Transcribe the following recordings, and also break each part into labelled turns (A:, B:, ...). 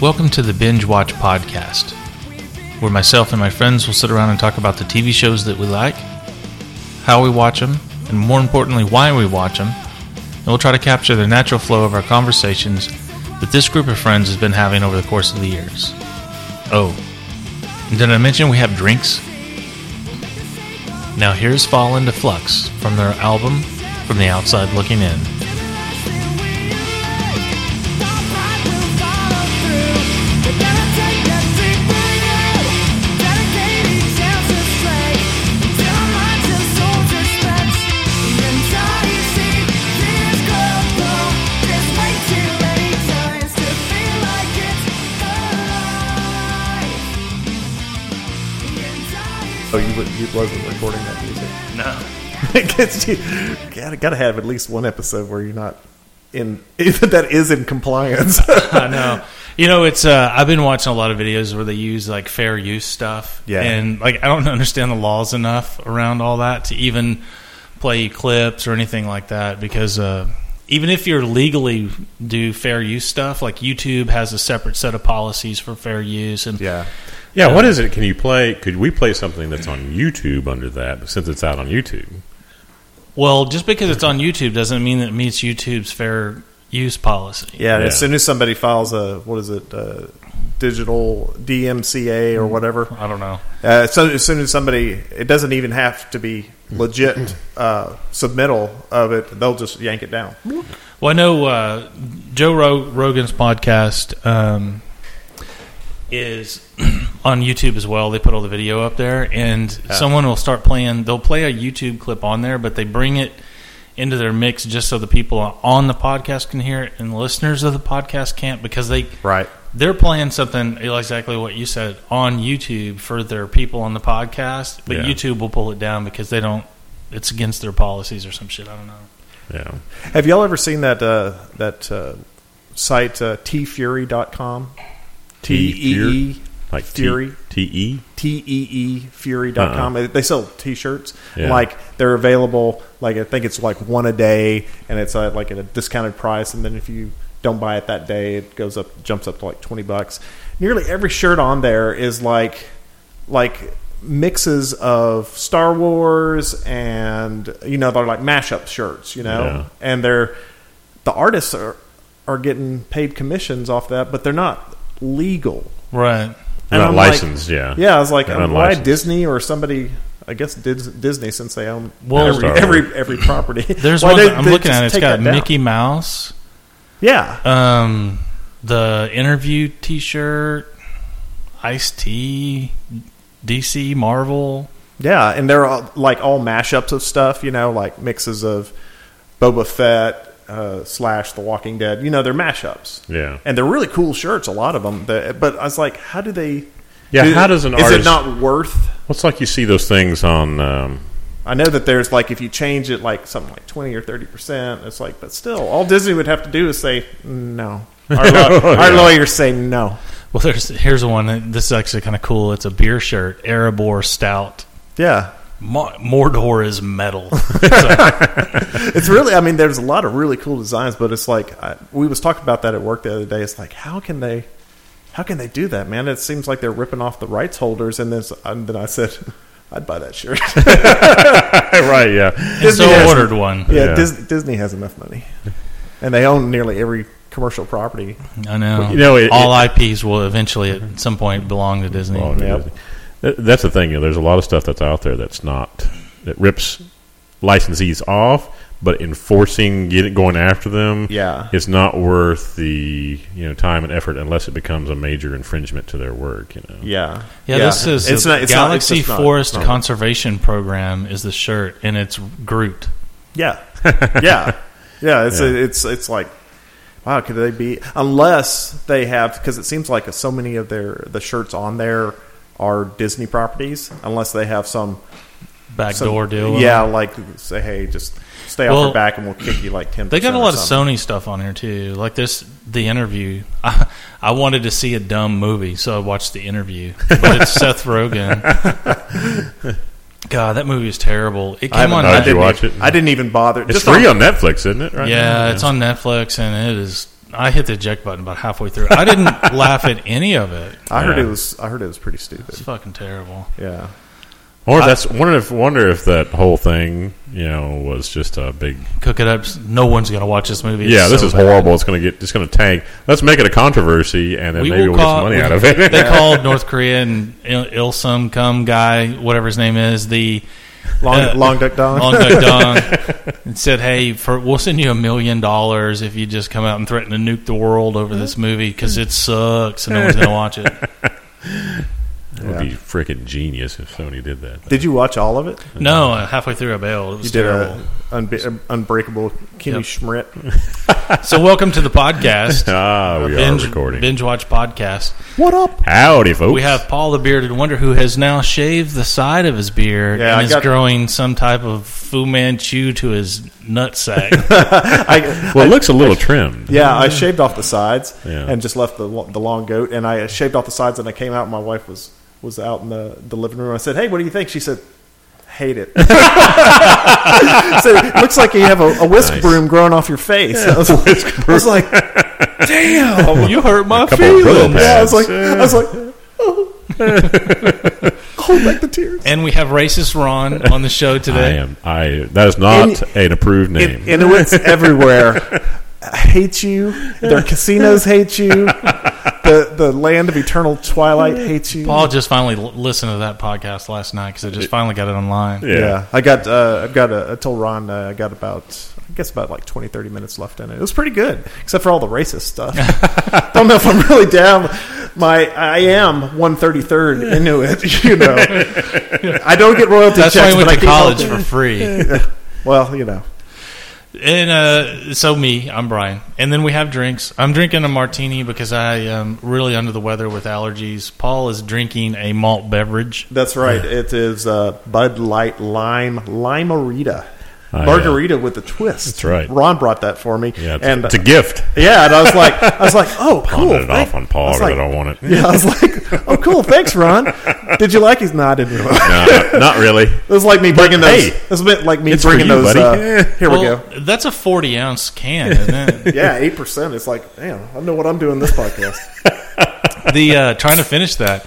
A: Welcome to the Binge Watch Podcast, where myself and my friends will sit around and talk about the TV shows that we like, how we watch them, and more importantly, why we watch them. And we'll try to capture the natural flow of our conversations that this group of friends has been having over the course of the years. Oh, and did I mention we have drinks? Now here's Fall into Flux from their album From the Outside Looking In.
B: Oh, you, would- you wasn't recording that music.
A: No.
B: Because you gotta, gotta have at least one episode where you're not in that is in compliance.
A: I know. You know, it's uh, I've been watching a lot of videos where they use like fair use stuff.
B: Yeah.
A: And like I don't understand the laws enough around all that to even play clips or anything like that because uh, even if you're legally do fair use stuff, like YouTube has a separate set of policies for fair use and
B: yeah,
C: Yeah,
B: Uh,
C: what is it? Can you play? Could we play something that's on YouTube under that? But since it's out on YouTube,
A: well, just because it's on YouTube doesn't mean that it meets YouTube's fair use policy.
B: yeah. and
C: Yeah.
B: As soon as somebody files a what is it, uh, digital DMCA or whatever,
A: I don't know.
B: uh, so as soon as somebody, it doesn't even have to be legit uh, submittal of it. They'll just yank it down.
A: Well, I know uh, Joe Rog- Rogan's podcast um, is on YouTube as well. They put all the video up there, and someone will start playing. They'll play a YouTube clip on there, but they bring it into their mix just so the people on the podcast can hear it, and listeners of the podcast can't because they
B: Right.
A: they're playing something exactly what you said on YouTube for their people on the podcast, but
C: Yeah.
A: YouTube will pull it down because they don't. It's against their policies or some shit. I don't know.
C: yeah,
B: Have y'all ever seen that uh, that uh, site uh, tfury.com? T e e
C: like
B: Fury.
C: T E.
B: teefury.com. They sell t-shirts.
C: Uh-huh. Yeah.
B: Like they're available like I think it's like one a day and it's at like at a discounted price and then if you don't buy it that day it goes up jumps up to like 20 bucks. Nearly every shirt on there is like like mixes of Star Wars and you know they're like mashup shirts, you know.
C: Yeah.
B: And they're the artists are are getting paid commissions off that, but they're not legal.
A: Right.
B: And
C: Not
B: I'm like-
C: licensed, yeah.
B: Yeah, I was like,
C: They're
B: um,
C: not
B: why
C: licensed.
B: Disney or somebody? I guess Dis- Disney since they own
A: Well,
B: every,
C: Star Wars.
B: every every property.
A: There's
B: Why
A: one
B: they-
A: that I'm
B: they
A: looking
B: just
A: at. It's
B: take
A: got
B: that down?
A: Mickey Mouse,
B: Yeah,
A: um, the interview T-shirt, Ice Tea, DC, Marvel.
B: yeah, and they're all, like all mashups of stuff. You know, like mixes of Boba Fett uh, slash The Walking Dead. You know, they're mashups.
C: Yeah.
B: and they're really cool shirts. A lot of them. That, but I was like, how do they?
C: Yeah,
B: do-
C: how does an
B: is it
C: artist-
B: not worth?
C: What's like you see those things on? Um,
B: I know that there's like if you change it like something like twenty or thirty percent, it's like, but still, all Disney would have to do is say no. Our, law- our lawyers say no.
A: Well, there's here's one. that- This is actually kind of cool. It's a beer shirt, Erebor Stout.
B: Yeah,
A: Mo- Mordor is metal.
B: it's really. I mean, there's a lot of really cool designs, but it's like I, we was talking about that at work the other day. It's like how can they, how can they do that, man? It seems like they're ripping off the rights holders, and then s- and then I said. I'd buy that shirt. yeah,
C: right, yeah,
A: and so
B: Disney
A: I
B: has-
A: ordered one.
C: Yeah.
B: Dis- Disney has enough money, and they own nearly every commercial property.
A: I know.
C: You know, it-
A: all IPs will eventually at some point belong to Disney.
C: Well,
B: Yep.
C: Disney. That- That's the thing. You know, there's a lot of stuff that's out there that's not that rips licensees off, but enforcing getting going after them,
B: Yeah.
C: is not worth the you know time and effort unless it becomes a major infringement to their work. You know,
B: Yeah,
A: Yeah, this is
B: It's
A: the
B: not- it's not- it's
A: Galaxy
B: just not-
A: Forest
B: it's not-
A: Conservation Program is the shirt, and it's Groot.
B: Yeah, yeah, yeah. It's
C: Yeah.
B: it's it's like, wow, could they be? Unless they have, because it seems like so many of their the shirts on there are Disney properties. Unless they have some some-
A: Backdoor deal.
B: yeah, like say, hey, just stay off
A: Well,
B: your back, and we'll kick you like ten.
A: They got a lot of Sony stuff on here too. Like this, the interview. I, I wanted to see a dumb movie, so I watched the interview. But it's Seth Rogen. God, that movie is terrible. It
B: I
A: came
B: haven't-
A: on.
C: How'd
B: I
C: you
B: didn't
C: watch
B: even-
C: it?
B: I didn't even bother.
C: it's
B: just
C: free
B: on-
C: on, Netflix, isn't it? Right
A: yeah,
C: now?
A: it's on Netflix, and it is. I hit the eject button about halfway through. I didn't laugh at any of it.
B: I heard
C: Yeah.
B: it was. I heard it was pretty stupid.
A: It's fucking terrible.
B: Yeah.
C: Or if that's wonder if wonder if that whole thing you know was just a big
A: Cook it up. No one's gonna watch this movie. It's
C: yeah this
A: so
C: is
A: bad.
C: horrible it's gonna get it's gonna tank let's make it a controversy and then
A: We
C: maybe
A: will
C: we'll get some
A: call-
C: money
A: we-
C: out of it
A: they called North Korea and Il- Ilsum Cum guy, whatever his name is, the
B: Long,
A: Uh,
B: long duck dong.
A: Long Duk Dong, and said, "Hey, for, we'll send you a million dollars if you just come out and threaten to nuke the world over this movie because it sucks and no one's gonna watch it."
C: it would be freaking genius if Sony did that
B: Did you watch all of it?
A: No, uh, halfway through I bailed. It
B: You
A: was
B: did
A: terrible.
B: a unbe- unbreakable Kimmy
A: Yep.
B: Schmidt.
A: So, welcome to the podcast.
C: ah we
A: binge,
C: are recording
A: binge watch podcast.
B: What up?
C: howdy folks
A: We have Paul the bearded wonder who has now shaved the side of his beard
B: Yeah,
A: and
B: I
A: is
B: got-
A: growing some type of Fu Manchu to his nutsack.
B: I,
C: well it looks a little trimmed
B: yeah, I shaved off the sides
C: Yeah.
B: and just left the lo- the long goat. And I shaved off the sides, and I came out. and My wife was was out in the the living room. I said, "Hey, what do you think?" She said. Hate it. so it looks like you have a, a whisk
C: Nice.
B: broom growing off your face. I, was, I was like, damn.
A: you hurt my
C: couple of pillow
A: feelings.
C: pads.
B: Yeah, I was like,
C: Yeah.
B: I was like, oh. hold back the tears.
A: And we have racist Ron on the show
C: I
A: today.
C: am I that is not an approved name
B: In- Inuits everywhere hate you. Their casinos hate you. The the land of eternal twilight hates you.
A: Paul just finally l- listened to that podcast last night because I just finally got it online.
B: yeah. I got uh, I've got a, I told Ron uh, I got about I guess about like 20, 30 minutes left in it. It was pretty good, except for all the racist stuff. Don't know if I'm really down. My I am one thirty third Inuit. You know, I don't get royalty
A: That's why
B: checks.
A: I went
B: but
A: to
B: keep
A: college
B: helping.
A: for free.
B: Well, you know,
A: and uh, so me, I'm Brian, and then we have drinks. I'm drinking a martini because I am really under the weather with allergies. Paul is drinking a malt beverage.
B: that's right. It is uh, Bud Light Lime Limerita.
C: Ah, yeah.
B: margarita with a twist.
C: That's right.
B: Ron brought that for me.
C: yeah it's,
B: and uh,
C: it's a gift
B: yeah, and I was like, I was like, oh, cool.
C: Pounded it
B: thank-
C: off on Paul
B: I was
C: 'cause
B: like-
C: I don't want it.
B: Yeah, I was like, oh, cool. Thanks, Ron. Did you like? He's not. Didn't really.
C: no, not really
B: It was like me bringing those.
C: hey,
B: it was a bit like me
C: it's for
B: bringing
C: you,
B: those.
C: buddy.
B: uh,
C: Yeah.
B: here we
A: Well,
B: go.
A: That's a 40 ounce can, isn't it?
B: Yeah, eight percent. It's like, damn, I know what I'm doing this podcast.
A: the uh, trying to finish that.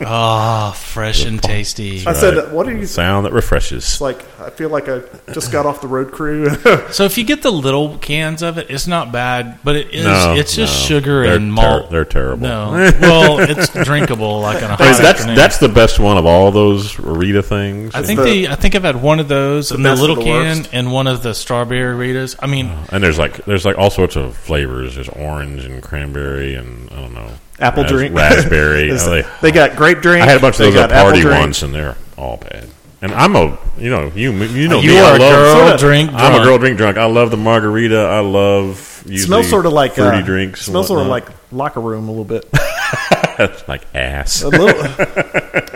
A: Ah, fresh and tasty.
B: I said, what are you?
C: The
B: It's
C: sound that refreshes
B: like, I feel like I just got off the road crew.
A: So if you get the little cans of it, it's not bad, but it is.
C: No,
A: it's just
C: no.
A: sugar
C: They're
A: and malt.
C: ter- they're terrible.
A: No, well, it's drinkable like on a hot
C: Hey, that's
A: afternoon.
C: Oh, that's the best one of all those Rita things.
A: I think
B: the-
A: the, I think I've had one of those and the
B: best
A: little
B: and the
A: can
B: worst.
A: and one of the strawberry Ritas. I mean,
C: and there's like there's like all sorts of flavors. There's orange and cranberry and I don't know
B: Apple drink.
C: raspberry.
B: Is-
C: Oh, they-
B: they got grape drink.
C: I had a bunch of
B: they
C: those at
B: got apple
C: party
B: drink.
C: once, and they're all bad. And I'm a you know you you know
A: you
C: me.
A: are
C: I
A: a
C: love,
A: girl
B: soda.
A: drink.
C: I'm a
A: drunk.
C: girl drink drunk. I love the margarita. I love usually
B: Smells sort of like
C: fruity
B: uh,
C: drinks. and
B: Smells sort of like
C: whatnot.
B: locker room a little bit.
C: like ass.
B: A little,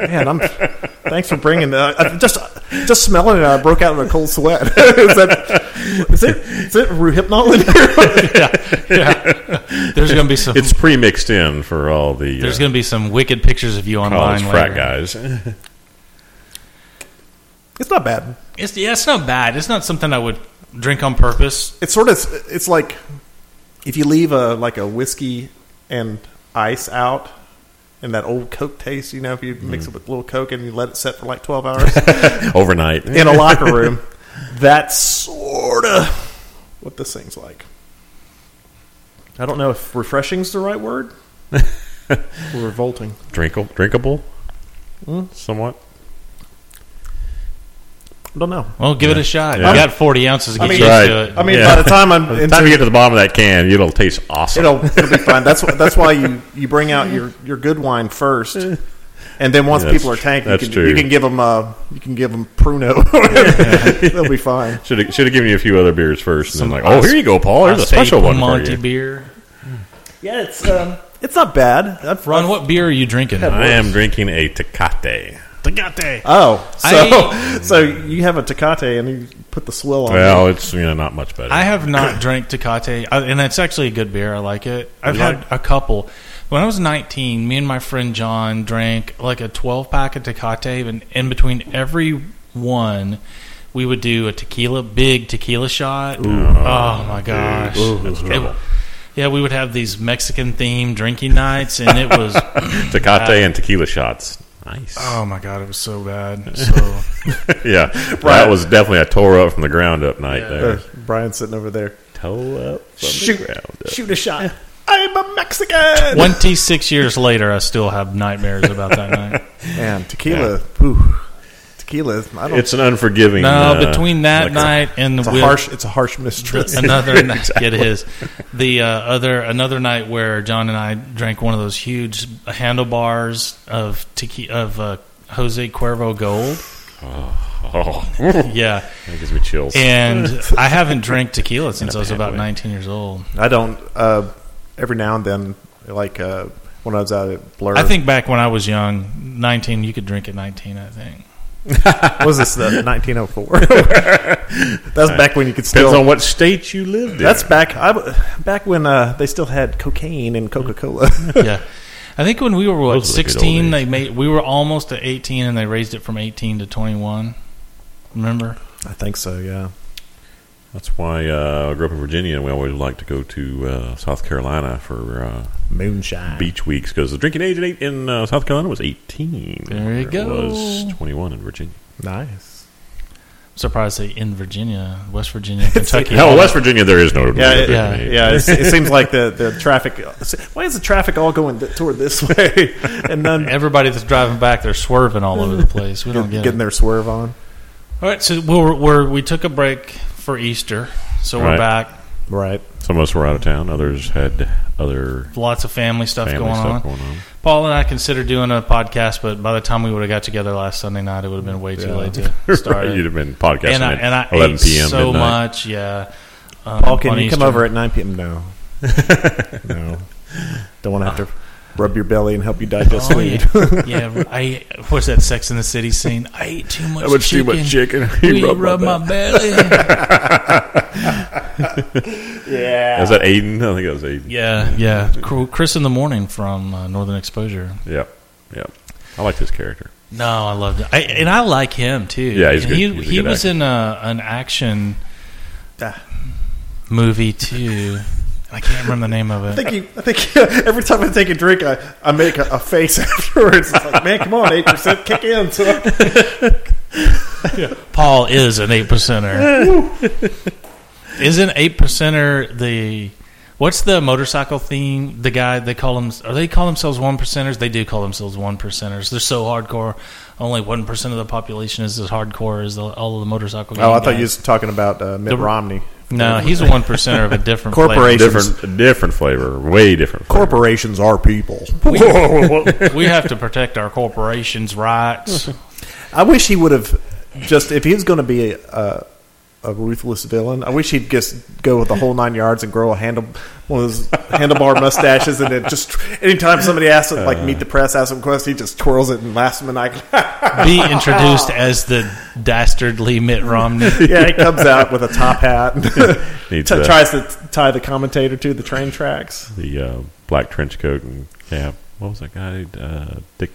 B: man. I'm. Thanks for bringing the. I, just, just smelling it, I broke out in a cold sweat. is that? Is it? Is it Ruhypnol in here?
A: There's gonna be some.
C: It's pre mixed in for all the
A: there's
C: uh,
A: gonna be some wicked pictures of you online.
C: college Oh, frat
A: later.
C: guys.
B: it's not bad.
A: It's yeah, it's not bad. It's not something I would drink on purpose.
B: It's sort of. It's like if you leave a like a whiskey and ice out. And that old Coke taste, you know, if you
C: Mm.
B: mix it with a little Coke and you let it set for like 12 hours
C: overnight.
B: in a locker room, that's sort of what this thing's like. I don't know if refreshing's the right word or revolting.
C: Drinkable, drinkable,
B: Hmm?
C: somewhat.
B: I don't know.
A: Well, give it a shot.
C: Yeah.
A: You got 40 ounces to get
B: I mean,
A: used
C: Right.
A: to it.
B: I mean,
C: Yeah.
B: by the time I'm
C: By the
B: Uh, into,
C: time you get to the bottom of that can, it'll taste awesome.
B: it'll, it'll be fine. That's why- that's why you, you bring out your, your good wine first, and then once
C: Yeah, that's
B: people are
C: tr-
B: tanked, you
C: that's
B: can,
C: true.
B: you can give them uh, you can give them Pruno. They'll be fine.
C: should have, should have given you a few other beers first, and
A: Some
C: then like, oh,
A: ice-
C: here you go, Paul. Here's a
A: I'll
C: special
A: say
C: one for
A: Monty
C: you.
A: beer.
B: Yeah, it's um, it's not bad. I've-
A: Ron, what beer are you drinking?
B: Had
C: I am drinking a Tecate.
A: Tecate.
B: Oh, so
A: I-
B: so you have a Tecate and you put the swill on. it.
C: Well, it's you know not much better.
A: I have not drank Tecate, I- and that's actually a good beer. I like it. I've
C: You
A: had
C: like-
A: a couple. When I was 19, me and my friend John drank like a 12 pack of Tecate, and in between every one, we would do a tequila, big tequila shot. Oh my gosh.
C: Ooh, that's
A: It-
C: trouble.
A: Yeah, we would have these Mexican themed drinking nights, and it was
C: Tecate and tequila shots. Nice.
A: oh my god, it was so bad. So
C: yeah, that
B: Right.
C: was definitely a tore up from the ground up night
A: Yeah.
C: there.
B: Uh, Brian's sitting over there.
C: Tore up from the
B: Shoot,
C: ground up.
B: shoot a shot. I'm a Mexican.
A: twenty six years later, I still have nightmares about that night.
B: Man, tequila. Whew. Tequila. is- I don't.
C: It's an unforgiving.
A: No,
C: uh,
A: between that
C: liquor.
A: night and
B: it's a
A: Will-
B: harsh. It's a harsh mistress.
A: another night it is the uh, other another night where John and I drank one of those huge handlebars of tequila of uh, Jose Cuervo Gold.
C: Oh,
A: Yeah,
C: that gives me chills.
A: and I haven't drank tequila since I was about nineteen years old.
B: I don't. Uh, every now and then, like uh, when I was out at Blur,
A: I think back when I was young, nineteen, you could drink at nineteen. I think.
B: what was this the 1904? that's back when you could
C: Depends
B: still.
C: on what state you lived in.
B: That's back. I, w- back when uh, they still had cocaine and Coca Cola.
C: Mm-hmm.
A: yeah. I think when we were what
C: Those were the good old
A: sixteen, they
C: days.
A: made we were almost at eighteen, and they raised it from eighteen to twenty one. Remember?
B: I think so. Yeah.
C: That's why uh, I grew up in Virginia, and we always like to go to uh, South Carolina for uh,
B: Moonshine.
C: beach weeks because the drinking age in, eight- in uh, South Carolina was 18.
A: There you
C: It
A: go.
C: was 21 in Virginia.
B: Nice.
A: Surprised they in Virginia, West Virginia, Kentucky.
C: Hell, West Virginia, there is no.
B: Yeah, it,
C: drinking
A: yeah,
C: age.
B: yeah. It, it seems like the, the traffic. Why is the traffic all going th- toward this way, and none
A: Everybody that's driving back, they're swerving all over the place. We don't get
B: getting
A: it.
B: their swerve on?
A: All right, so we're, we're, we took a break for Easter, so we're
C: Right.
A: back.
B: Right.
C: Some of us were out of town. Others had other
A: Lots of family stuff
C: family
A: going
C: stuff
A: on.
C: going on.
A: Paul and I considered doing a podcast, but by the time we would have got together last Sunday night, it would have been way too
B: Yeah.
A: late to start.
C: You'd
A: it.
C: have been podcasting
A: and I
C: at
A: and I
C: 11
A: ate
C: p.m.
A: so
C: midnight.
A: much. Yeah, um,
B: Paul, can
A: on
B: you
A: Easter.
B: come over at 9 p.m.? No. no. Don't want to have to rub your belly and help you digest
A: Oh,
B: food.
A: yeah. yeah, I what's that Sex in the City scene? I ate too much. chicken.
C: chicken.
A: We rubbed my belly.
B: Yeah.
C: Was that Aiden? I think that was Aiden.
A: Yeah, yeah. Cr- Chris in the morning from uh, Northern Exposure.
C: Yep. Yep. I liked his character.
A: No, I loved it, I, and I like him too.
C: Yeah, he's
A: And
C: good.
A: He,
C: He's a
A: he
C: good
A: was
C: actor.
A: in a, an action
B: Ah.
A: movie too. I can't remember the name of it.
B: I think you. I think every time I take a drink, I, I make a, a face afterwards. It's like, man, come on, eight percent kick in. So
A: Paul is an eight percenter. Isn't eight percenter the what's the motorcycle theme? The guy they call them are they call themselves one percenters? They do call themselves one percenters. They're so hardcore. Only one percent of the population is as hardcore as the, all of the motorcycle. gang
B: oh, I thought you
A: guys.
B: was talking about uh, Mitt
A: The-
B: Romney.
A: No, he's a one percenter of a different
B: Corporation. Asians.
C: Different, different flavor. Way different. Flavor.
B: Corporations are people.
A: flavor. We have to protect our corporations' rights.
B: I wish he would have just if he was going to be a, a ruthless villain. I wish he'd just go with the whole nine yards and grow a handle one of those handlebar mustaches, and then just anytime somebody asks him like
C: Uh.
B: meet the press, ask him questions, he just twirls it and laughs him and I
A: Be introduced as the dastardly Mitt Romney.
B: yeah, he comes out with a top hat, and t-
C: Needs that.
B: tries to t- tie the commentator to the train tracks.
C: The uh, black trench coat and yeah. What was that guy? Uh, Dick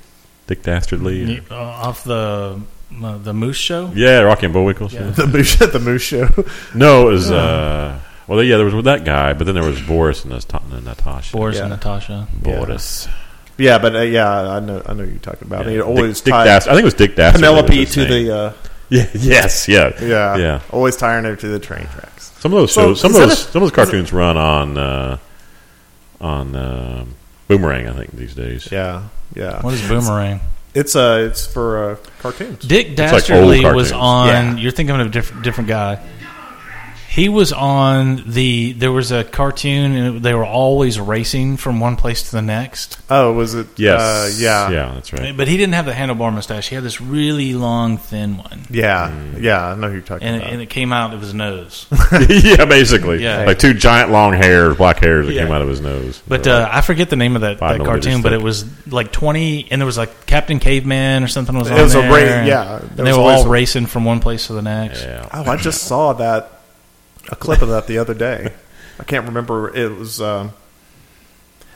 C: Dick Dastardly.
A: Uh, Off the uh, the Moose Show.
C: Yeah, Rocky and Bullwinkle.
A: Yeah.
B: The moose, the moose show.
C: No, it was. Uh, well, yeah, there was that guy, but then there was Boris and, Nat- and Natasha.
A: Boris
B: Yeah.
A: and Natasha.
C: Boris.
B: Yeah, but uh, yeah, I know, I know you're talking about. He
C: Dick-
B: always
C: Dick,
B: tied
C: Dast- I think it was Dick Dastardly. was
B: Penelope
C: his
B: to
C: name.
B: the uh,
C: Yeah, yes, yeah,
B: yeah,
C: yeah.
B: always tying her to the train tracks.
C: Some of those
B: So,
C: shows, some
B: is
C: of
B: that
C: those,
B: a-
C: some of those cartoons run on uh, on um Boomerang, I think these days.
B: Yeah, yeah.
A: What is Boomerang?
B: It's uh, it's for uh, cartoons.
A: Dick
C: like old
A: Dastardly was
C: cartoons.
A: on.
B: Yeah.
A: You're thinking of a different different guy. He was on the. There was a cartoon, and they were always racing from one place to the next.
B: Oh, was it?
C: Yes.
B: uh, yeah, yeah,
C: Yeah, that's right.
A: But he didn't have the handlebar mustache. He had this really long, thin one,
B: yeah,
C: Mm.
B: I know who you're talking
A: and,
B: about.
A: and it came out of his nose.
C: yeah, basically.
A: Yeah.
C: Like two giant long hairs, black hairs that
A: Yeah.
C: came out of his nose.
A: But uh, I forget the name of that,
C: Five
A: that
C: millimeters
A: cartoon, but
C: thick.
A: it was like twenty, and there was like Captain Caveman or something was
B: It
A: on
B: was a
A: there.
B: race-
A: and-
B: yeah, there
A: and
B: was
A: they were
B: always
A: all
B: a-
A: racing from one place to the next.
C: yeah.
B: Oh, I just saw that a clip of that the other day. I can't remember. It was um,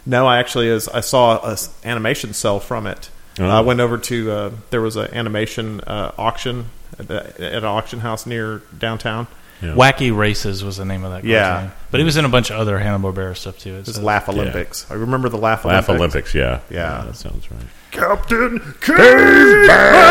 B: no, I actually is. I saw a s- animation cell from it.
C: Oh.
B: I went over to uh, there was an animation uh, auction at, the- at an auction house near downtown,
A: Oh,
C: Yeah.
A: Wacky Races was the name of that. cartoon.
B: Yeah.
A: but he was in a bunch of other Hanna Barbera stuff too. It's
B: It's
A: uh,
B: Laugh Olympics. I remember the Laugh Olympics.
C: Laugh Olympics, yeah.
B: Yeah.
C: That sounds right.
B: Captain Caveman.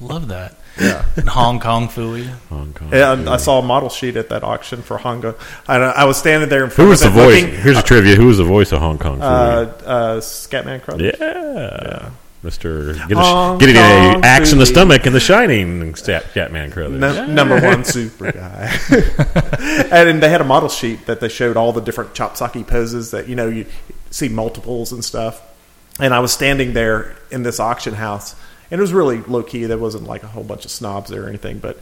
A: love that.
B: Yeah.
A: And Hong Kong Fooey.
C: Hong Kong.
B: And I saw a model sheet at that auction for Hongo. And I I was standing there in front
C: Who was the
B: of it
C: voice?
B: looking,
C: Here's a trivia. Who was the voice of Hong Kong?
B: uh, uh, Scatman Crothers.
C: Fooey? yeah. Mr. Getting,
B: Hong
C: a, getting a
B: Kong
C: axe in the
B: Fooey.
C: stomach in The Shining, Stat, Catman Crothers.
B: No, Number one super guy. and, then they had a model sheet that they showed all the different chopsaki poses that, you know, you see multiples and stuff. And I was standing there in this auction house, and it was really low key. There wasn't like a whole bunch of snobs there or anything, but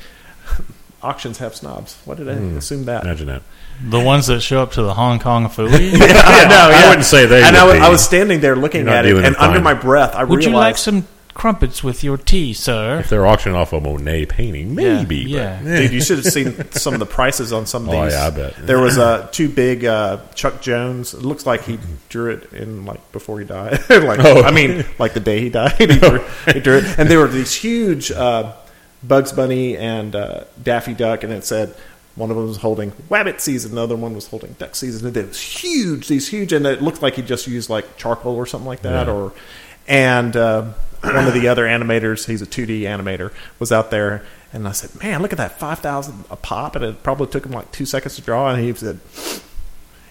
B: auctions have snobs. Why did I
C: Hmm.
B: assume that?
C: Imagine that.
A: The ones that show up to the Hong Kong Fooey.
B: I know,
C: I
B: yeah.
C: wouldn't say they
B: And I
C: would
B: was,
C: be.
B: I was standing there looking
C: You're not
B: at it,
C: dealing
B: and
C: with
B: under
C: fine.
B: my breath, I
A: Would
B: realized
A: you like some crumpets with your tea, sir?
C: If they're auctioning off a Monet painting, maybe.
A: yeah.
C: But,
B: Dude, you should have seen some of the prices on some of
C: Oh,
B: these.
C: yeah, I bet.
B: There was uh, two big uh, Chuck Jones. It looks like he drew it in like before he died. like
C: Oh.
B: I mean, like the day he died, he, drew, he drew it. And there were these huge uh, Bugs Bunny and uh, Daffy Duck, and it said. One of them was holding rabbit season, the other one was holding duck season. And it was huge, these huge, and it looked like he just used like charcoal or something like that,
C: Yeah.
B: or and uh, one of the other animators, he's a 2D animator, was out there, and I said, "Man, look at that, five thousand a pop!" And it probably took him like two seconds to draw, and he said,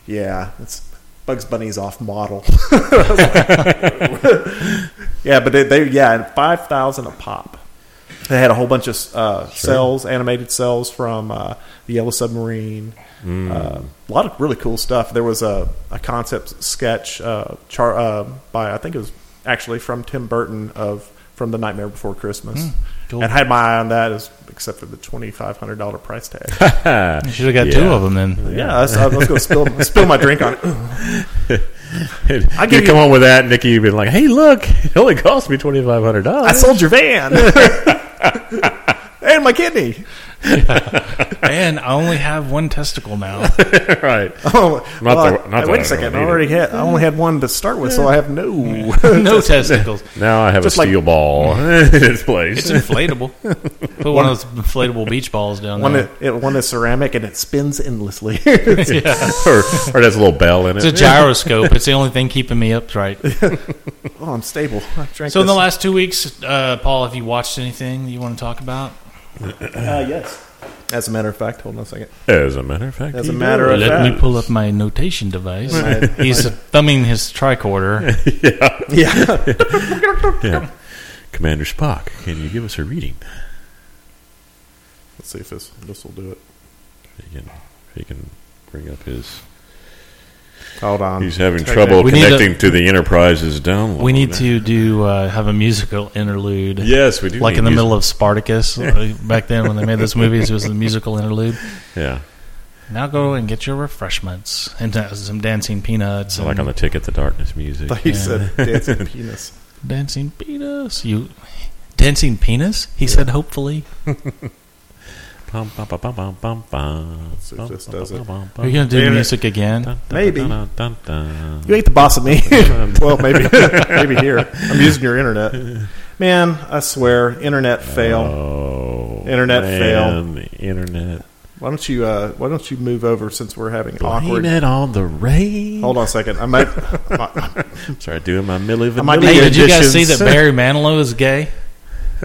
B: "Yeah, it's Bugs Bunny's off model." I was like, yeah, but they, they yeah, five thousand a pop. They had a whole bunch of uh, cells, animated cells from uh, the Yellow Submarine. Uh, a lot of really cool stuff. There was a, a concept sketch uh, char, uh, by I think it was actually from Tim Burton of from The Nightmare Before Christmas,
A: cool.
B: and had my eye on that as except for the twenty five hundred dollar price tag.
A: You should have got two
C: Yeah.
A: of them then.
B: yeah, that's, I was going to spill spill my drink on it.
C: I
B: give
C: you
B: you-
C: come home with that, and Nikki, you've been like, "Hey, look, it only cost me twenty five hundred
B: I
C: dollars."
B: sold your van and my kidney.
A: And I only have one testicle now.
C: right?
B: Oh, well,
C: Not that- not that
B: wait
C: I
B: a second!
C: really
B: I
C: need
B: already had. I only had one to start with, so I have no.
A: no testicles.
C: Now I have a
B: Just like-
C: steel ball in its place.
A: It's inflatable. Put one of those inflatable beach balls down
B: One,
A: there.
B: that- it, one is ceramic and it spins endlessly.
C: or, or it has a little bell in it.
A: It's a gyroscope. It's the only thing keeping me upright.
B: oh, I'm stable. I drank
A: So in the
B: this.
A: last two weeks, uh, Paul, have you watched anything that you want to talk about?
B: Uh, yes. As a matter of fact, hold on a second.
C: As a matter of fact,
B: As a
C: you
B: matter
C: know.
B: of-
A: Let
B: that?
A: me pull up my notation device.
B: My-
A: He's thumbing his tricorder.
B: Yeah.
C: Yeah. Commander Spock, can you give us a reading?
B: Let's see if this this will do it.
C: He can, he can bring up his.
B: Hold on.
C: He's having
B: Check
C: trouble
A: We need
C: connecting to the Enterprise's download.
A: We need to do uh, have a musical interlude.
C: Yes, we do.
A: Like
C: need
A: in the
C: music.
A: middle of Spartacus uh, back then when they made those movies, it was the musical interlude.
C: Yeah,
A: Now go and get your refreshments and uh, some dancing peanuts.
C: so like
A: and-
C: on the ticket, the darkness music.
B: that. He
A: Yeah.
B: said dancing penis.
A: Dancing penis. You dancing penis? He said hopefully.
C: Bum, bum, bum, bum, bum, bum, bum.
B: Let's see if this does it.
C: Bum,
A: Are
C: bum,
A: you gonna do
B: Wait a minute.
A: music again?
C: bum, bum,
B: Maybe.
C: dun, dun, dun, dun.
B: You ain't the boss of me. well, maybe maybe here. I'm using your internet. Man, I swear,
C: Uh,
B: internet fail.
C: Oh,
B: Internet
C: man, The internet.
B: Why don't you uh, Why don't you move over since we're having
C: Blame
B: awkward.
C: it on the rain.
B: Hold on a second. I might.
C: Sorry, doing my Millie
B: might
C: Vanilli
B: be-
A: Hey, did you guys see
C: editions.
A: that Barry Manilow is gay?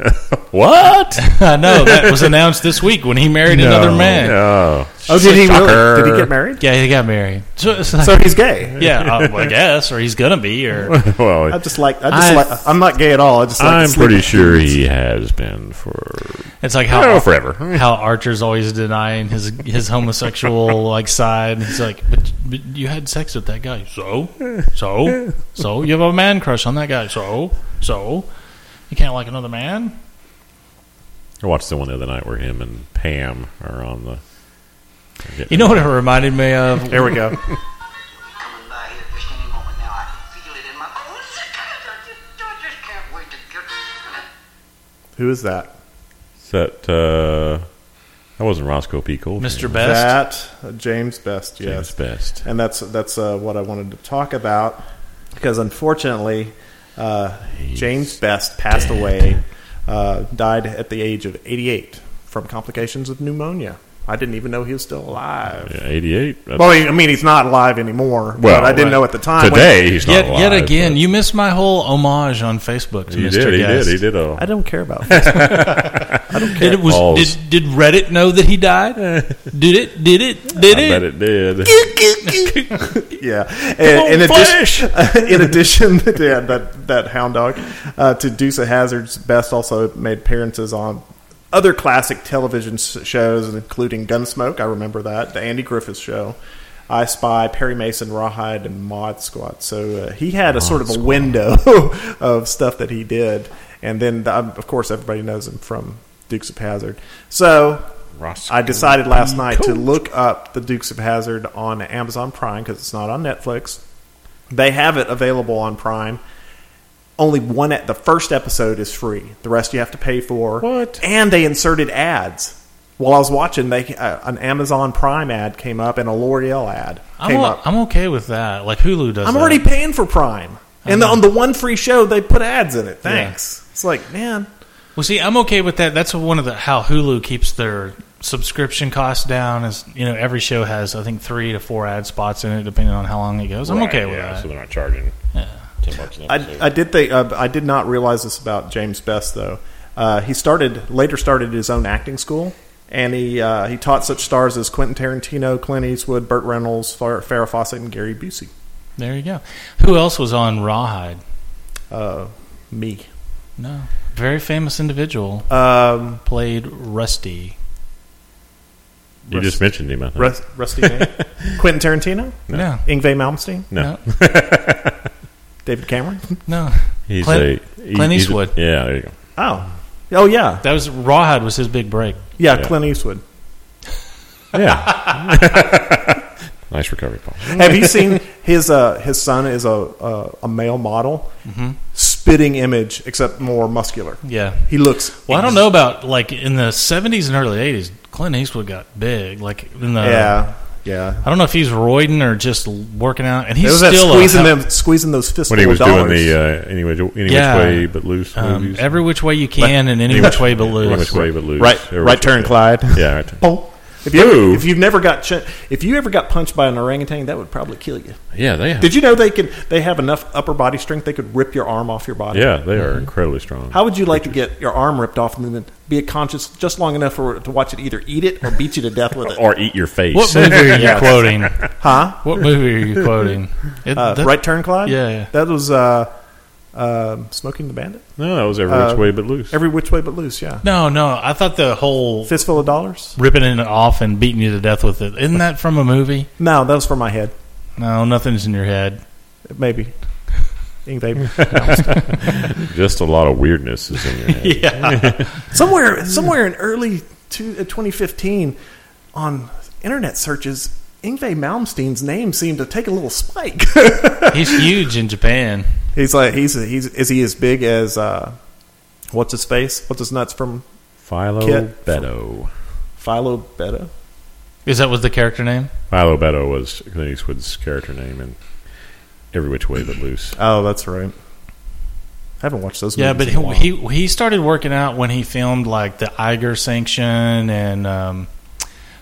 C: What?
A: I know that was announced this week when he married another man.
C: Oh,
B: oh, did he really?
C: Shocker.
B: Did he get married?
A: Yeah, he got married. So, it's like-
B: So he's gay.
A: yeah, uh, I guess, or he's gonna be, or
C: well,
B: I just like. I
A: I-
B: just like. I'm not gay at all. I just. Like to
C: I'm
B: sleep
C: pretty
B: with
C: sure
B: dudes.
C: he has been for
A: it's like
B: Oh,
C: I don't know,
A: how
C: forever.
A: how Archer's always denying his his homosexual like side. He's like, but, but you had sex with that guy, so so so you have a man crush on that guy, so so you can't like another man.
C: I watched the one the other night where him and Pam are on the. they're getting-
A: You know what it reminded me of?
B: There we go.
D: coming by here just any moment now. I can feel it in my bones. I just, I just can't wait to get
B: Who is that?
C: Is that uh, that wasn't Roscoe P. Cold,
A: Mr. Best.
B: That uh, James Best. Yes.
C: James Best.
B: and that's that's uh, what I wanted to talk about because unfortunately, uh, James Best passed away, uh, died at the age of 88 from complications of pneumonia. I didn't even know he was still alive.
C: Yeah, 88. That's-
B: Well, I mean, he's not alive anymore.
C: Well,
B: but I didn't
C: right.
B: know at the time. when-
C: Today, he's not
A: Yet,
C: alive.
A: yet again,
C: but
A: you missed my whole homage on Facebook to
C: He
A: Mr.
C: did. He
A: Guest.
C: did. He did. A,
B: I don't care about. Facebook.
A: Did it was
C: All those-
A: did, did Reddit know that he died? did it? Did it? Did
C: I bet
A: it?
C: it did.
B: yeah, and, in,
C: Come on,
B: addition, in addition, yeah, that that hound dog uh, to Deuce of Hazards. Best also made appearances on other classic television s- shows, including Gunsmoke. I remember that the Andy Griffith Show. I Spy, Perry Mason, Rawhide, and Mod Squad. So uh, he had a sort of a window of stuff that he did, and then um, of course everybody knows him from Dukes of Hazard. So
C: Ross
B: I decided last night to look up the Dukes of Hazard on Amazon Prime because it's not on Netflix. They have it available on Prime. Only one at the first episode is free. The rest you have to pay for.
C: What?
B: And they inserted ads. While I was watching, they uh, an Amazon Prime ad came up and a L'Oreal ad
A: I'm,
B: came
A: o-
B: up.
A: I'm okay with that. Like Hulu does.
B: I'm
A: that.
B: already paying for Prime, and on the one free show they put ads in it. Thanks. It's like man,
A: Well, see, I'm okay with that. That's one of the how Hulu keeps their subscription costs down. Is you know every show has I think three to four ad spots in it, depending on how long it goes. I'm
C: Right,
A: okay with
C: yeah,
A: that.
C: So they're not charging ten bucks an episode.
B: I, I did think uh, I did not realize this about James Best though. Uh, he started later started his own acting school, and he uh, he taught such stars as Quentin Tarantino, Clint Eastwood, Burt Reynolds, Far- Farrah Fawcett, and Gary Busey.
A: There you go. Who else was on Rawhide?
B: Uh, me,
A: No, very famous individual
B: um,
A: played Rusty.
C: you just mentioned him. I think.
B: Rus- Rusty, Man. Quentin Tarantino,
A: No,
B: Ingve Malmsteen,
C: no,
B: David Cameron.
A: no,
C: he's
A: Clint-
C: a he-
A: Clint
C: he's a-
A: Eastwood.
C: yeah, there you go.
B: Oh, oh yeah,
A: that was Rawhide was his big break.
B: yeah,
C: Yeah.
B: Clint Eastwood.
C: Yeah, nice recovery, Paul.
B: Have you seen his uh, his son is a uh, a male model,
C: Mm-hmm.
B: spitting image except more muscular.
A: Yeah.
B: He looks.
A: Well, I don't know about like in the 70s and early 80s. Clint Eastwood got big, like in the
B: Yeah, yeah.
A: I don't know if he's roiding or just working out, and
B: It
A: he's
B: was that
A: still uh, a-
B: squeezing them, squeezing those fistful
C: When he was
B: of dollars.
C: doing the uh, anyway, any
A: Yeah.
C: which way but loose
A: um,
C: movies,
A: every which way you can and any which way but
C: Any
A: lose.
C: which way but loose,
B: right,
C: Every
B: right
C: which way
B: turn,
C: but-
B: Clyde.
C: Yeah, right turn.
B: Boom. If you ever,
C: Ooh.
B: if you've never got ch- if you ever got punched by an orangutan, that would probably kill you.
C: yeah, they have.
B: Did you know they can they have enough upper body strength they could rip your arm off your body?
C: yeah, they are incredibly strong.
B: How would you like to get your arm ripped off and then be conscious just long enough for to watch it either eat it or beat you to death with it?
C: or eat your face?
A: What movie are you quoting?
B: huh?
A: What movie are you quoting? It-
B: Uh,
A: that-
B: right turn, Clyde.
A: Yeah, yeah.
B: that was uh, um smoking the bandit.
C: No, that was every
B: Uh,
C: which way but loose.
B: Every which way but loose. Yeah,
A: No, no. I thought the whole
B: fistful of dollars.
A: ripping it off and beating you to death with it. Isn't that from a movie?
B: No, that was for my head.
A: No, nothing's in your head.
B: Maybe. Ingve.
C: Just a lot of weirdness is in your head.
A: Yeah.
B: somewhere, somewhere in early two, uh, 2015, on internet searches, Ingve Malmsteen's name seemed to take a little spike.
A: he's huge in Japan.
B: he's like, he's he's is he as big as uh, what's his face? What's his nuts from
C: Philo
B: Kit.
C: Beto.
B: Philo Beta?
A: Is that was the character name?
C: Philo Beto was Clint Eastwood's character name in Every Which Way But Loose.
B: Oh, that's right. I haven't watched those.
A: Yeah, but
B: movies in a while.
A: he, he he started working out when he filmed like the Iger Sanction and um,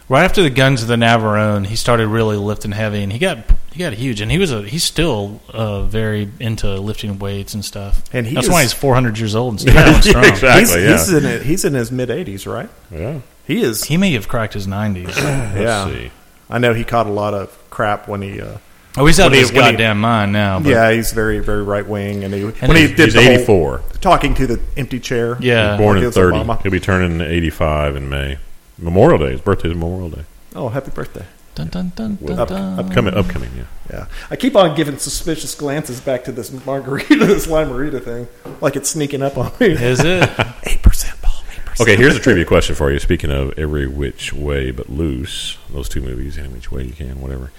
A: right after the Guns of the Navarone, he started really lifting heavy and he got he got huge and he was a he's still uh, very into lifting weights and stuff.
B: And he
A: that's
B: is-
A: why he's four hundred years old and still going strong.
B: he's,
C: exactly.
B: he's
C: yeah.
B: in it- he's in his mid 80s, right?
C: yeah.
B: He is.
A: He may have cracked his nineties.
C: Let's
B: yeah,
C: see.
B: I know he caught a lot of crap when he. Uh,
A: Oh, he's out of
B: When he-
A: his
B: when he-
A: goddamn mind now. But yeah,
B: yeah, he's very very right wing, and he
A: And
B: when he
A: he's-
B: did
C: He's
B: the whole-
C: 84.
B: talking to the empty chair.
A: yeah.
C: Born in
B: Gives
C: 30.
B: Obama.
C: He'll be turning 85 in May. Memorial Day. His birthday is Memorial Day.
B: Oh, happy birthday.
A: Dun, dun, dun, dun,
B: Up-
A: dun.
C: Upcoming, upcoming, yeah.
B: Yeah, I keep on giving suspicious glances back to this margarita, this limerita thing, like it's sneaking up on me.
A: Is it?
B: Eight percent, Paul. Eight percent.
C: Okay, here's a trivia question for you. Speaking of Every Which Way But Loose, those two movies, Any Which Way You Can, whatever.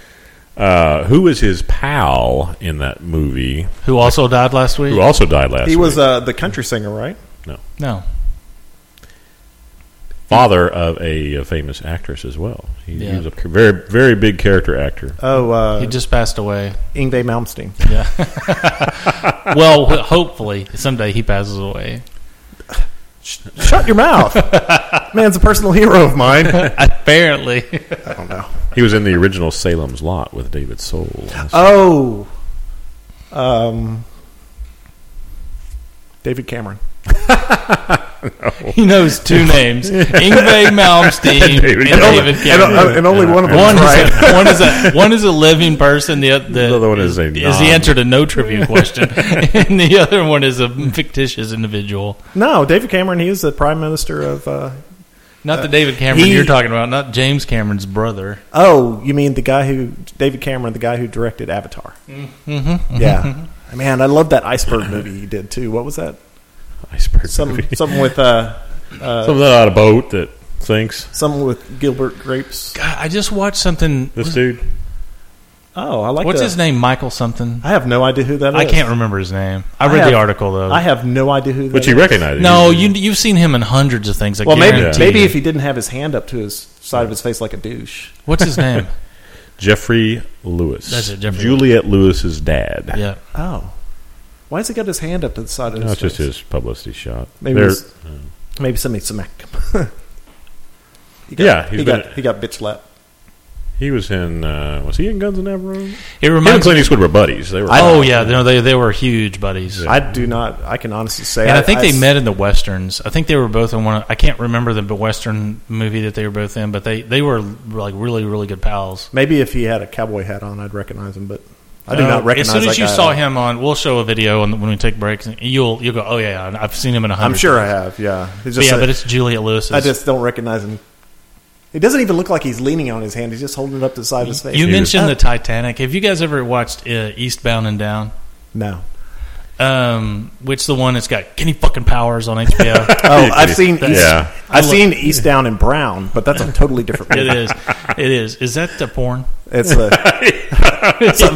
C: Uh, who was his pal in that movie
A: Who also died last week?
C: who also died last
B: He
C: week?
B: was uh, the country singer, right?
A: No.
C: father of a, uh famous actress as well. He, he
A: Yeah.
C: was a c- very very big character actor.
B: Oh, uh,
A: He just passed away.
B: Ingve Malmsteen.
A: Yeah. well, ho- hopefully someday he passes away.
B: Sh- Shut your mouth. Man's a personal hero of mine. I
A: Apparently.
B: don't know.
C: He was in the original Salem's Lot with David Soul.
B: Oh. Um, David Cameron.
A: he knows two names Ingve Malmsteen
C: David
A: and
C: Cameron.
A: David
B: And, uh,
A: Cameron.
B: and only one of them
A: One
B: was right.
A: is, a, one is a one is a living person. The, oth- the,
C: The other one is a
A: is the
C: non.
A: answer to no trivia question, and the other one is a fictitious individual.
B: No, David Cameron. He is the prime minister of. Uh,
A: Not the David Cameron
B: he-
A: you're talking about, not James Cameron's brother.
B: oh, you mean the guy who David Cameron, the guy who directed Avatar? Mm-hmm, yeah, man, I love that iceberg movie he did too. What was that?
C: Iceberg
B: Some
C: movie.
B: something with uh,
C: Something about a boat that sinks.
B: something with Gilbert Grapes.
A: God, I just watched something.
C: This dude.
B: Oh, I like.
A: what's
B: the-
A: his name? Michael something.
B: I have no idea who that is.
A: I can't remember his name. I
B: I
A: read
B: have-
A: the article though.
B: I have no idea who. That
C: Which you
B: is.
C: recognize.
A: no, you you've seen him in hundreds of things. I
B: Well, maybe
A: guarantee
B: maybe
A: you.
B: if he didn't have his hand up to his side of his face like a douche.
A: what's his name?
C: Jeffrey Lewis.
A: That's it, Jeffrey
C: Juliet Lewis's dad.
A: yeah,
B: Oh, why has he got his hand up to the side of
C: No,
B: his
C: it's
B: face?
C: just his publicity shot.
B: Maybe
C: They're-
B: it's- Maybe somebody smacked him. he got,
C: Yeah, he's
B: he
C: been-
B: got he got bitch slapped.
C: he was in. Uh, was he in Guns N' Navarone?
A: it
C: Him and
A: reminds. me.
C: Clint Eastwood were buddies. They were.
A: Oh yeah, no, they they were huge buddies.
C: Yeah.
B: I do not. I can honestly say.
A: And I, think they met in the westerns. I think they were both in one. Of, I can't remember the western movie that they were both in, but they they were like really really good pals.
B: Maybe if he had a cowboy hat on, I'd recognize him. But I do
A: Uh,
B: not recognize.
A: As soon
B: that
A: as you
B: guy
A: saw
B: at all.
A: him on, we'll show a video on, when we take breaks. And you'll you'll go, oh yeah, yeah, I've seen him in a hundred.
B: I'm sure I
A: things."
B: have. Yeah, It's
A: But
B: just
A: yeah,
B: that
A: but it's Juliet Lewis.
B: I just don't recognize him. It doesn't even look like he's leaning on his hand. He's just holding it up to the side of his face.
A: you
C: Dude.
A: mentioned
B: Uh,
A: the Titanic. Have you guys ever watched uh, Eastbound and Down?
B: no.
A: Um, which the one that's got Kenny fucking Powers on HBO.
B: Oh, I've seen. East,
C: Yeah.
B: I've seen East Down and Brown, but that's a totally different.
A: it
B: Movie.
A: is. It is. Is that the porn?
B: It's a,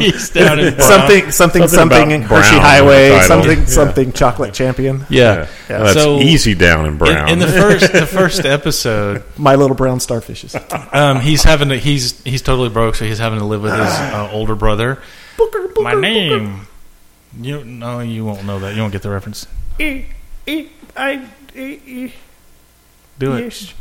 A: Eastbound and Down.
B: something, something,
C: Something
B: something.
C: about
B: Hershey
C: Brown in the
B: Highway.
C: title.
B: Something,
C: Yeah.
B: something. Chocolate Champion.
A: Yeah.
C: Well, that's
A: So-
C: easy down in Brown.
A: In, in the first the first episode,
B: My little brown starfishes.
A: um, he's having to, he's he's totally broke, so he's having to live with his uh, older brother. My name, you no, you won't know that. You won't get the reference. Do it.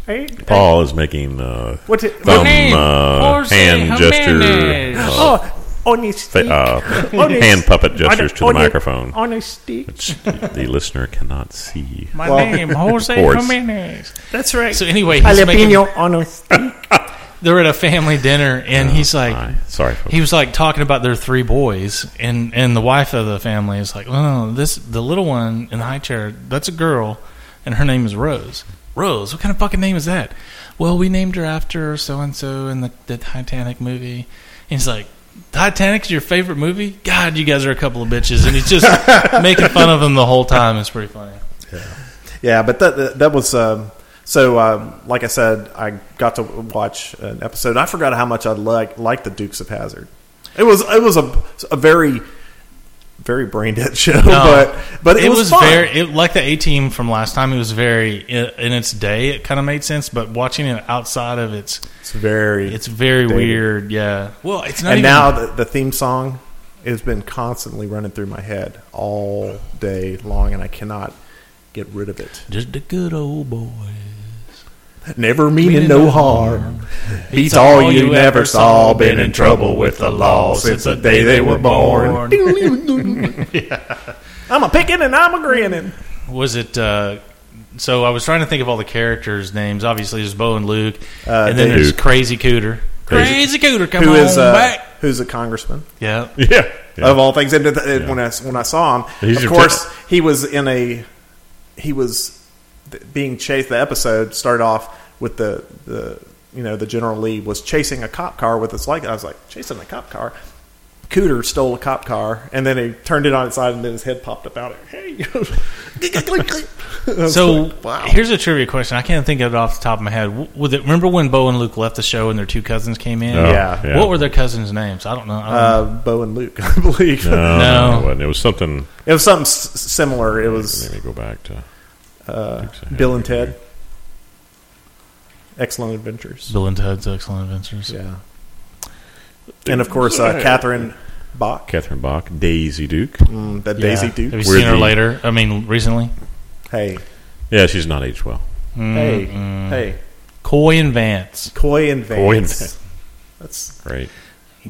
C: Paul is making uh,
B: What's it?
C: thumb uh, hand gesture, uh,
A: Oh,
B: on his
C: fa- uh, hand puppet gestures to the microphone,
B: On a stick.
C: which the listener cannot see.
A: My
B: Well,
A: name Jose
C: course.
A: Jimenez.
B: That's right.
A: So anyway, he's making,
B: on a stick.
A: they're at a family dinner, and he's like,
C: Hi. Oh, Sorry, folks.
A: he was like talking about their three boys and and the wife of the family is like oh this the little one in the high chair that's a girl and her name is rose rose what kind of fucking name is that well we named her after so and so in the, the titanic movie and he's like titanic's your favorite movie god you guys are a couple of bitches and he's just making fun of him the whole time it's pretty funny
B: Yeah, but that that, that was um, so. Um, like I said, I got to watch an episode. I forgot how much I like like the Dukes of Hazard. It was it was a a very very brain dead show, but but it, was, fun.
A: very it, like the A Team from last time. It was very in, in its day. It kind of made sense, but watching it outside of its
B: It's very
A: It's very
B: Dated.
A: weird, yeah. Well, it's not
B: and
A: even,
B: now the, the theme song has been constantly running through my head all day long, and I cannot get rid of it.
A: just a good old boy.
B: Never meaning no harm. Beats all you never saw. Been in trouble with the law since the day they were born. I'm a picking and I'm a grinning.
A: Was it? Uh, so I was trying to think of all the characters' names. Obviously, there's Bo and Luke,
B: Uh,
A: and then
B: Dave.
A: there's Crazy Cooter. Crazy
C: Crazy-
A: Cooter, come
B: Who
A: on
B: is uh,
A: back.
B: who's a congressman
A: Yeah,
C: yeah, yeah.
B: of all things? And th- th- when I when I saw him,
C: He's
B: of
C: your
B: course he was in a he was th- being chased. The episode started off with the the you know the General Lee was chasing a cop car with his light. I was like chasing a cop car. Cooter stole a cop car, and then he turned it on its side, and then his head popped up out. Hey,
A: So
B: wow.
A: here's a trivia question. I can't think of it off the top of my head. W- With it, remember when Bo and Luke left the show and their two cousins came in?
C: No,
B: yeah.
A: What were their cousins' names? I don't know. I don't know.
B: uh, Bo and Luke, I believe
C: No, no.
A: No.
C: it, wasn't. It was something.
B: it was something s- similar. It
C: Let
B: was
C: me go back to
B: uh, Bill and Ted, Excellent Adventures.
A: Bill and Ted's Excellent Adventures.
B: Yeah, and of course uh, Catherine Bach,
C: Catherine Bach, Daisy Duke.
B: mm, that
A: Yeah.
B: Daisy
A: Have
B: Duke.
A: you
C: We're
A: seen her
C: the-
A: later? I mean, recently.
B: Hey,
C: Yeah, she's not aged well.
A: Mm,
B: Hey, hey,
A: Coy and Vance.
B: Coy and Vance.
C: Coy and Vance.
B: That's
C: Great.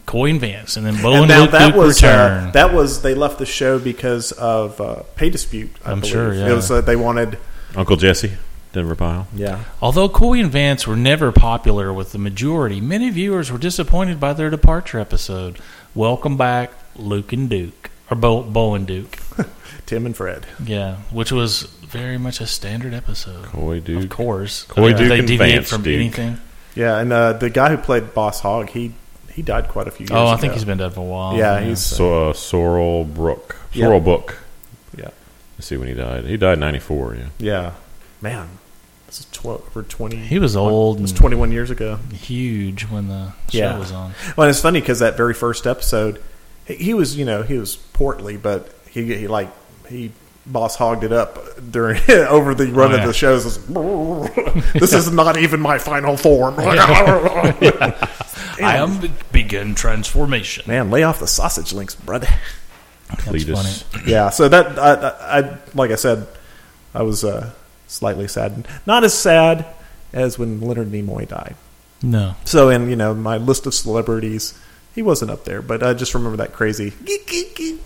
A: Coy and Vance. And then Bo
B: and
A: Oh, and,
B: now
A: Luke
B: that
A: Duke
B: was
A: return.
B: uh, that was they left the show because of uh, pay dispute. I
A: I'm
B: believe.
A: sure, yeah.
B: It was that they wanted.
C: Uncle Jesse, Denver Pyle.
B: Yeah,
A: Although Coy and Vance were never popular with the majority, many viewers were disappointed by their departure episode. Welcome back, Luke and Duke. Or Bo, Bo and Duke.
B: Tim and Fred.
A: Yeah, which was very much a standard episode.
C: Coy
A: Of
C: Duke.
A: course.
C: Coy
A: If
C: Duke
A: they
C: and
A: deviate
C: Vance
A: from
C: Duke.
A: anything.
B: Yeah, and uh, the guy who played Boss Hogg, he he died quite a few years.
A: Oh, I
B: ago.
A: think he's been dead for a while.
B: Yeah, he's
C: So, uh, Sorrel Brook.
B: Yeah.
C: Sorrel Book.
B: yeah
C: Let's see when he died. He died in 94, yeah.
B: yeah man. This is twelve over twenty.
A: He was old
B: It was
A: and
B: twenty one years ago.
A: huge when the show
B: Yeah.
A: was on.
B: Well, and it's funny because that very first episode, he, he was you know he was portly, but he he like he boss hogged it up during over the run
A: Oh, yeah.
B: of the shows. It's, this is not even my final form.
A: I am be- begin transformation.
B: Man, lay off the sausage links, brother.
A: That's
C: Cletus.
A: funny.
B: Yeah, so that I, I, I like I said, I was uh, slightly saddened. Not as sad as when Leonard Nimoy died.
A: No.
B: So in you know my list of celebrities, he wasn't up there, but I just remember that crazy. "Geek, geek, geek."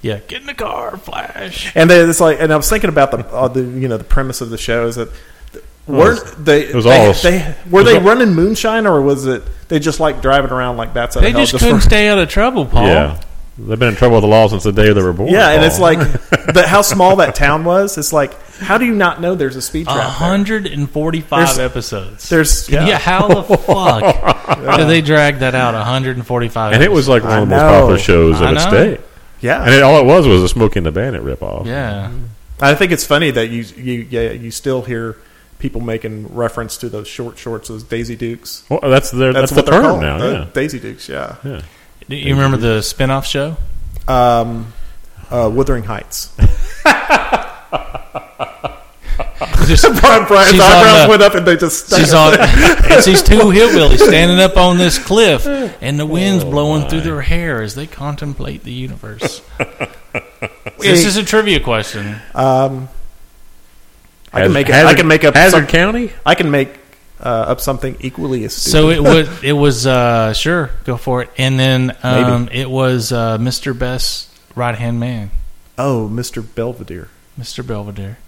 A: Yeah, get in the car, Flash.
B: And then it's like, and I was thinking about the, uh, the you know the premise of the show is that th- were they
C: it was
B: they,
C: all-
B: they- were they running moonshine or was it they just like driving around like that's how
A: They
B: hell
A: just
B: for-
A: couldn't stay out of trouble, Paul.
C: Yeah. They've been in trouble with the law since the day they were born.
B: yeah, and
C: Paul.
B: it's like the, how small that town was. It's like how do you not know there's a speed trap? there?
A: 145
B: There's-
A: episodes.
B: There's
A: yeah.
B: yeah.
A: how the fuck did they drag that out 145
C: And it was like one of the most
B: I know.
C: popular shows
A: I
C: of its
A: know.
C: day.
B: yeah.
C: And it, all it was was a Smoking the Bandit ripoff.
A: Yeah.
B: I think it's funny that you you yeah, you still hear people making reference to those short shorts, those Daisy Dukes.
C: Well, that's their, that's,
B: what
C: the
B: they're
C: term
B: called, Uh,
C: now.
B: the
C: Yeah.
B: Daisy Dukes. Yeah,
C: yeah.
A: Do you remember the spin off show?
B: um, uh, Wuthering Heights.
A: Just-
B: Brian Bryant's
A: She's on
B: eyebrows
A: the-
B: went up and they just stuck
A: She's
B: them.
A: on. It's these two hillbillies standing up on this cliff, and the wind's blowing through their hair as they contemplate the universe. this is a trivia question.
B: Um, I can make it-
C: Hazard,
B: I can make up
C: Hazard
B: some-
C: County.
B: I can make uh, up something equally as stupid.
A: So it was. It was uh, sure. Go for it. And then um, it was uh, Mr. Best's right hand man,
B: oh, Mr. Belvedere.
A: Mr. Belvedere,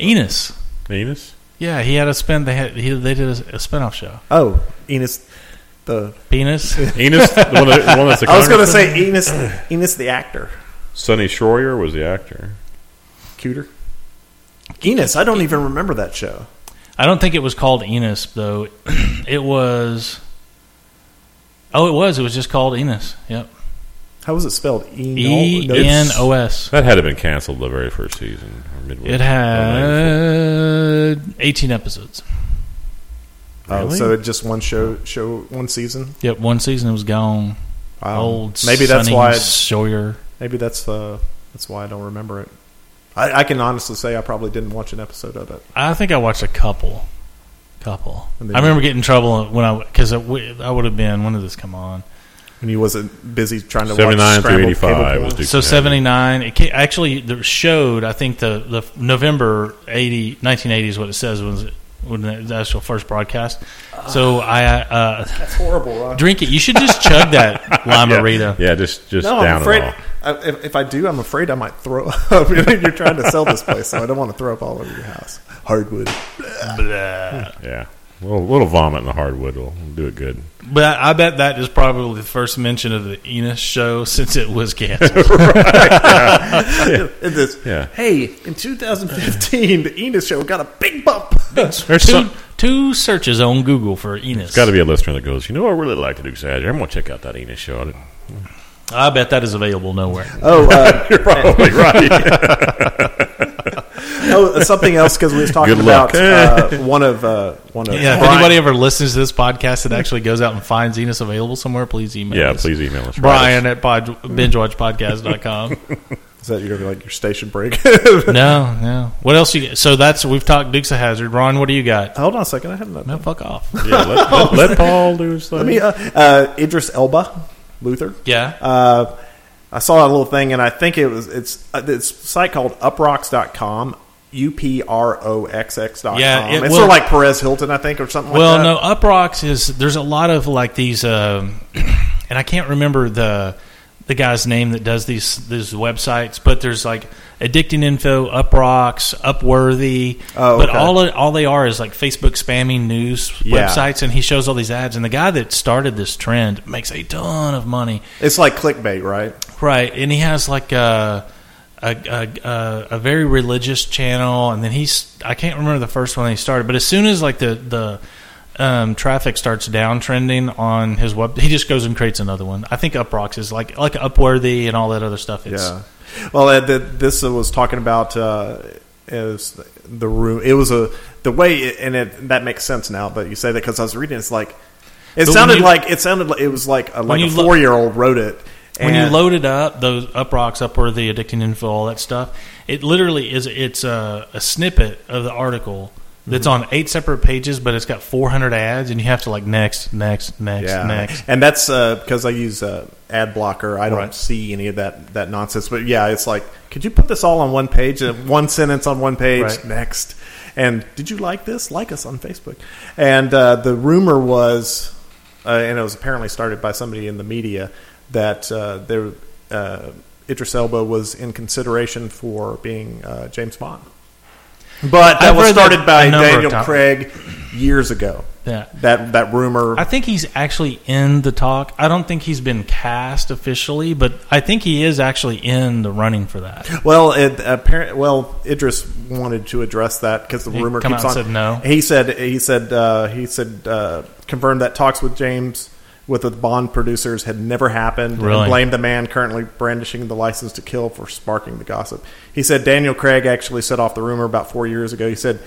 A: Enos.
C: Venus.
A: Yeah, he had a spin. They had. He, they did a, a spinoff show.
B: Oh, Enos the.
A: Penis.
C: Enos, the one, that, the one that's the
B: I was going to
C: congressman?
B: say Enos, Enos the actor.
C: Sonny Schroyer was the actor.
B: Cuter. Enos. I don't even remember that show.
A: I don't think it was called Enos though. it was. Oh, it was. It was just called Enos. Yep.
B: How was it spelled?
A: E
B: Eno-
A: N O S.
C: That had to been canceled the very first season. Or midway,
A: It
C: or
A: had 18 episodes.
B: Oh,
C: Really?
B: so it just one show, show one season.
A: Yep, one season it was gone.
B: Wow.
A: Old
B: maybe that's
A: Sonny
B: why.
A: Sawyer.
B: Maybe that's uh, that's why I don't remember it. I, I can honestly say I probably didn't watch an episode of it.
A: I think I watched a couple. Couple.
B: And then-
A: I remember getting in trouble when I because I, w- I would have been when did this come on?
B: And he wasn't busy trying to
C: 79
B: watch
C: through
B: scrambled
C: 85
B: cable
C: was
B: porn.
C: Duke
A: So
C: County.
A: 79 it ca actually the showed I think the the November 80 1980 is what it says was when the actual first broadcast. So I uh,
B: That's horrible. Ron.
A: drink it. You should just chug that limerita.
C: Yeah, just just
B: No, I'm
C: down
B: afraid.
C: it all.
B: I, if, if I do, I'm afraid I might throw up. You're trying to sell this place, so I don't want to throw up all over your house. Hardwood.
A: Blah.
C: Yeah, a little, little vomit in the hardwood will do it good.
A: But I, I bet that is probably the first mention of the Enos show since it was canceled.
B: It's this,
C: Yeah.
B: Hey, in 2015, the Enos show got a big bump.
C: There's
A: two,
C: some,
A: two searches on Google for Enos.
C: got to be a listener that goes, you know, I really like the Duke's Adger. I'm going to check out that Enos show.
A: I bet that is available nowhere.
B: Oh, uh,
C: You're probably right.
B: oh something else because we was talking
C: Good luck.
B: about uh, one of uh, one of
A: Yeah, if
B: Brian-
A: anybody ever listens to this podcast that actually goes out and finds Enos available somewhere, please email
C: yeah,
A: us.
C: please email us.
A: Brian at pod, bingewatchpodcast.com.
B: Is that you're gonna be like your station break?
A: no, no. What else you got? So that's, we've talked Dukes of Hazard. Ron, what do you got?
B: Hold on a second, I have
A: No,
B: another.
A: fuck off.
C: Yeah, let, let, let Paul do his thing.
B: Let me. Uh, uh, Idris Elba, Luther.
A: Yeah.
B: Uh, I saw a little thing, and I think it was it's uh, it's a site called uprocks.com. U P R O X X dot com.
A: Yeah, it
B: it's
A: will-
B: sort of like Perez Hilton, I think, or something
A: well,
B: like that.
A: no, Up Rocks is there's a lot of like these, um, and I can't remember the the guy's name that does these these websites, but there's like addicting info, Up Rocks, Upworthy,
B: Oh,
A: but
B: okay.
A: all it, all they are is like Facebook spamming news
B: Yeah.
A: websites, and he shows all these ads, and the guy that started this trend makes a ton of money.
B: It's like clickbait, right?
A: Right, and he has like a a, a a a very religious channel, and then he's I can't remember the first one he started, but as soon as like the the um, traffic starts downtrending on his web, he just goes and creates another one. I think Uproxx is like like Upworthy and all that other stuff. It's,
B: Yeah. Well, uh, the, this was talking about uh, is the room. It was a the way, it, and it, that makes sense now. But you say that because I was reading, it's like
A: when
B: it sounded
A: you-
B: like it sounded like it was like a, like a
A: you lo-
B: four year old wrote it.
A: when you
B: and-
A: load it up, those Uproxx, Upworthy, Addicting Info, all that stuff, it literally is it's a, a snippet of the article that's
B: Mm-hmm.
A: on eight separate pages, but it's got 400 ads, and you have to like next, next, next,
B: yeah,
A: next.
B: and that's because I use uh, ad blocker. I don't
A: Right.
B: see any of that that nonsense. But yeah, it's like, could you put this all on one page? Uh, One sentence on one page.
A: Right.
B: Next. And did you like this? Like us on Facebook. And uh, the rumor was, uh, and it was apparently started by somebody in the media that uh, there uh, Idris Elba was in consideration for being uh, James Bond. But that
A: I've
B: was
A: read that
B: started by
A: a number of
B: Daniel
A: times.
B: Craig years ago.
A: Yeah.
B: That that rumor.
A: I think he's actually in the talk. I don't think he's been cast officially, but I think he is actually in the running for that.
B: Well, it apparent. Well, Idris wanted to address that because the
A: He
B: rumor
A: come
B: keeps
A: out
B: on.
A: and said no?
B: He said he said uh, he said uh, confirmed that talks with James with the Bond producers had never happened.
A: Really?
B: And blamed the man currently brandishing the license to kill for sparking the gossip. He said Daniel Craig actually set off the rumor about four years ago. He said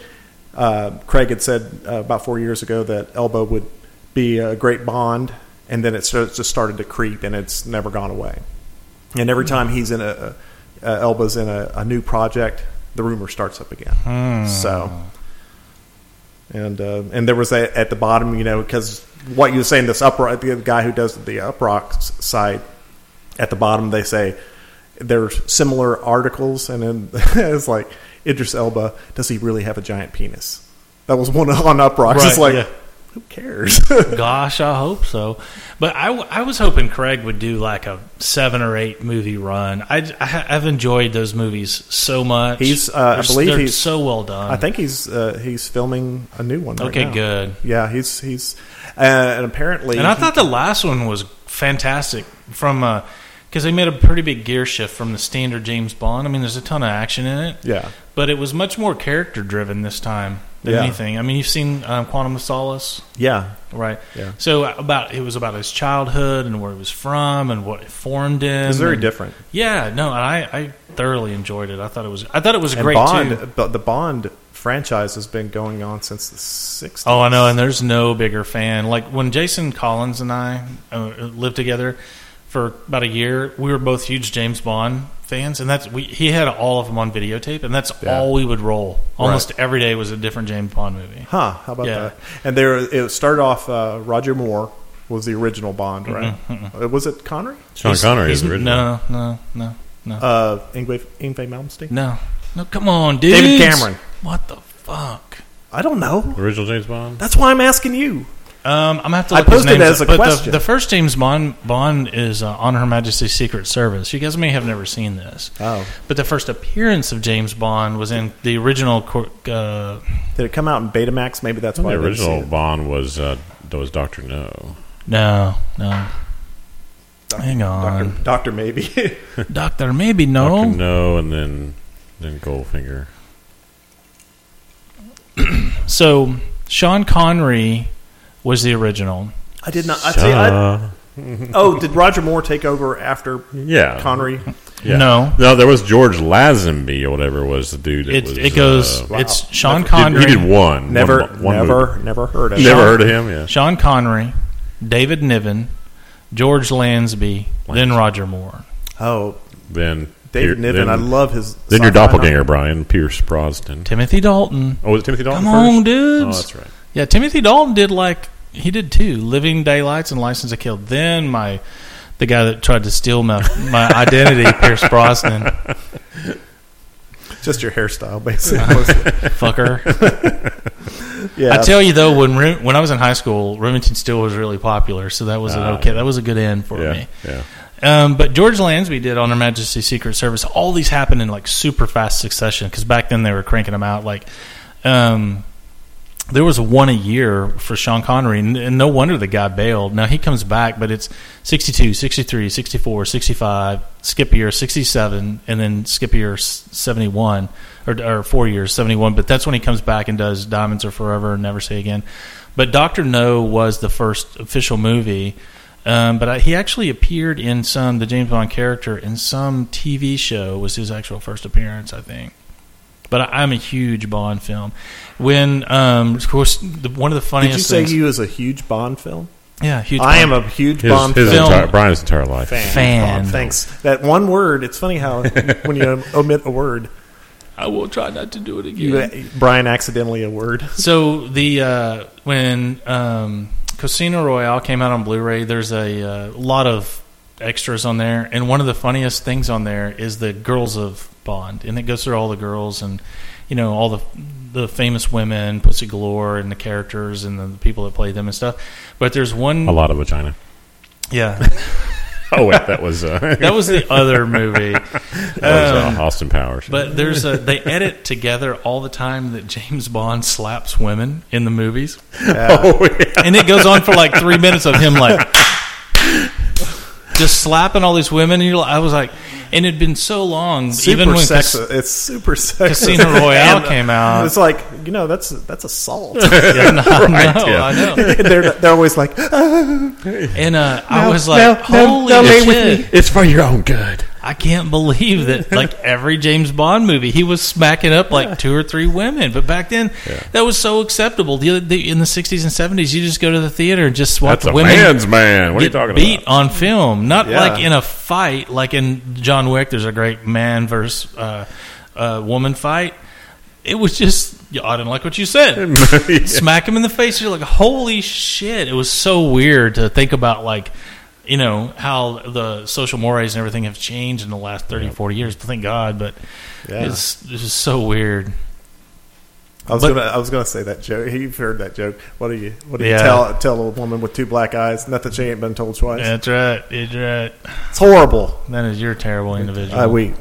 B: uh, Craig had said uh, about four years ago that Elbow would be a great Bond, and then it starts just started to creep, and it's never gone away. And every time he's in a, uh, Elba's in a, a new project, the rumor starts up again.
A: Hmm.
B: So, and uh, and there was a, at the bottom, you know, because what you were saying, this upright, the guy who does the uprocks site, at the bottom they say they're similar articles, and then it's like Idris Elba, does he really have a giant penis? That was one on uprocks.
A: Right,
B: it's like,
A: yeah.
B: who cares?
A: Gosh, I hope so. But I, w- I was hoping Craig would do like a seven or eight movie run. I, I, have enjoyed those movies so much.
B: He's, uh, I
A: They're s-
B: believe
A: they're
B: he's-
A: so well done.
B: I think he's uh, he's filming a new one. right
A: Okay,
B: now.
A: good.
B: Yeah, he's he's uh, and apparently,
A: And I thought the last one was fantastic from because they made a pretty big gear shift from the standard James Bond. I mean, there's a ton of action in it.
B: yeah,
A: But it was much more character driven this time than
B: Yeah.
A: anything. I mean, you've seen um, Quantum of Solace,
B: yeah,
A: right?
B: Yeah.
A: So uh, about it was about his childhood and where he was from and what it formed him.
B: it's very
A: and-
B: different.
A: Yeah, no, and I, I thoroughly enjoyed it. I thought it was I thought it was
B: And
A: great
B: Bond,
A: too.
B: but the Bond franchise has been going on since the '60s.
A: Oh, I know, and there's no bigger fan. Like when Jason Collins and I uh, lived together for about a year, we were both huge James Bond fans, and that's we, he had all of them on videotape, and that's
B: Yeah.
A: all we would roll. Almost every day was a different James Bond movie.
B: huh? How about
A: Yeah.
B: that? And there, it started off. Uh, Roger Moore was the original Bond,
A: Mm-hmm,
B: right? Uh, Was it Connery?
C: Sean
A: He's-
C: Connery
A: he's-
C: is original.
A: No, no, no, no,
B: Uh, Ingve Ingve Malmsteen?
A: no, no. Come on, dude.
B: David Cameron.
A: What the fuck?
B: I don't know.
C: The Original James Bond.
B: That's why I'm asking you.
A: Um, I'm gonna have to.
B: I
A: Look his
B: posed it
A: names
B: as
A: up,
B: a
A: but
B: question.
A: The, the first James Bond Bond is uh, on Her Majesty's Secret Service. You guys may have never seen this.
B: Oh.
A: But the first appearance of James Bond was in the original. cor- Uh,
B: Did it come out in Betamax? Maybe that's why
C: The
B: I didn't see
C: original
B: it.
C: Bond was uh, was Doctor No.
A: no, no, hang on.
B: Doctor, Doctor maybe.
A: Doctor, maybe
C: Doctor
A: no.
C: No, and then then Goldfinger.
A: So Sean Connery was the original.
B: I did not. I see, I,
C: Uh,
B: oh, did Roger Moore take over after
C: yeah,
B: Connery?
C: Yeah.
A: No.
C: no, there was George Lazenby or whatever was the dude. That
A: It,
C: was,
A: it goes.
C: uh,
A: It's
B: wow.
A: Sean
B: Never-
A: Connery.
C: He did one.
B: Never,
C: one, one
B: never,
C: movie.
B: never heard of.
C: never
B: it.
C: heard of him. Yeah,
A: Sean Connery, David Niven, George Lansby, then Roger Moore.
B: Oh,
C: then
B: David
C: Pier-
B: Niven.
C: Then,
B: I love his.
C: then your
B: sci-fi novel.
C: doppelganger, Brian Pierce Brosnan.
A: Timothy Dalton.
C: Oh, was it Timothy Dalton?
A: Come on,
C: first?
A: dudes.
C: Oh, that's right.
A: Yeah, Timothy Dalton did like he did too. Living Daylights and License to Kill. Then my the guy that tried to steal my my identity, Pierce Brosnan.
B: just your hairstyle, basically.
A: fucker.
B: yeah,
A: I tell you though, when Re- when I was in high school, Remington Steel was really popular, so that was an
C: Ah.
A: okay. That was a good end for
C: yeah,
A: me.
C: yeah.
A: Um, but George Lansby did on Her Majesty's Secret Service. All these happened in like super fast succession because back then they were cranking them out. Like, um, there was one a year for Sean Connery, and, and no wonder the guy bailed. Now he comes back, but it's 62, 63, 64, 65, skip a year, 67, and then skip a year, s- 71, or, or four years, 71. But that's when he comes back and does Diamonds Are Forever and Never Say Again. But Dr. No was the first official movie. Um, but I, he actually appeared in some the James Bond character in some TV show was his actual first appearance, I think. But I, I'm a huge Bond film. When um, of course the, one of the
B: Did
A: funniest
B: you say
A: things,
B: you is a huge Bond film?
A: yeah huge
B: I am
A: Bond
B: a huge
C: His,
B: Bond
C: his
B: film
A: film.
C: entire, Brian's entire life.
B: fan.
A: Fan.
B: Bond, thanks. That one word. It's funny how when you omit a word,
A: I will try not to do it again.
B: you Brian accidentally a word.
A: So the uh, when um, Casino Royale came out on Blu-ray, there's a uh, lot of extras on there, and one of the funniest things on there is the girls of Bond, and it goes through all the girls and you know all the the famous women, Pussy Galore, and the characters and the people that play them and stuff. But there's
C: A
A: one,
C: lot of vagina.
A: yeah,
C: Oh wait, that was uh, that
A: that was the other movie.
C: was, uh, Austin Powers.
A: Um, But there's a they edit together all the time that James Bond slaps women in the movies.
C: oh, yeah.
A: and it goes on for like three minutes of him like just slapping all these women. And you're like, I was like, and it'd been so long,
B: Super
A: even when
B: sex.
A: Cas-
B: it's super sexist.
A: Casino Royale
B: And
A: came out.
B: It's like you know that's that's assault.
A: Yeah, no, I
C: Right,
A: know,
C: yeah.
A: I know.
B: they're they're always like "Ah."
A: And uh, I
B: No,
A: was
B: no,
A: like,
B: no,
A: holy
B: no, lay with
A: shit!
B: me.
C: It's for your own good.
A: I can't believe that like every James Bond movie, he was smacking up like two or three women. But back then, that was so acceptable. The, the, in the '60s and '70s, you just go to the theater and just watch
C: That's a
A: women
C: man's man. What are you
A: get
C: talking
A: beat
C: about?
A: on film, not
B: Yeah.
A: like in a fight, like in John Wick. There's a great man versus uh, uh, woman fight. It was just "Yeah, I didn't like what you said. Smack him in the face. You're like, holy shit! It was so weird to think about, like, you know, how the social mores and everything have changed in the last 30, 40 years. Thank God, but
B: Yeah.
A: it's it's just so weird.
B: I was
A: But-
B: gonna I was gonna say that joke. You've heard that joke. What do you what do you
A: Yeah.
B: tell tell a woman with two black eyes? Not that she ain't been told twice.
A: That's right. That's right.
B: It's horrible.
A: That is your terrible individual.
B: Uh, we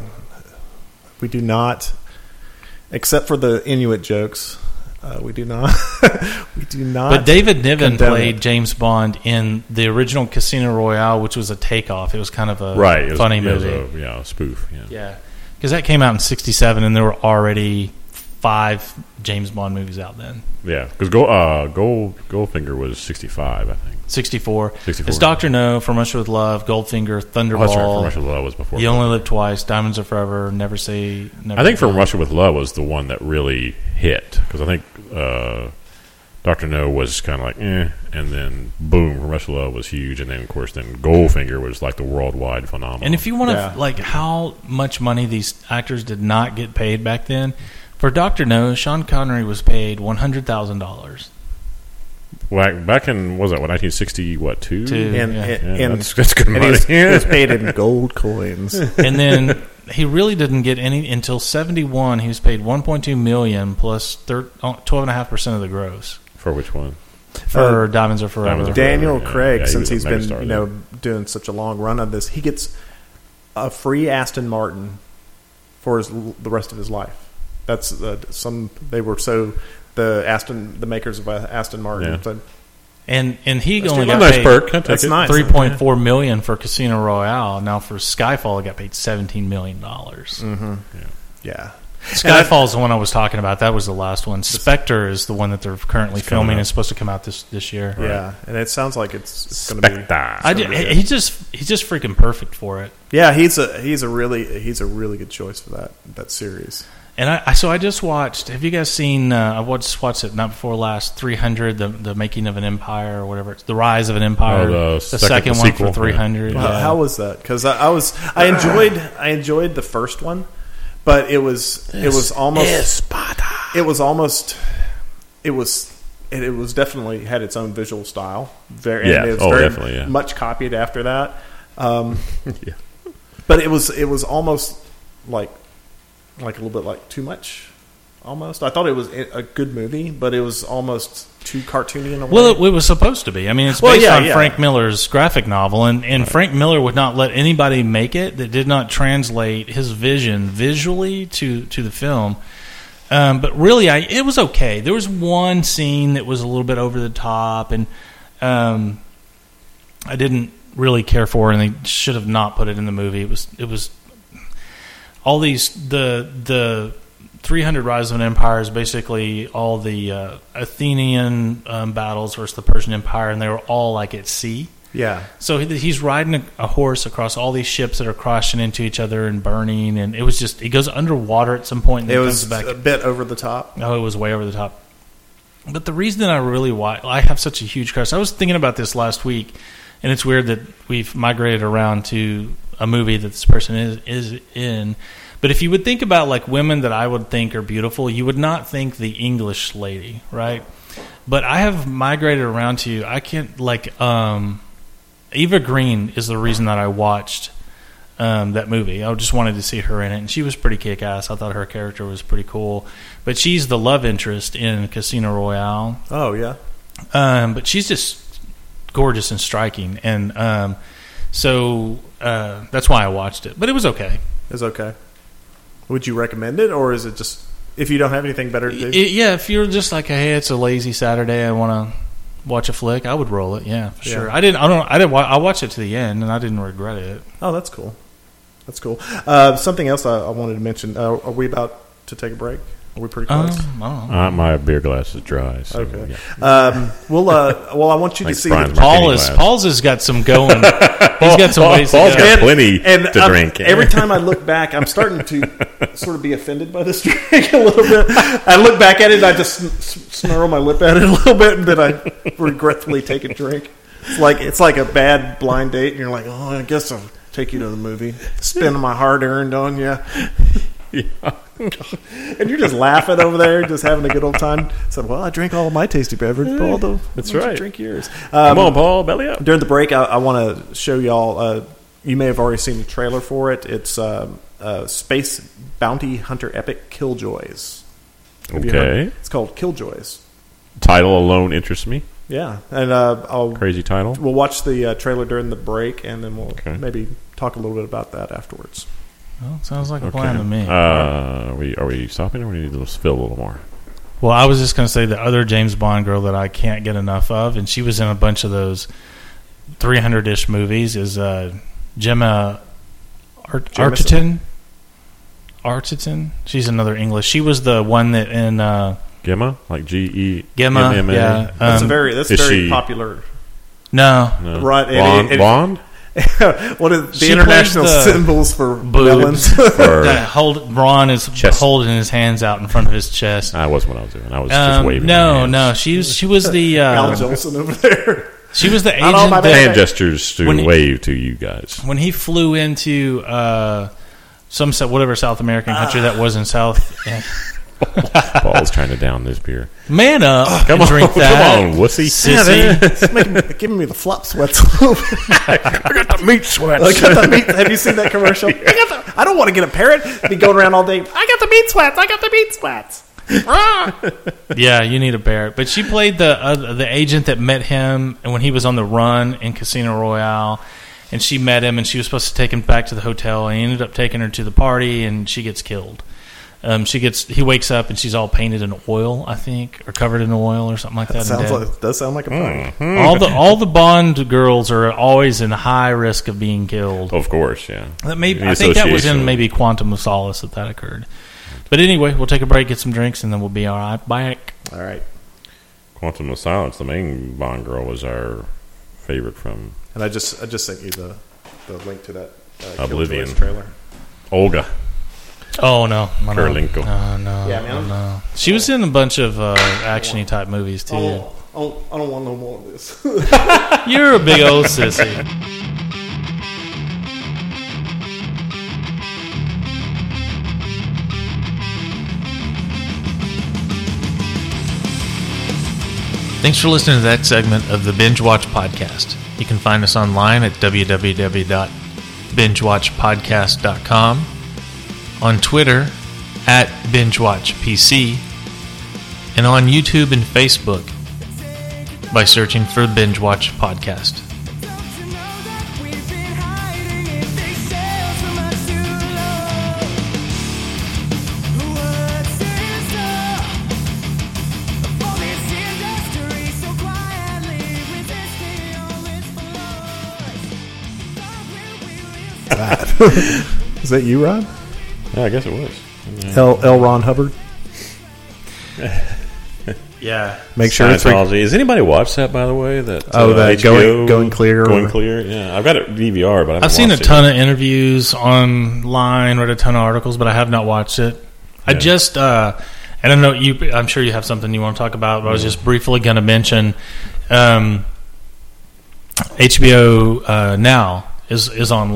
B: we do not, except for the Inuit jokes. Uh, we do not. we do not.
A: But David Niven
B: condemn
A: played
B: it.
A: James Bond in the original Casino Royale, which was a takeoff. It was kind of a
C: Right, it was-
A: funny
C: it was
A: movie.
C: a- yeah, a spoof. Yeah.
A: yeah, because that came out in '67, and there were already five James Bond movies out then.
C: Yeah, because Gold, uh, Gold Goldfinger was sixty five, I think.
A: '64.
C: 64.
A: It's Doctor No, From Russia with Love, Goldfinger,
C: Oh, that's right. From
A: Thunderball.
C: Russia with Love was before.
A: you only live twice. Diamonds Are Forever. Never say. Never
C: I think
A: Die.
C: From Russia with Love was the one that really hit because I think uh, Doctor No was kind of like, eh, and then boom, From Russia with Love was huge, and then of course then Goldfinger was like the worldwide phenomenon.
A: And if you want to,
B: Yeah.
A: like, how much money these actors did not get paid back then? For Doctor No, Sean Connery was paid one hundred thousand dollars.
C: Like, back in what was that what nineteen sixty what two?
A: Two.
B: and
A: Yeah.
B: and,
C: Yeah,
B: and,
C: that's, that's good
B: and
C: money.
B: he, was, he was paid in gold coins.
A: and then he really didn't get any until 71 he was paid 1.2 million plus thir- oh, 12.5% of the gross
C: for which one?
A: for diamonds are forever
C: Uh, Diamonds Are Forever.
B: Daniel
C: Yeah,
B: Craig,
C: yeah, he
B: since
C: was
B: he's
C: a
B: been
C: megastar
B: you know doing such a long run on this, he gets a free Aston Martin for his the rest of his life. That's uh, some they were so the Aston the makers of uh, Aston Martin.
C: Yeah.
B: said,
A: and and he
C: That's
A: only
C: a
A: got
C: nice
A: paid
C: perk. I'll take
B: That's
C: it.
B: nice.
A: 3.4 million for casino royale now for skyfall it got paid 17 million dollars
C: Mm.
B: yeah,
A: skyfall's the one i was talking about that was the last one spectre is the one that they're currently
C: coming
A: filming
C: up.
A: it's supposed to come out this this year
B: yeah, and it sounds like it's, it's going to be.
C: Spectre.
A: I did, he just he's just freaking perfect for it
B: Yeah, he's a he's a really he's a really good choice for that that series.
A: And I, I so I just watched. Have you guys seen? Uh, I watched watched it not before last. Three hundred, the the making of an empire or whatever. It's the rise of an empire.
C: Oh, the second-
A: second
C: the
A: one
C: sequel, yeah.
A: for three hundred.
B: How, how was that? Because I, I was I enjoyed I enjoyed the first one, but it was it was almost it was almost it was it, it was definitely had its own visual style. Very
C: Yeah.
B: and it was
C: Oh,
B: very
C: definitely, yeah.
B: much copied after that. Um, But it was it was almost like like a little bit like too much. Almost, I thought it was a a good movie, but it was almost too cartoony in a way.
A: Well, it, it was supposed to be. I mean, it's
B: Well,
A: based
B: yeah,
A: on
B: yeah.
A: Frank Miller's graphic novel, and, and Frank Miller would not let anybody make it that did not translate his vision visually to, to the film. Um, but really, I it was okay. There was one scene that was a little bit over the top, and um, I didn't really care for, it, and they should have not put it in the movie. It was it was all these the the 300 Rise of an Empire is basically all the uh, Athenian um, battles versus the Persian Empire, and they were all like at sea.
B: yeah,
A: So he, he's riding a, a horse across all these ships that are crashing into each other and burning, and it was just he goes underwater at some point and
B: it
A: then
B: was
A: comes back.
B: a bit over the top.
A: Oh, it was way over the top. But the reason that I really why I have such a huge crush. I was thinking about this last week, and it's weird that we've migrated around to a movie that this person is is in. But if you would think about like women that I would think are beautiful, you would not think the English lady, right? But I have migrated around to I can't like um, Eva Green is the reason that I watched um, that movie. I just wanted to see her in it, and she was pretty kick ass. I thought her character was pretty cool, but she's the love interest in Casino Royale.
B: Oh yeah,
A: Um, but she's just gorgeous and striking, and um, so uh, that's why I watched it. But it was okay.
B: is okay. Would you recommend it, or is it just if you don't have anything better to do?
A: It- yeah, if you're just like, hey, it's a lazy Saturday, I want to watch a flick, I would roll it. Yeah, for
B: Yeah.
A: sure. I didn't. I don't. I didn't. Wa- I watched it to the end, and I didn't regret it.
B: oh, that's cool. That's cool. Uh, something else I, I wanted to mention. Uh, are we about to take a break? Are we pretty
A: Um, I
B: close?
A: don't know.
C: Uh, my beer glass is dry. So
B: Okay.
C: yeah.
B: Um, well, uh, well, I want you
C: Thanks,
B: to see.
C: Brian.
B: the-
A: Paul
C: martini
A: is
C: glass.
A: Paul's has got some going. He's got some ways. to
C: Paul's
A: go.
C: got plenty to
B: I'm-
C: drink.
B: Every time I look back, I'm starting to sort of be offended by this drink a little bit. I look back at it, and I just sn- sn- snarl my lip at it a little bit, and then I regretfully take a drink. It's like it's like a bad blind date, and you're like, oh, I guess I'll take you to the movie, spend my hard earned on you. and you're just laughing over there, just having a good old time. So, well, I drank all my tasty beverage, Paul. Though
C: That's
B: why don't you
C: right.
B: Drink yours. Um,
C: Come on, Paul, belly up.
B: During the break, I, I want to show y'all. Uh, you may have already seen the trailer for it. It's um, uh, Space Bounty Hunter Epic Killjoys. Have you heard-
C: Okay.
B: It's called Killjoys.
C: Title alone interests me.
B: Yeah. And uh, I'll,
C: Crazy title.
B: we'll watch the uh, trailer during the break and then we'll
C: Okay.
B: maybe talk a little bit about that afterwards.
A: Well, sounds like a
C: Okay.
A: plan to me.
C: Uh, are we are we stopping or we need to just fill a little more?
A: Well, I was just going to say the other James Bond girl that I can't get enough of, and she was in a bunch of those 300 ish movies, is uh, Gemma Art- Arterton.
B: Jameson.
A: Arterton? She's another English. She was the one that in uh,
C: Gemma, like G E
A: Gemma.
C: M M A?
A: Yeah.
B: That's
A: um,
B: a very that's
C: is
B: very
C: she-
B: popular.
A: no.
C: No.
B: Right, and-
C: Blonde,
B: and-
C: blonde?
B: One of the
A: She
B: international
A: plays the Uh,
B: symbols for
A: Boobs.
B: melons.
C: Or-
A: That hold, Ron is
C: Chest.
A: holding his hands out in front of his chest.
C: I wasn't what I was doing. I was just
A: Um,
C: waving. my
A: no,
C: hands.
A: no. She was, she was the
B: Al
A: uh,
B: Jolson over there.
A: she was the agent
B: Not all my
A: that-
B: bad.
C: Hand gestures to
A: When-
C: wave to you guys.
A: when he flew into uh, some so- whatever South American country that was in South.
C: Paul's trying to down this beer.
A: Man up,
C: Oh, Come
A: and
C: on,
A: drink
C: come
A: that.
C: on, wussy.
A: Sissy.
B: It's making, giving me the flop sweats a little bit.
C: I got the meat sweats.
B: I got the meat. Have you seen that commercial? I, got the, I don't want to get a parrot. Be going around all day. I got the meat sweats. I got the meat sweats. Ah!
A: yeah, you need a bear. But she played the uh, the agent that met him when he was on the run in Casino Royale, and she met him, and she was supposed to take him back to the hotel, and he ended up taking her to the party, and she gets killed. Um, she gets he wakes up and she's all painted in oil, I think, or covered in oil or something like that. and
B: Sounds
A: dead.
B: like does sound like a plan.
A: all the all the Bond girls are always in high risk of being killed.
C: Of course, yeah.
A: That may,
C: The
A: I think that was in
C: association.
A: maybe Quantum of Solace that that occurred. But anyway, we'll take a break, get some drinks, and then we'll be all right back.
C: Mm-hmm.
B: All right,
C: Quantum of Silence. The main Bond girl was our favorite from
B: and I just I just sent you the the link to that uh,
C: Oblivion.
B: Killjoys trailer.
C: Olga.
A: Oh no, oh, no.
C: Kirilenko.
A: Oh, no,
B: Yeah,
A: oh,
B: man.
A: no. She was in a bunch of uh, actiony type movies too.
B: I, don't, I don't want no more of this.
A: You're a big old sissy. Thanks for listening to that segment of the Binge Watch Podcast. You can find us online at www.bingewatchpodcast.com, on Twitter at BingeWatchPC, and on YouTube and Facebook by searching for Binge Watch Podcast.
B: Is that you, Rob?
C: Yeah, I guess it was.
B: L. L. Ron Hubbard.
A: Yeah.
B: Make sure it's. Re-
C: Scientology. Has anybody watched that? By the way, that
B: Oh,
C: uh,
B: that
C: HBO,
B: Going- Going Clear or-
C: going clear. Yeah, I've got it DVR, but I haven't
A: I've seen a
C: watched it
A: ton of interviews online, read a ton of articles, but I have not watched it. I
C: Yeah.
A: just, uh, I don't know. You, I'm sure you have something you want to talk about, but I was just briefly going to mention um, HBO uh, now is is on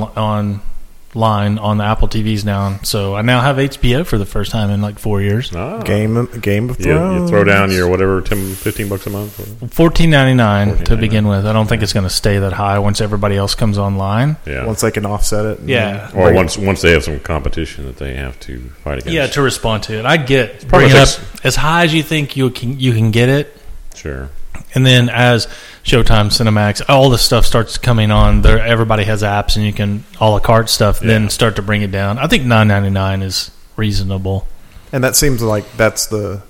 A: online on the Apple TVs now, so I now have HBO for the first time in like four years.
C: yet. Ah.
B: Game of, Game of
C: You,
B: Thrones.
C: you throw down your whatever, 10, 15 bucks a month. or-
A: Fourteen ninety nine to
C: $14.99.
A: begin with. I don't think it's going to stay that high once everybody else comes online.
C: Yeah.
B: once they can offset it. and-
A: Yeah.
C: or once once they have some competition that they have to fight against.
A: Yeah, to respond to it, I get
C: probably
A: bring it up
C: six-
A: as high as you think you can you can get it,
C: sure.
A: and then as Showtime, Cinemax, all this stuff starts coming on. There, everybody has apps, and you can a la carte stuff.
C: Yeah.
A: Then start to bring it down. I think nine ninety nine is reasonable.
B: and that seems like that's the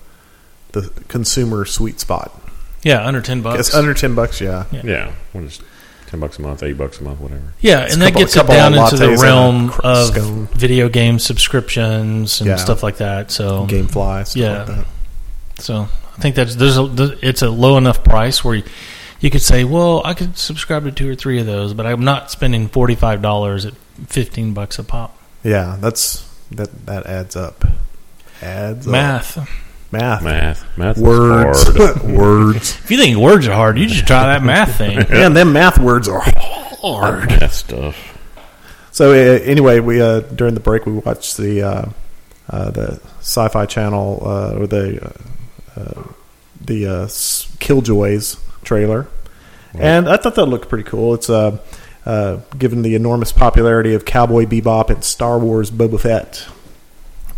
B: the consumer sweet spot.
A: Yeah, under ten bucks.
B: It's under ten bucks. Yeah,
C: Yeah, when it's ten bucks a month, eight bucks a month, whatever.
A: yeah,
B: it's
A: and
B: a
A: that
B: couple-
A: gets it
B: couple
A: down into
B: lattes
A: the
B: and a
A: realm
B: cr-
A: of
B: scone.
A: video game subscriptions and
B: Yeah.
A: stuff like that. So
B: GameFly. Stuff
A: yeah.
B: like that.
A: So I think that's there's a th- it's a low enough price where you, you could say, well, I could subscribe to two or three of those, but I'm not spending forty five dollars at fifteen bucks a pop.
B: yeah. That's that. That adds up. Adds up.
A: Math.
B: math,
C: Math, math is
B: words,
C: hard.
B: words.
A: If you think words are hard, you should try that math thing.
B: Man, them math words are hard.
C: Math stuff.
B: So uh, anyway, we uh, during the break we watched the uh, uh, the Sci-Fi Channel uh, or the uh, uh, the uh, S- Killjoys trailer, and I thought that looked pretty cool. It's uh, uh, given the enormous popularity of Cowboy Bebop and Star Wars Boba Fett,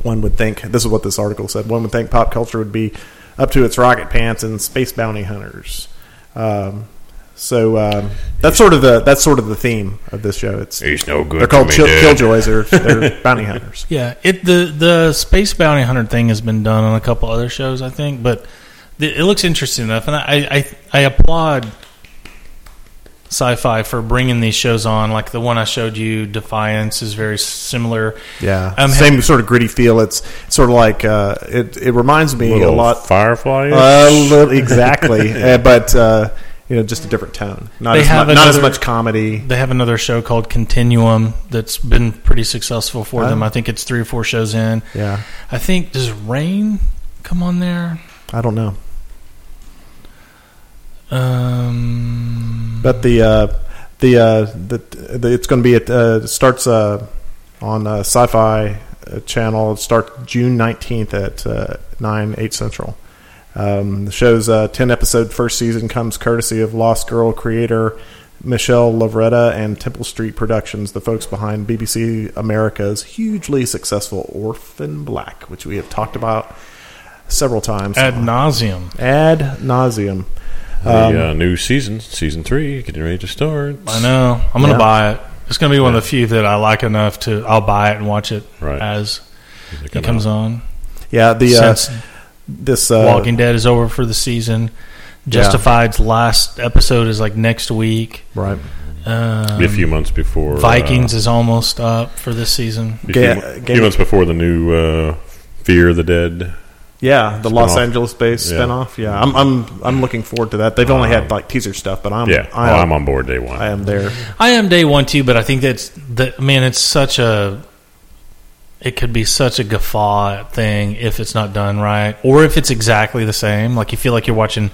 B: one would think this is what this article said. One would think pop culture would be up to its rocket pants and space bounty hunters. Um, so um, that's sort of the that's sort of the theme of this show. It's
C: He's no good.
B: they're called
C: to
B: chill,
C: me, dude.
B: killjoys. They're, they're bounty hunters.
A: Yeah, it the the space bounty hunter thing has been done on a couple other shows, I think, but the, it looks interesting enough, and I I, I applaud sci-fi for bringing these shows on. Like the one I showed you, Defiance, is very similar.
B: Yeah,
A: Um,
B: same sort of gritty feel. It's sort of like uh, it. It reminds me
C: Little
B: a lot.
C: Firefly.
B: Uh, li- exactly, Uh, but uh, you know, just a different tone. Not
A: They
B: as
A: have
B: much, not as
A: another-
B: much comedy.
A: They have another show called Continuum that's been pretty successful for them.
B: Oh.
A: I think it's three or four shows in.
B: Yeah,
A: I think does Rain come on there?
B: I don't know,
A: Um,
B: but the uh, the, uh, the the it's going to be it uh, starts uh, on uh, Sci-Fi uh, Channel. It starts June nineteenth at uh, nine eight central. Um, the show's uh, 10 episode first season comes courtesy of Lost Girl creator Michelle Lavretta and Temple Street Productions, the folks behind BBC America's hugely successful Orphan Black, which we have talked about several times.
A: ad nauseum.
B: Ad nauseum.
C: the
B: um,
C: uh, new season, season three, getting ready to start.
A: I know. I'm gonna
B: Yeah.
A: buy it. It's gonna be one of the few that I like enough to. I'll buy it and watch it
C: Right.
A: as
C: They
A: it
C: come
A: comes
C: out.
A: on.
B: Yeah, the uh,
A: Since
B: this uh,
A: Walking Dead is over for the season, Justified's last episode is like next week.
B: right
A: Um,
C: Be a few months before uh,
A: Vikings is almost up for this season.
C: be a
B: Ga-
C: few, mo-
B: Ga-
C: few months before the new uh, Fear of the Dead.
B: yeah the Los
C: Spinoff.
B: Angeles based
C: Yeah.
B: spinoff. Yeah, I'm I'm I'm looking forward to that. They've only had like teaser stuff, but I'm
C: Yeah,
B: I
C: oh,
B: am,
C: I'm on board day one.
B: I am there.
A: I am day one too, but I think that's that. Man, it's such a. It could be such a guffaw thing if it's not done right, or if it's exactly the same. Like you feel like you're watching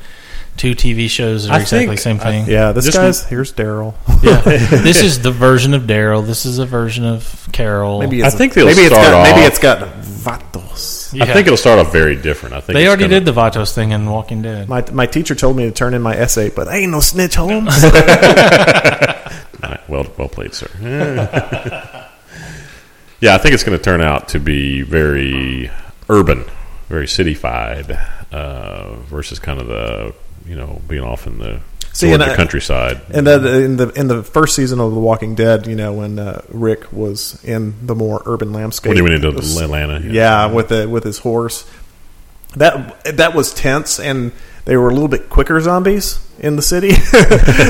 A: two TV shows that are
C: I
A: exactly
C: think-
A: the same
C: I-
A: thing.
B: Yeah, this
C: Just-
B: guy's here's Daryl.
A: yeah. this is the version of Daryl. This is a version of Carol.
B: Maybe
C: I
B: it's,
C: think they'll
B: maybe it's
C: start
B: got maybe
C: off-
B: it's got vatos.
A: Yeah.
C: I think it'll start off very different. I think
A: they
C: it's
A: already
C: gonna-
A: did the Vatos thing in Walking Dead.
B: My my teacher told me to turn in my essay, but I ain't no snitch, Holmes.
C: Well, well played, sir. Yeah, I think it's going to turn out to be very urban, very cityfied, uh, versus kind of the you know being off in the
B: See, and
C: Georgia
B: I-
C: countryside.
B: And then in the in the first season of The Walking Dead, you know, when uh, Rick was in the more urban landscape,
C: when he went into
B: it was-
C: Atlanta,
B: yeah, with the with his horse, that that was tense, and they were a little bit quicker zombies in the city.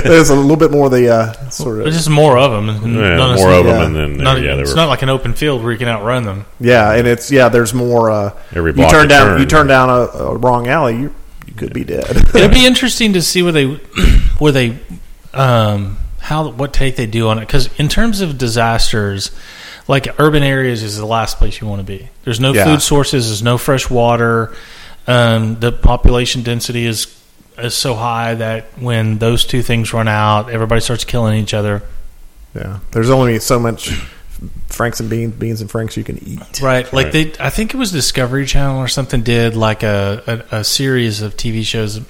B: There's a little bit more the uh, sort
A: There's
B: of
A: just more of them. and
C: Yeah,
A: none
C: more of them,
B: yeah.
C: and then
A: none-
C: yeah, they
A: it's
C: were
A: not like an open field where you can outrun them.
B: yeah, and it's yeah. There's more. Uh,
C: Every
B: you
C: block
B: turn
C: you
B: down
C: turn.
B: you turn down a, a wrong alley, you you could be dead.
A: It'd be interesting to see where they where they um, how what take they do on it because in terms of disasters, like urban areas is the last place you want to be. There's no
B: Yeah.
A: food sources. There's no fresh water. Um, the population density is is so high that when those two things run out, everybody starts killing each other.
B: yeah, there's only so much Franks and beans, beans and Franks you can eat.
A: Right. Like
C: Right.
A: they I think it was Discovery Channel or something did like a, a, a series of TV shows and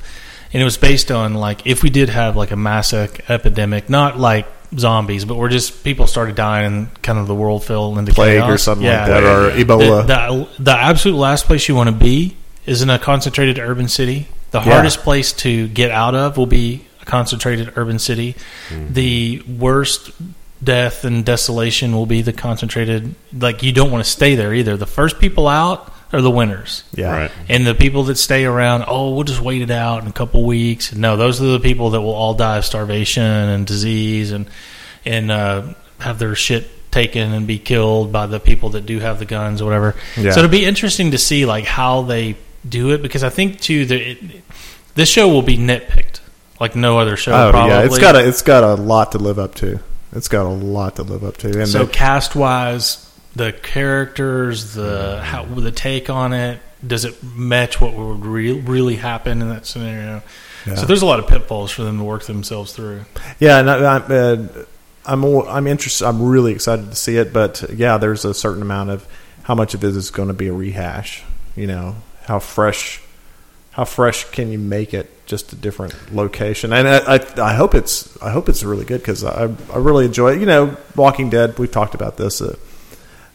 A: it was based on like if we did have like a mass ec- epidemic, not like zombies, but we're just people started dying and kind of the world fell into
B: Plague
A: chaos.
B: or something
A: Yeah.
B: like that, or Ebola.
A: The, the, the absolute last place you want to be is in a concentrated urban city. The
B: Yeah.
A: hardest place to get out of will be a concentrated urban city.
B: Mm-hmm.
A: The worst death and desolation will be the concentrated. Like you don't want to stay there either. The first people out are the winners.
B: yeah,
C: right.
A: And the people that stay around, oh, we'll just wait it out in a couple weeks. No, those are the people that will all die of starvation and disease and and uh, have their shit taken and be killed by the people that do have the guns or whatever.
B: Yeah.
A: So it'll be interesting to see like how they do it because I think too that it, this show will be nitpicked like no other show.
B: Oh
A: probably.
B: yeah, it's got a, it's got a lot to live up to. It's got a lot to live up to, and
A: so
B: the-
A: cast wise, the characters, the how the take on it, does it match what would re- really happen in that scenario?
B: Yeah.
A: So there's a lot of pitfalls for them to work themselves through.
B: yeah, and I, I'm uh, I'm more, I'm interested. I'm really excited to see it, but yeah, there's a certain amount of how much of it is going to be a rehash. You know, how fresh, how fresh can you make it? Just a different location, and I, I, I hope it's I hope it's really good because I I really enjoy it. You know, Walking Dead. We've talked about this. Uh,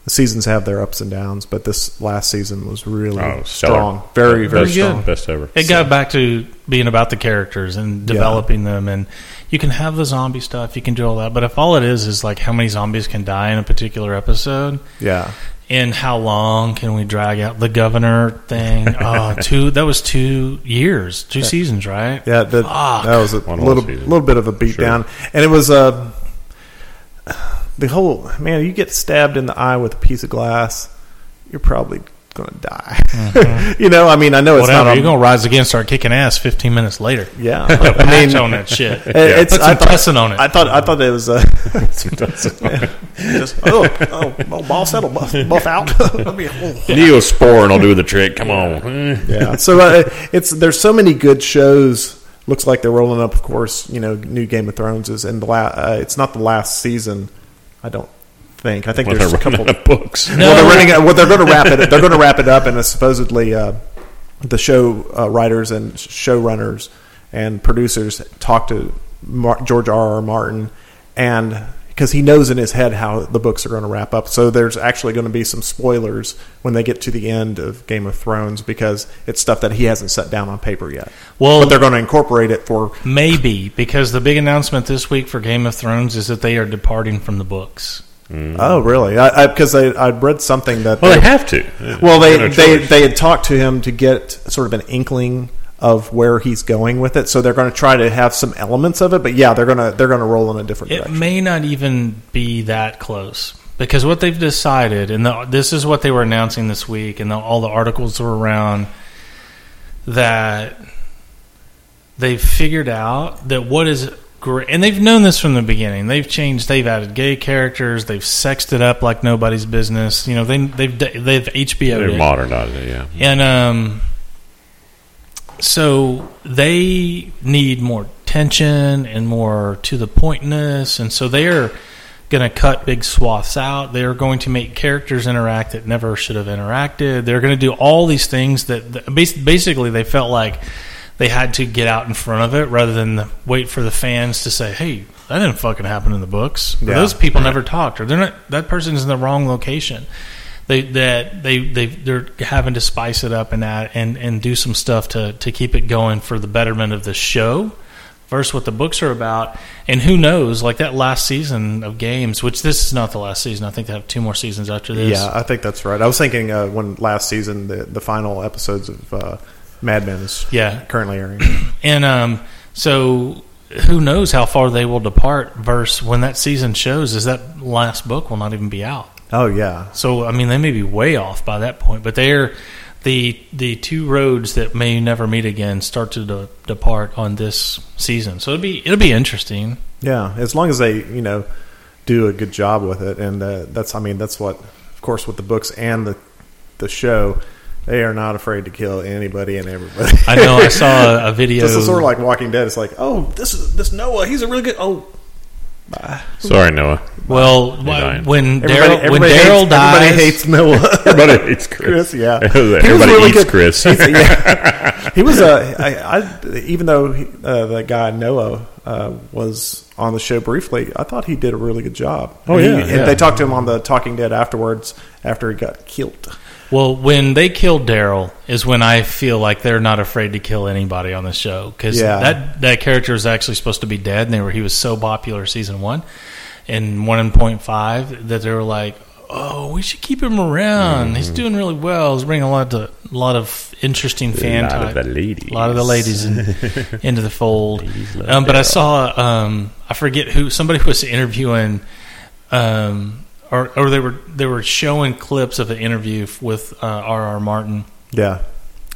B: the seasons have their ups and downs, but this last season was really
C: Oh, stellar.
B: strong, very very
C: best,
A: good.
B: strong.
C: best ever.
A: It got back to being about the characters and
B: Yeah.
A: developing them, and you can have the zombie stuff, you can do all that, but if all it is is like how many zombies can die in a particular episode,
B: Yeah,
A: and how long can we drag out the governor thing? oh, two that was two years, two seasons, right?
B: Yeah, the,
A: Fuck.
B: that was a
C: One whole
B: little
C: season.
B: little bit of a beat
C: Sure.
B: down, and it was uh, the whole man. You get stabbed in the eye with a piece of glass, you're probably going to die. you know, I mean, I know
A: Mm-hmm.
B: it's
A: Whatever,
B: not.
A: you're
B: on,
A: gonna rise again, start kicking ass. Fifteen minutes later,
B: yeah,
A: put a
B: I
A: patch
B: mean,
A: on that shit.
B: it-
C: Yeah.
B: it's
A: Put some
B: I thought,
A: tussin on it.
B: I thought I thought it was uh,
C: Neosporin
B: just oh oh, oh ball settle buff, buff out. I mean, oh.
C: will do the trick. Come on.
B: yeah. So uh, it's there's so many good shows. Looks like they're rolling up. Of course, you know, new Game of Thrones is in the la- uh, It's not the last season, I don't think. I think
C: When they're
B: there's a
C: running
B: couple.
C: out of books.
B: Well, they're running. out- Well, they're going to wrap it. They're going to wrap it up, and it's supposedly uh, the show uh, writers and showrunners and producers talk to Mar- George R. R. Martin, and because he knows in his head how the books are going to wrap up, so there's actually going to be some spoilers when they get to the end of Game of Thrones because it's stuff that he hasn't set down on paper yet.
A: Well-
B: but they're going to incorporate it for
A: Maybe because the big announcement this week for Game of Thrones is that they are departing from the books.
B: oh really? I because I, I, read something that
C: Well,
B: they-
C: they have to.
B: Well, they
C: No
B: they,
C: choice.
B: they had talked to him to get sort of an inkling of where he's going with it, so they're going to try to have some elements of it. But yeah, they're gonna they're gonna roll in a different
A: It
B: direction.
A: may not even be that close because what they've decided, and the, this is what they were announcing this week, and the, all the articles were around that they've figured out that what is great, and they've known this from the beginning. They've changed, they've added gay characters, they've sexed it up like nobody's business. You know, they, they've they've
C: They're
A: HBO 'd it.
C: modernizing it, yeah.
A: And um, so they need more tension and more to the pointness, and so they're going to cut big swaths out. They're going to make characters interact that never should have interacted. They're going to do all these things that that- bas- basically they felt like they had to get out in front of it rather than wait for the fans to say, "Hey, that didn't fucking happen in the books. Or
B: Yeah.
A: Those people never talked, or they're not. That person's in the wrong location. They that they they they're having to spice it up and add and and do some stuff to to keep it going for the betterment of the show. Versus what the books are about, and who knows? Like that last season of games, which this is not the last season. I think they have two more seasons after this.
B: Yeah, I think that's right. I was thinking uh, when last season the the final episodes of uh, Mad Men is
A: Yeah.
B: currently airing.
A: And um, so who knows how far they will depart versus when that season shows is that last book will not even be out.
B: oh yeah,
A: So I mean they may be way off by that point, but they're the the two roads that may never meet again start to de- depart on this season. So it'll be it'll be interesting.
B: yeah. As long as they you know do a good job with it, and uh, that's I mean that's what of course with the books and the the show. They are not afraid to kill anybody and everybody.
A: I know I saw a, a video
B: This is sort of like Walking Dead. It's like, oh, this is this Noah. He's a really good. Oh,
C: Sorry, Noah.
A: well
C: dying.
A: when
B: everybody,
A: Daryl when Daryl
B: everybody, hates, everybody
A: dies
B: hates Noah.
C: Everybody hates Chris.
B: Chris, yeah.
C: Everybody
B: really
C: eats
B: good.
C: Chris.
B: he was a. I, I even though he, uh, the guy Noah uh, was on the show briefly, I thought he did a really good job.
C: Oh,
B: And he-
C: yeah,
B: and
C: yeah.
B: they talked to him on the Talking Dead afterwards after he got killed.
A: Well, when they killed Daryl is when I feel like they're not afraid to kill anybody on the show because
B: Yeah.
A: that that character is actually supposed to be dead, and they were he was so popular season one and one point five that they were like, oh, we should keep him around. He's
C: Mm-hmm.
A: doing really well. He's bringing a lot to a lot of interesting fan
C: lot
A: type,
C: of the ladies.
A: a lot of the ladies in, into the fold.
C: Ladies love
A: Um, but I
C: Daryl.
A: saw um, I forget who somebody was interviewing um, or, or they were they were showing clips of an interview f- with uh, R.R. Martin
B: Yeah,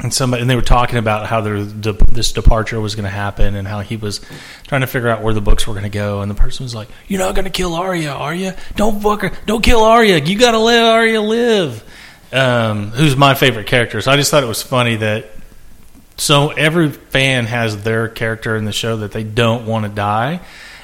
A: and somebody and they were talking about how their de- this departure was going to happen and how he was trying to figure out where the books were going to go and the person was like you're not going to kill Arya are you don't fuck her don't kill Arya you got to let Arya live um, who's my favorite character so I just thought it was funny that so every fan has their character in the show that they don't want to die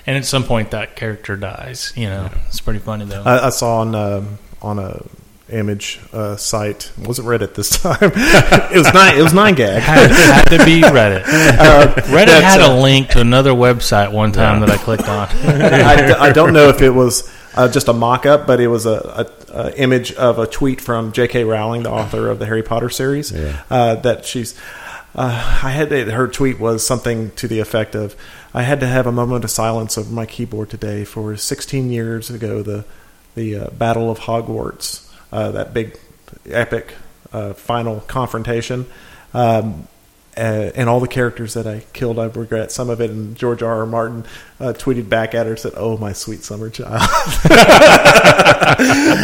A: and at some point that character dies you know it's pretty funny though
B: I, I saw on um, on a image uh, site it wasn't Reddit this time. it was nine. It was nine gag.
A: had, had to be Reddit. Reddit
B: Uh, that's
A: had a link to another website one time that I clicked on.
B: I, I don't know if it was uh, just a mock up, but it was a, a, a image of a tweet from J.K. Rowling, the author of the Harry Potter series, uh, that she's. Uh, I had to, her tweet was something to the effect of, "I had to have a moment of silence over my keyboard today for 16 years ago the the uh, Battle of Hogwarts, uh, that big epic uh, final confrontation." Um, uh, and all the characters that I killed, I regret some of it. And George R. R. Martin uh, tweeted back at her, said, "Oh, my sweet summer child," and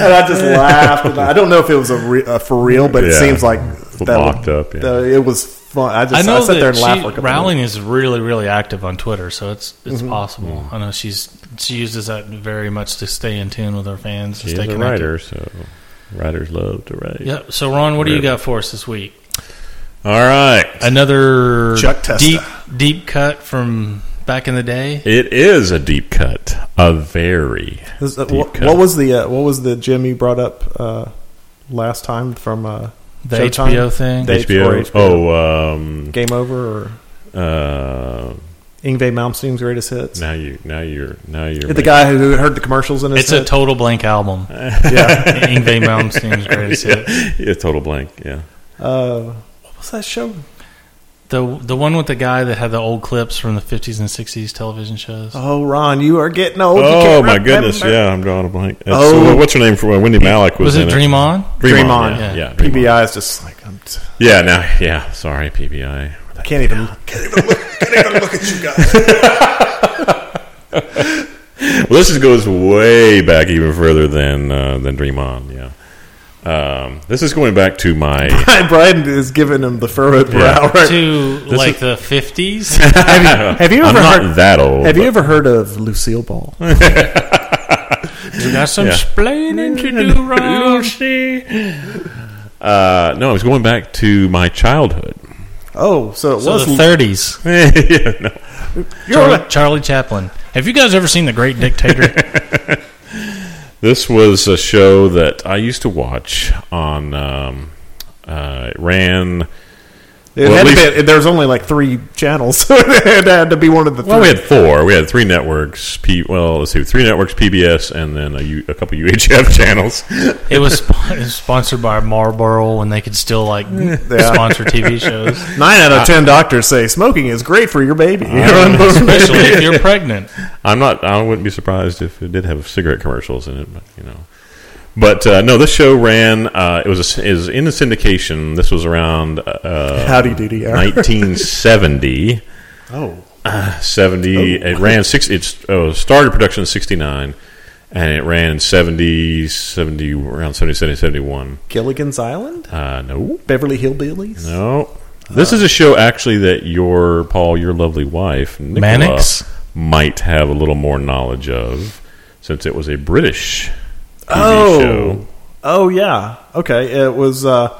B: I just laughed. And I don't know if it was a, re- a for real, but it
C: Yeah.
B: seems like
C: F- mocked up, yeah.
B: that- it was fun. I just
A: I
B: I,
A: know
B: sat there
A: that
B: and laughed
A: she,
B: for a Mm-hmm. couple
A: Rowling
B: minutes.
A: is really, really active on Twitter, so it's it's possible. I know she's she uses that very much to stay in tune with her fans. and
C: She's
A: stay
C: a
A: connected.
C: writer, so writers love to write.
A: Yep. So Ron, what do you
C: Really.
A: got for us this week?
C: All right.
A: Another
B: Chuck Testa.
A: deep deep cut from back in the day.
C: It is a deep cut. A very
B: This- uh,
C: deep
B: what,
C: cut.
B: what was the uh, what was the Jim you brought up uh, last time from uh,
A: The
B: Showtime?
A: HBO thing.
B: They-
C: HBO?
B: HBO?
C: Oh, um,
B: Game Over or
C: uh,
B: Ingve Malmsteen's greatest hits?
C: now you, now you're, now you're
B: the
C: making-
B: guy who heard the commercials in his
A: it's a
B: head?
A: total blank album.
B: yeah.
A: Ingve Malmsteen's greatest hit.
C: yeah, yeah, total blank. Yeah,
B: Uh, what was that show?
A: The the one with the guy that had the old clips from the fifties and sixties television shows.
B: Oh, Ron, you are getting old. You
C: Oh
B: can't
C: my
B: remember.
C: goodness! Yeah, I'm drawing a blank. It's- uh,
B: Oh.
C: what's her name? For Wendy Malik
A: was
C: was,
A: it
C: in
A: Dream On?
C: Dream,
B: Dream
C: on,
B: On.
C: Yeah,
A: Yeah.
C: yeah Dream On.
B: PBI is just like I'm t-
C: Yeah, now, yeah. Sorry, PBI.
B: I can't even. Can't even, look, can't even look at you guys.
C: Well, this is, goes way back even further than uh, than Dream On. Yeah, um, this is going back to my.
B: Brian is giving him the furrowed brow.
C: Yeah.
B: Right?
A: To like the fifties.
B: Have, you, have you
C: I'm
B: ever
C: not
B: heard?
C: that old.
B: Have you
C: but-
B: ever heard of Lucille Ball?
A: you got some
C: Yeah.
A: splaining to do, Ron.
C: Uh, no, I was going back to my childhood.
B: Oh, so it
A: So
B: was.
A: the thirties.
C: Yeah, no.
B: you're
A: Charlie,
B: right.
A: Charlie Chaplin. Have you guys ever seen The Great Dictator?
C: This was a show that I used to watch on. Um, uh, it ran
B: It
C: Well,
B: had
C: at
B: to
C: least-
B: be, there was only like three channels, so it had to be one of the three.
C: Well, we had four. We had three networks. P- well, let's see, three networks, PBS, and then a, U- a couple UHF channels.
A: It was sp- it was sponsored by Marlboro when they could still like sponsor TV shows,
B: Nine
C: Ah.
B: out of ten doctors say smoking is great for your baby.
A: especially if you're pregnant.
C: I'm not. I wouldn't be surprised if it did have cigarette commercials in it. But, you know, but uh, no, this show ran. Uh, it was a, is in the syndication. This was around uh,
B: Howdy doody hour.
C: 1970.
B: oh,
C: 70 it ran six it's oh, started production in 69 and it ran in 70 70 around 70 70 71
B: Gilligan's Island,
C: uh no
B: Beverly Hillbillies.
C: no this is a show actually that your paul your lovely wife Nicola,
A: Mannix?
C: might have a little more knowledge of since it was a british TV
B: oh,
C: show
B: oh yeah. Okay, it was uh,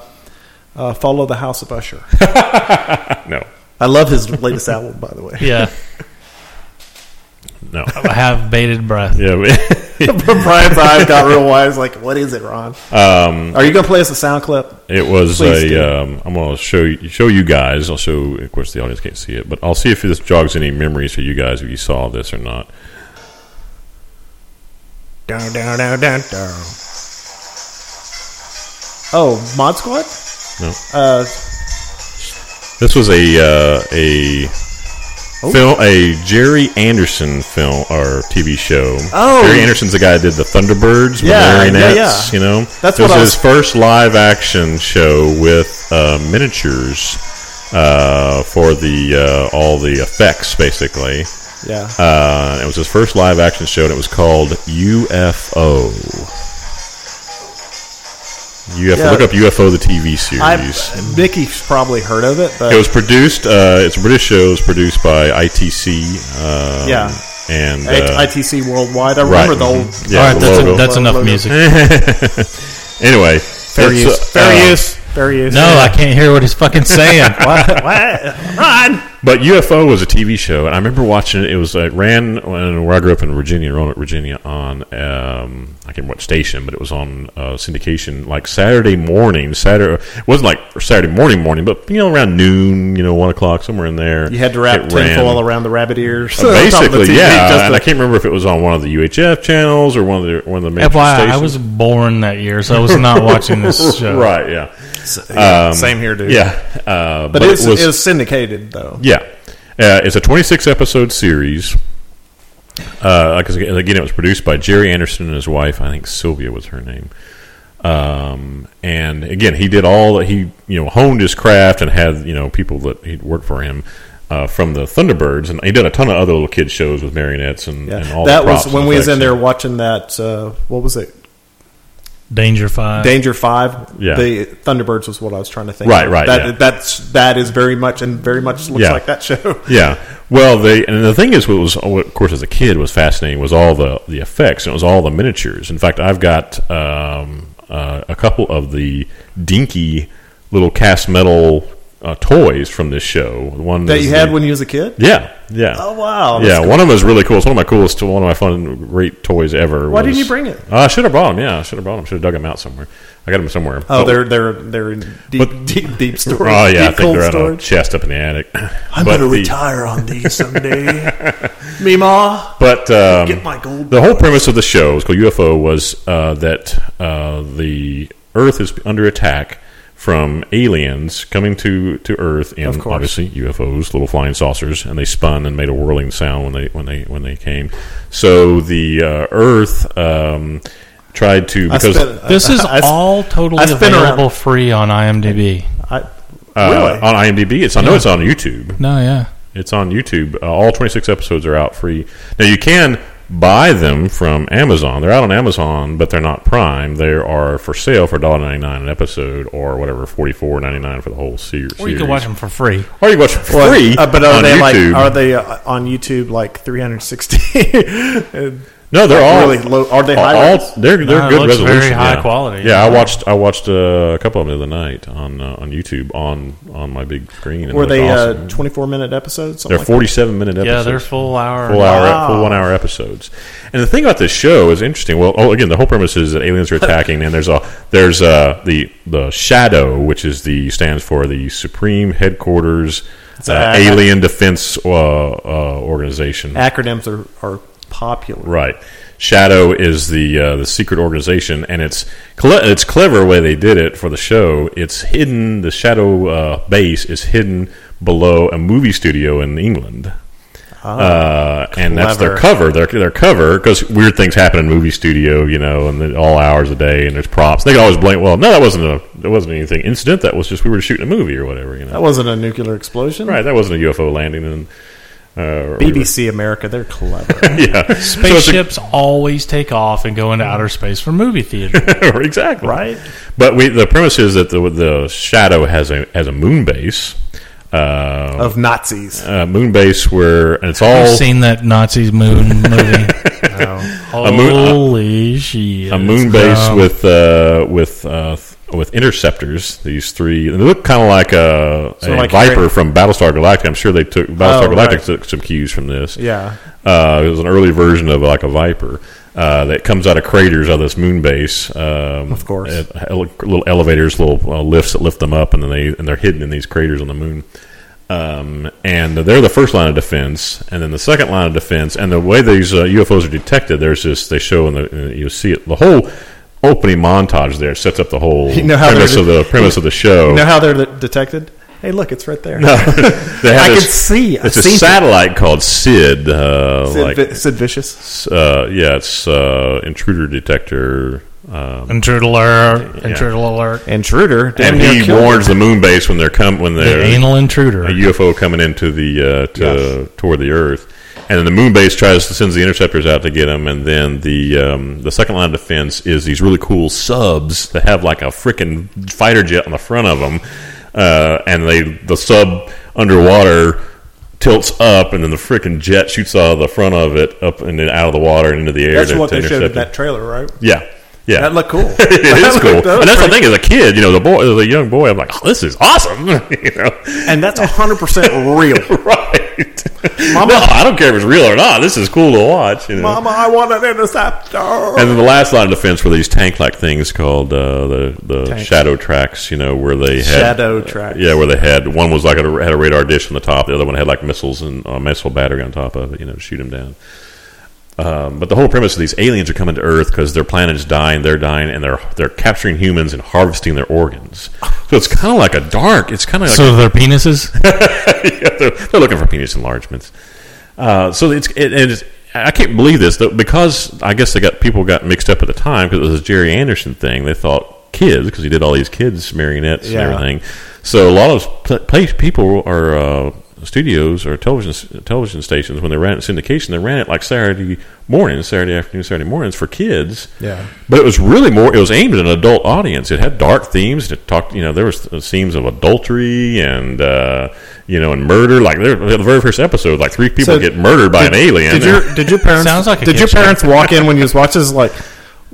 B: uh, Follow the House of Usher.
C: no
B: I love his latest album, by the way.
A: Yeah,
C: no
A: I have bated breath.
C: yeah but-
B: Brian's eye got real wise. Like, what is it, Ron? Um, Are you gonna play us a sound clip?
C: It was
B: Please do.
C: a. Um, I'm going to show you, show you guys. I'll show. Of course, the audience can't see it, but I'll see if this jogs any memories for you guys if you saw this or not.
B: Down, down, down, down, down. Oh, Mod Squad?
C: No,
B: Uh,
C: this was a uh, a
B: Oh.
C: film, a Jerry Anderson film or TV show.
B: Oh.
C: Jerry Anderson's the guy that did the Thunderbirds, with
B: Yeah,
C: marionettes.
B: yeah, yeah.
C: You know,
B: That's
C: it was
B: what I
C: his
B: was-
C: first live action show with uh, miniatures uh, for the uh, all the effects, basically.
B: yeah.
C: Uh, it was his first live action show, and it was called UFO. UFO.
B: Yeah.
C: Look up UFO, the TV series.
B: I, Mickey's probably heard of it, but
C: it was produced. Uh, it's a British show. It was produced by ITC. Um,
B: Yeah.
C: and
B: I-
C: uh,
B: ITC Worldwide. I
C: right,
B: remember the
C: mhm.
B: old.
C: Yeah,
A: All right,
C: the
A: that's,
C: logo.
A: that's enough
B: Logo.
A: music.
C: anyway,
B: Fair
C: it's,
B: use.
C: uh,
B: fair
C: uh,
B: use. Fair use.
A: No, I can't hear what he's fucking saying.
B: what? what? Ron!
C: uh, But UFO was a TV show, and I remember watching it. It was it ran when where I grew up in Virginia, Roanoke, Virginia, on um, I can't remember what station, but it was on uh, syndication like Saturday morning. Saturday it wasn't like Saturday morning morning, but you know around noon, you know one o'clock somewhere in there.
B: You had to wrap
C: it ran.
B: tinfoil around the rabbit ears.
C: Uh, basically, yeah.
B: Just
C: and
B: to-
C: I can't remember if it was on one of the UHF channels or one of the one of the major
A: FYI,
C: stations.
A: I was born that year, so I was not watching this show.
C: right, yeah,
B: Yeah, same here, dude.
C: um, yeah. Uh,
B: But, it's,
C: it was
B: it was syndicated, though.
C: Yeah, uh, it's a 26 episode series. Uh, like I said, again, it was produced by Jerry Anderson and his wife. I think Sylvia was her name. Um, and again, he did all that he you know honed his craft and had you know people that he'd worked for him. Uh, from the Thunderbirds, and he did a ton of other little kid shows with marionettes and,
B: Yeah.
C: and all
B: that
C: the
B: was
C: props
B: when
C: and
B: we was in
C: effects.
B: there watching that. Uh, what was it?
A: Danger Five.
B: Danger Five,
C: Uh, Yeah.
B: the Thunderbirds was what I was trying to think.
C: Right,
B: of.
C: right,
B: That
C: yeah.
B: that's that is very much and very much looks
C: Yeah.
B: like that show.
C: Yeah. Well, they and the thing is, what was what, of course as a kid was fascinating was all the the effects and it was all the miniatures. In fact, I've got um, uh, a couple of the dinky little cast metal uh, toys from this show. The One
B: That
C: is
B: you
C: the-
B: had when you was a kid.
C: Yeah. Yeah.
B: Oh wow!
C: yeah,
B: That's-
C: one of them is really cool. It's one of my coolest, one of my fun, great toys ever.
B: Why didn't
C: was-
B: you bring it?
C: Uh, I should have brought them. Yeah, I should have brought them. Should have dug them out somewhere. I got them somewhere.
B: Oh, they're they're they're in deep
C: But-
B: deep deep storage.
C: Oh yeah, I
B: deep
C: think
B: cold
C: they're out on a
B: storage.
C: chest up in the attic.
B: I'm
C: But
B: gonna
C: the-
B: retire on these someday. Me ma,
C: But um,
B: Get Oh my gold
C: the whole premise of the show was called UFO was uh, that uh, the Earth is under attack from aliens coming to, to Earth in
B: Of course.
C: obviously UFOs, little flying saucers, and they spun and made a whirling sound when they when they when they came. So the uh, Earth um, tried to
B: I
C: because
B: spent
A: This is
B: I,
A: all totally
B: I spin around.
A: available free on IMDb.
B: I,
C: uh,
B: really.
C: on IMDb it's I know it's on YouTube.
A: No, yeah.
C: It's on YouTube. Uh, all 26 episodes are out free. Now you can buy them from Amazon. They're out on Amazon, but they're not Prime. They are for sale for $1.99 an episode or whatever, $44.99 for the whole se- series.
A: Or you can watch them for free.
C: Or you can watch them for
B: Well,
C: free
B: uh, but are
C: on
B: they
C: YouTube.
B: like are they uh, on YouTube like 360? And
C: No, they're all
B: really low. Are they
C: all-
B: high?
C: all-
B: res?
C: they're they're
A: No, it
C: good
A: looks very
C: resolution.
A: high
C: yeah.
A: quality.
C: Yeah, I watched I watched uh, a couple of them the other night on uh, on YouTube on on my big screen. And it
B: Were
C: looked
B: they
C: awesome.
B: uh, twenty-four minute episodes? Something
C: they're
B: like
C: forty seven minute episodes.
A: Yeah, they're full hour.
C: full hour
B: Wow.
C: full one hour episodes. And the thing about this show is interesting. Well, oh, again, the whole premise is that aliens are attacking, and there's a there's uh the the shadow, which is the stands for the Supreme Headquarters uh,
B: a-
C: Alien Defense uh, uh, Organization.
B: that? Acronyms are, are popular.
C: Right. Shadow is the uh, the secret organization, and it's cle- it's clever way they did it for the show. It's hidden. The Shadow uh, base is hidden below a movie studio in England, uh, and that's their cover. Their their cover because weird things happen in movie studio, you know, and then all hours a day, and there's props. They can always blame. Well, no, that wasn't a that wasn't anything incident. That was just we were shooting a movie or whatever, you know.
B: That wasn't a nuclear explosion.
C: right. That wasn't a UFO landing. And uh, we were-
B: BBC America, they're clever.
C: yeah,
A: Spaceships always take off and go into outer space for movie theater.
C: exactly
B: right?
C: But we, the premise is that the the shadow has a has a moon base, uh,
B: Of Nazis.
C: a moon base where and it's all
A: I've seen that Nazi moon movie.
C: A moon- a-
A: Holy shit!
C: a moon base
A: Um,
C: with uh, with uh, th- with interceptors. These three and they look kind of like a,
B: So
C: a
B: like
C: Viper
B: Harry-
C: from Battlestar Galactica. I'm sure they took
B: Oh,
C: Battlestar Galactica
B: right.
C: took some cues from this.
B: Yeah.
C: Uh, it was an early version of like a Viper uh, that comes out of craters of this moon base. Um,
B: Of course.
C: it- ele- little elevators, little uh, lifts that lift them up, and then they and they're hidden in these craters on the moon. Um, and they're the first line of defense, and then the second line of defense. And the way these uh, UFOs are detected, there's this they show in the you see it the whole opening montage there sets up the whole
B: You know how
C: premise
B: they're
C: of the premise of the show.
B: You know how they're de- detected? Hey, look, it's right there.
C: They have
B: I
C: this-
B: can see. I've
C: It's a
B: seen
C: satellite called SID, uh,
B: Sid,
C: like
B: Vi- Sid Vicious.
C: uh, yeah, it's uh, intruder detector. Um,
A: intrude alert! Intrude alert!
B: Intruder. damn
C: and
B: near
C: he
B: killed
C: warns the moon base when they're come when
A: The
C: they're
A: anal
C: a
A: intruder.
C: UFO coming into the uh, to, toward the Earth, and then the moon base tries to sends the interceptors out to get them, and then the um, the second line of defense is these really cool subs that have like a freaking fighter jet on the front of them, uh, and they the sub underwater tilts up, and then the freaking jet shoots out of the front of it up and then out of the water and into the air.
B: That's
C: to-
B: what
C: to
B: they showed in
C: intercept it.
B: that trailer, right?
C: Yeah, yeah.
B: That looked cool.
C: it is
B: That
C: cool,
B: looked- that
C: and
B: looked
C: that's the thing. As a kid, you know, the boy, the young boy, I'm like, oh, this is awesome. you know,
B: And that's 100% real.
C: right? Mama, I don't care if it's real or not. This is cool to watch. You know?
B: Mama, I want an interceptor.
C: And then the last line of defense were these tank-like things called uh, the the
B: Tanks.
C: shadow tracks. You know, where they had
B: Shadow tracks.
C: Yeah, where they had one was like a, had a radar dish on the top. The other one had like missiles and a missile battery on top of it. You know, to shoot them down. Um, but the whole premise of these aliens are coming to Earth because their planet is dying, they're dying, and they're they're capturing humans and harvesting their organs. So it's kind of like a dark. It's kind of like
A: so their penises.
C: yeah, they're, they're looking for penis enlargements. Uh, so it's it, and it's, I can't believe this though, because I guess they got people got mixed up at the time because it was a Jerry Anderson thing. They thought kids because he did all these kids marionettes
B: Yeah.
C: and everything. So a lot of pl- place people are. Uh, Studios or television television stations when they ran it in syndication, they ran it like Saturday mornings, Saturday afternoon, Saturday mornings for kids.
B: Yeah.
C: But it was really more. It was aimed at an adult audience. It had dark themes. It talked. You know, there was themes of adultery and uh, you know and murder. Like there, the very first episode, like three people
B: So
C: get murdered by an alien.
B: Did your, did your parents,
A: Sounds like a
B: did
A: kid
B: your
A: show.
B: parents walk in when you was watching this like,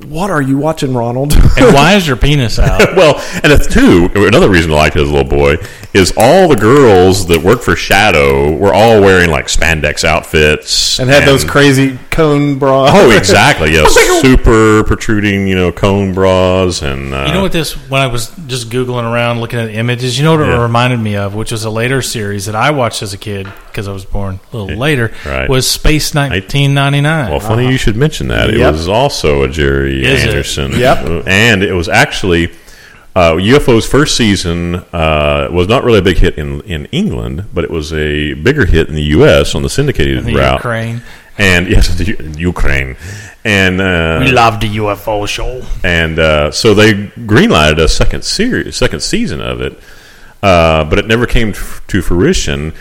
B: what are you watching, Ronald?
A: and why is your penis out?
C: well, and it's two. Another reason I liked it as a little boy is all the girls that worked for Shadow were all wearing like spandex outfits
B: and had those crazy cone bras.
C: Oh, exactly. Yeah,
B: oh.
C: super protruding, you know, cone bras and uh,
A: You know what this? When I was just googling around, looking at images, you know what it
C: Yeah.
A: reminded me of, which was a later series that I watched as a kid because I was born a little later.
C: right.
A: Was Space 1999?
C: Well, funny you should mention that. It
B: Yep.
C: was also a Jerry
A: Is it?
C: Anderson.
B: Yep.
C: And it was actually uh, UFO's first season uh, was not really a big hit in in England, but it was a bigger hit in the U.S. on the syndicated
A: the
C: route.
A: Ukraine.
C: And yes, the U- Ukraine. And uh,
A: We love the UFO show.
C: and uh, so they greenlighted a second series, second season of it, uh, but it never came f- to fruition.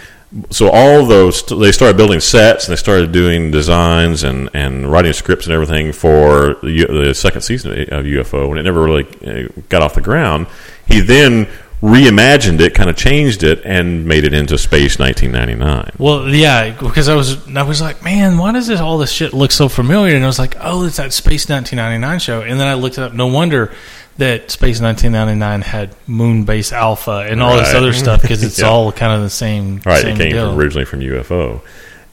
C: So all those they started building sets and they started doing designs and, and writing scripts and everything for the, U- the second season of UFO, and it never really uh, got off the ground. He then reimagined it, kind of changed it, and made it into Space 1999.
A: Well, yeah, because I was I was like, man, why does this all this shit look so familiar? And I was like, oh, it's that Space 1999 show. And then I looked it up. No wonder that Space 1999 had Moon Base Alpha and all this
C: Right.
A: other stuff because it's
C: Yeah.
A: all kind of the same.
C: Right,
A: same
C: it came
A: deal.
C: from, originally from UFO,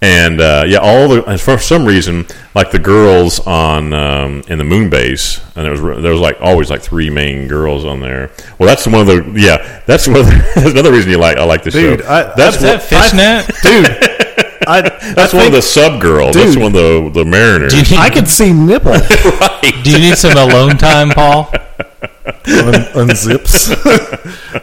C: and uh, yeah, all the and for some reason, like the girls on um, in the moon base, and there was re- there was like always like three main girls on there. Well, that's one of the yeah, that's one of the, that's another reason you like I like the show.
B: Dude, I-
C: that's
A: Is
C: one-
A: that fishnet?
B: dude. I,
C: that's one of the sub girls. That's
B: Dude.
C: one of the the Mariners.
A: Do you,
B: I could see nipple
A: do you need some alone time, Paul?
B: Un- unzips.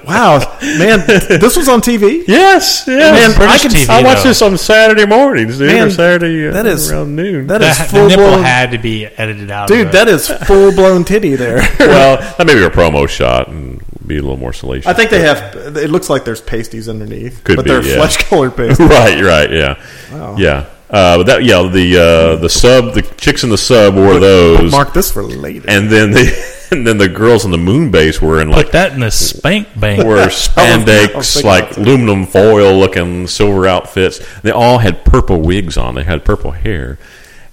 B: wow, man, this was on TV.
C: yes, yes.
A: Man,
C: I,
A: British
C: can,
A: TV
C: I watch
A: though.
C: this on Saturday mornings, dude,
B: Man,
C: or Saturday uh,
B: that is-
C: around noon.
B: That
A: The,
B: is
A: the
B: full
A: nipple
B: blown,
A: had to be edited out, Of
B: dude.
A: it.
B: That is full blown titty there.
C: well, that may be a promo shot and be a little more salacious.
B: I think they have. It looks like there's pasties underneath,
C: Could
B: but
C: be,
B: they're
C: yeah.
B: flesh colored pasties.
C: right, right, yeah,
B: Wow.
C: yeah. Uh, but that yeah, the uh, the sub, the chicks in the sub wore those,
B: Mark this for later.
C: and then the and then the girls on the moon base were in
A: Put
C: like
A: that in the spank bank.
C: were
B: I was
C: spandex,
B: thinking
C: like
B: about that.
C: aluminum foil looking silver outfits. They all had purple wigs on. They had purple hair.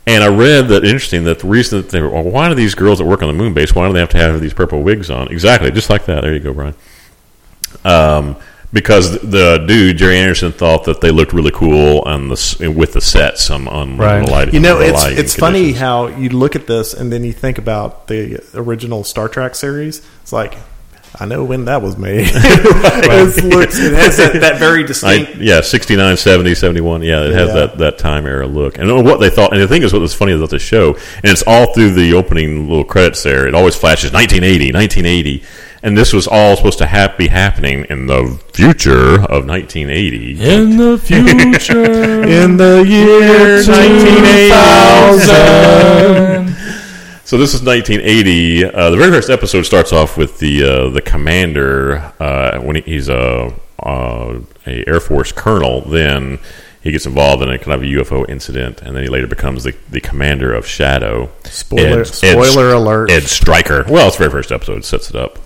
C: And I read that interesting that the reason that they were well, why do these girls that work on the moon base why do they have to have these purple wigs on exactly just like that there you go Brian um, because the dude Jerry Anderson thought that they looked really cool on the s- with the sets on, on
A: Right.
C: the light.
B: You know,
C: the
B: it's
C: lighting
B: it's funny
C: conditions.
B: how you look at this and then you think about the original Star Trek series. It's like I know when that was made. it, looks, it has that, that very
C: I,
B: distinct.
C: yeah, 69, 70, 71. Yeah, it has
B: Yeah.
C: that, that time era look. And oh, what they thought, and the thing is, what was funny about the show, and it's all through the opening little credits there, it always flashes 1980, 1980. And this was all supposed to ha- be happening in the future of 1980.
A: in the future,
B: in the year
A: 2000.
C: So this is 1980. Uh, the very first episode starts off with the uh, the commander uh, when he, he's a, uh, a Air Force colonel. Then he gets involved in a kind of a UFO incident, and then he later becomes the, the commander of Shadow.
B: Spoiler- spoiler alert.
C: Ed Stryker. Well, it's the very first episode sets it up.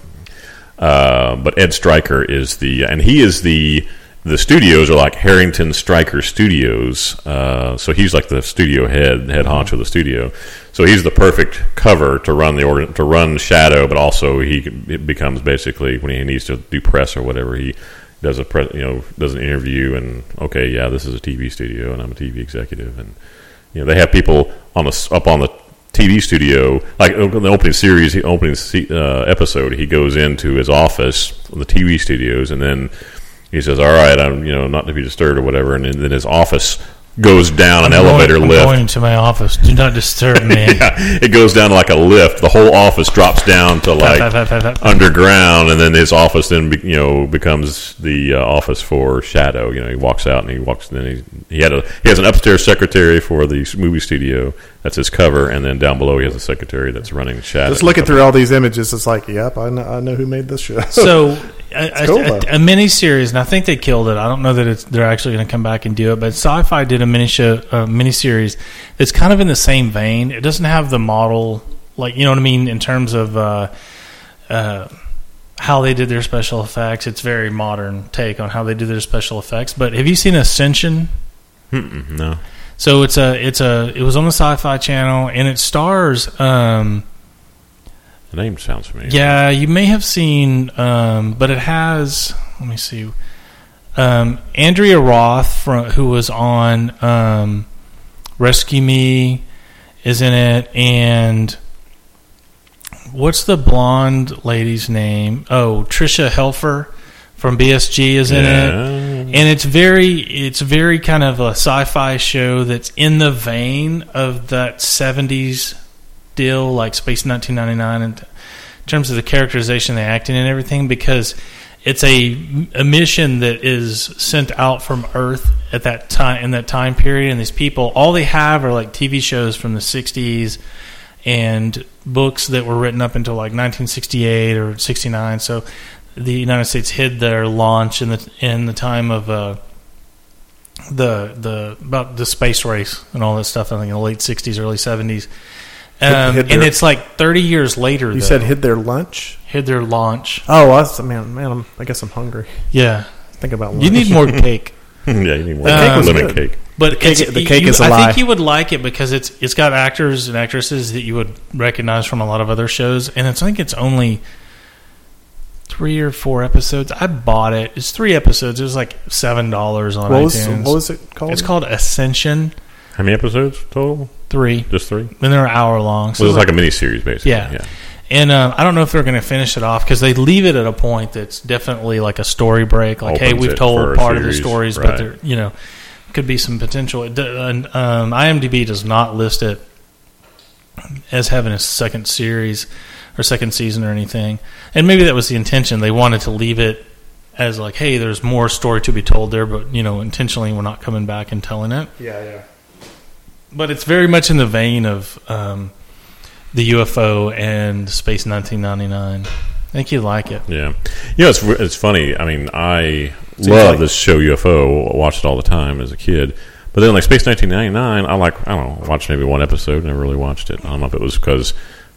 C: Uh, but Ed Stryker is the, and he is the, the studios are like Harrington Stryker Studios. Uh, so he's like the studio head, head honcho of the studio. So he's the perfect cover to run the organ, to run Shadow, but also he it becomes basically when he needs to do press or whatever he does a press, you know, does an interview and okay, yeah, this is a TV studio and I'm a TV executive and you know they have people on the s- up on the TV studio like uh, in the opening series the opening se- uh, episode he goes into his office on the TV studios and then he says all right I'm you know not to be disturbed or whatever and then his office goes down an elevator
A: I'm
C: lift
A: Going to my office. Do not disturb me.
C: yeah, it goes down like a lift the whole office drops down to like
A: Pop, pop, pop, pop, pop.
C: underground, and then his office then be, you know becomes the uh, office for Shadow. You know, he walks out and he walks. Then he he had a he has an upstairs secretary for the s- movie studio. That's his cover, and then down below he has a secretary that's running Shadow.
B: Just looking through all these images, it's like, yep, I know, I know who made this show.
A: So a,
B: cool,
A: a,
B: though.
A: a, mini series, and I think they killed it. I don't know that it's, they're actually going to come back and do it, but Sci-Fi did a mini show, uh, mini series that's kind of in the same vein. It doesn't have the model, like you know what I mean, in terms of uh, uh, how they did their special effects. It's very modern take on how they do their special effects. But have you seen Ascension?
C: Mm-mm, Hmm, no,
A: So it's a it's a it was on the Sci-Fi Channel, and it stars. Um,
C: the name sounds familiar.
A: yeah, you may have seen, um, but it has. Let me see. Um, Andrea Roth, from, who was on um, Rescue Me, is in it, and what's the blonde lady's name? Oh, Trisha Helfer from BSG is in it
C: Yeah.
A: and it's very it's very kind of a sci-fi show that's in the vein of that 70s deal like space 1999 in t- terms of the characterization the acting and everything because it's a, a mission that is sent out from earth at that time in that time period and these people all they have are like tv shows from the 60s and books that were written up until like 1968 or 69 so the United States hid their launch in the in the time of uh, the the about the space race and all that stuff. I think in the late '60s, early '70s, Um,
B: hid
A: and
B: their-
A: it's like 30 years later.
B: You
A: though,
B: said hid their lunch.
A: hid their launch.
B: Oh, I was, man, man, I'm, I guess I'm hungry.
A: Yeah,
B: Think about lunch.
A: you need more cake.
C: yeah, you need more
A: cake was
C: lemon
B: good.
C: cake.
A: But the
B: cake- the cake is a
A: I
B: lie.
A: think you would like it because it's it's got actors and actresses that you would recognize from a lot of other shows, and it's, I think it's only three or four episodes. I bought it. It's three episodes. It was like seven dollars on
B: What was,
A: iTunes.
B: what was it called?
A: it's called Ascension
C: How many episodes total?
A: Three.
C: Just three.
A: Then they're an hour long.
C: So it was like a mini series, basically.
A: Yeah. And uh, I don't know if they're going to finish it off because they leave it at a point that's definitely like a story break. Like, hey,
C: Opens
A: we've
C: it for
A: told
C: a
A: part of the
C: series,
A: stories, but
C: right.
A: there, you know, could be some potential. It, do- and, um, IMDb does not list it as having a second series or second season or anything. And maybe that was the intention. They wanted to leave it as like, hey, there's more story to be told there, but you know, intentionally we're not coming back and telling it
B: yeah, yeah.
A: but it's very much in the vein of um, the UFO and Space 1999. I think you like it.
C: Yeah, you know it's it's funny. I mean, I
B: Seems
C: love
B: like-
C: this show UFO. I watched it all the time as a kid. But then, like Space 1999, I like I don't know, watched maybe one episode. Never really watched it. I don't know if it was because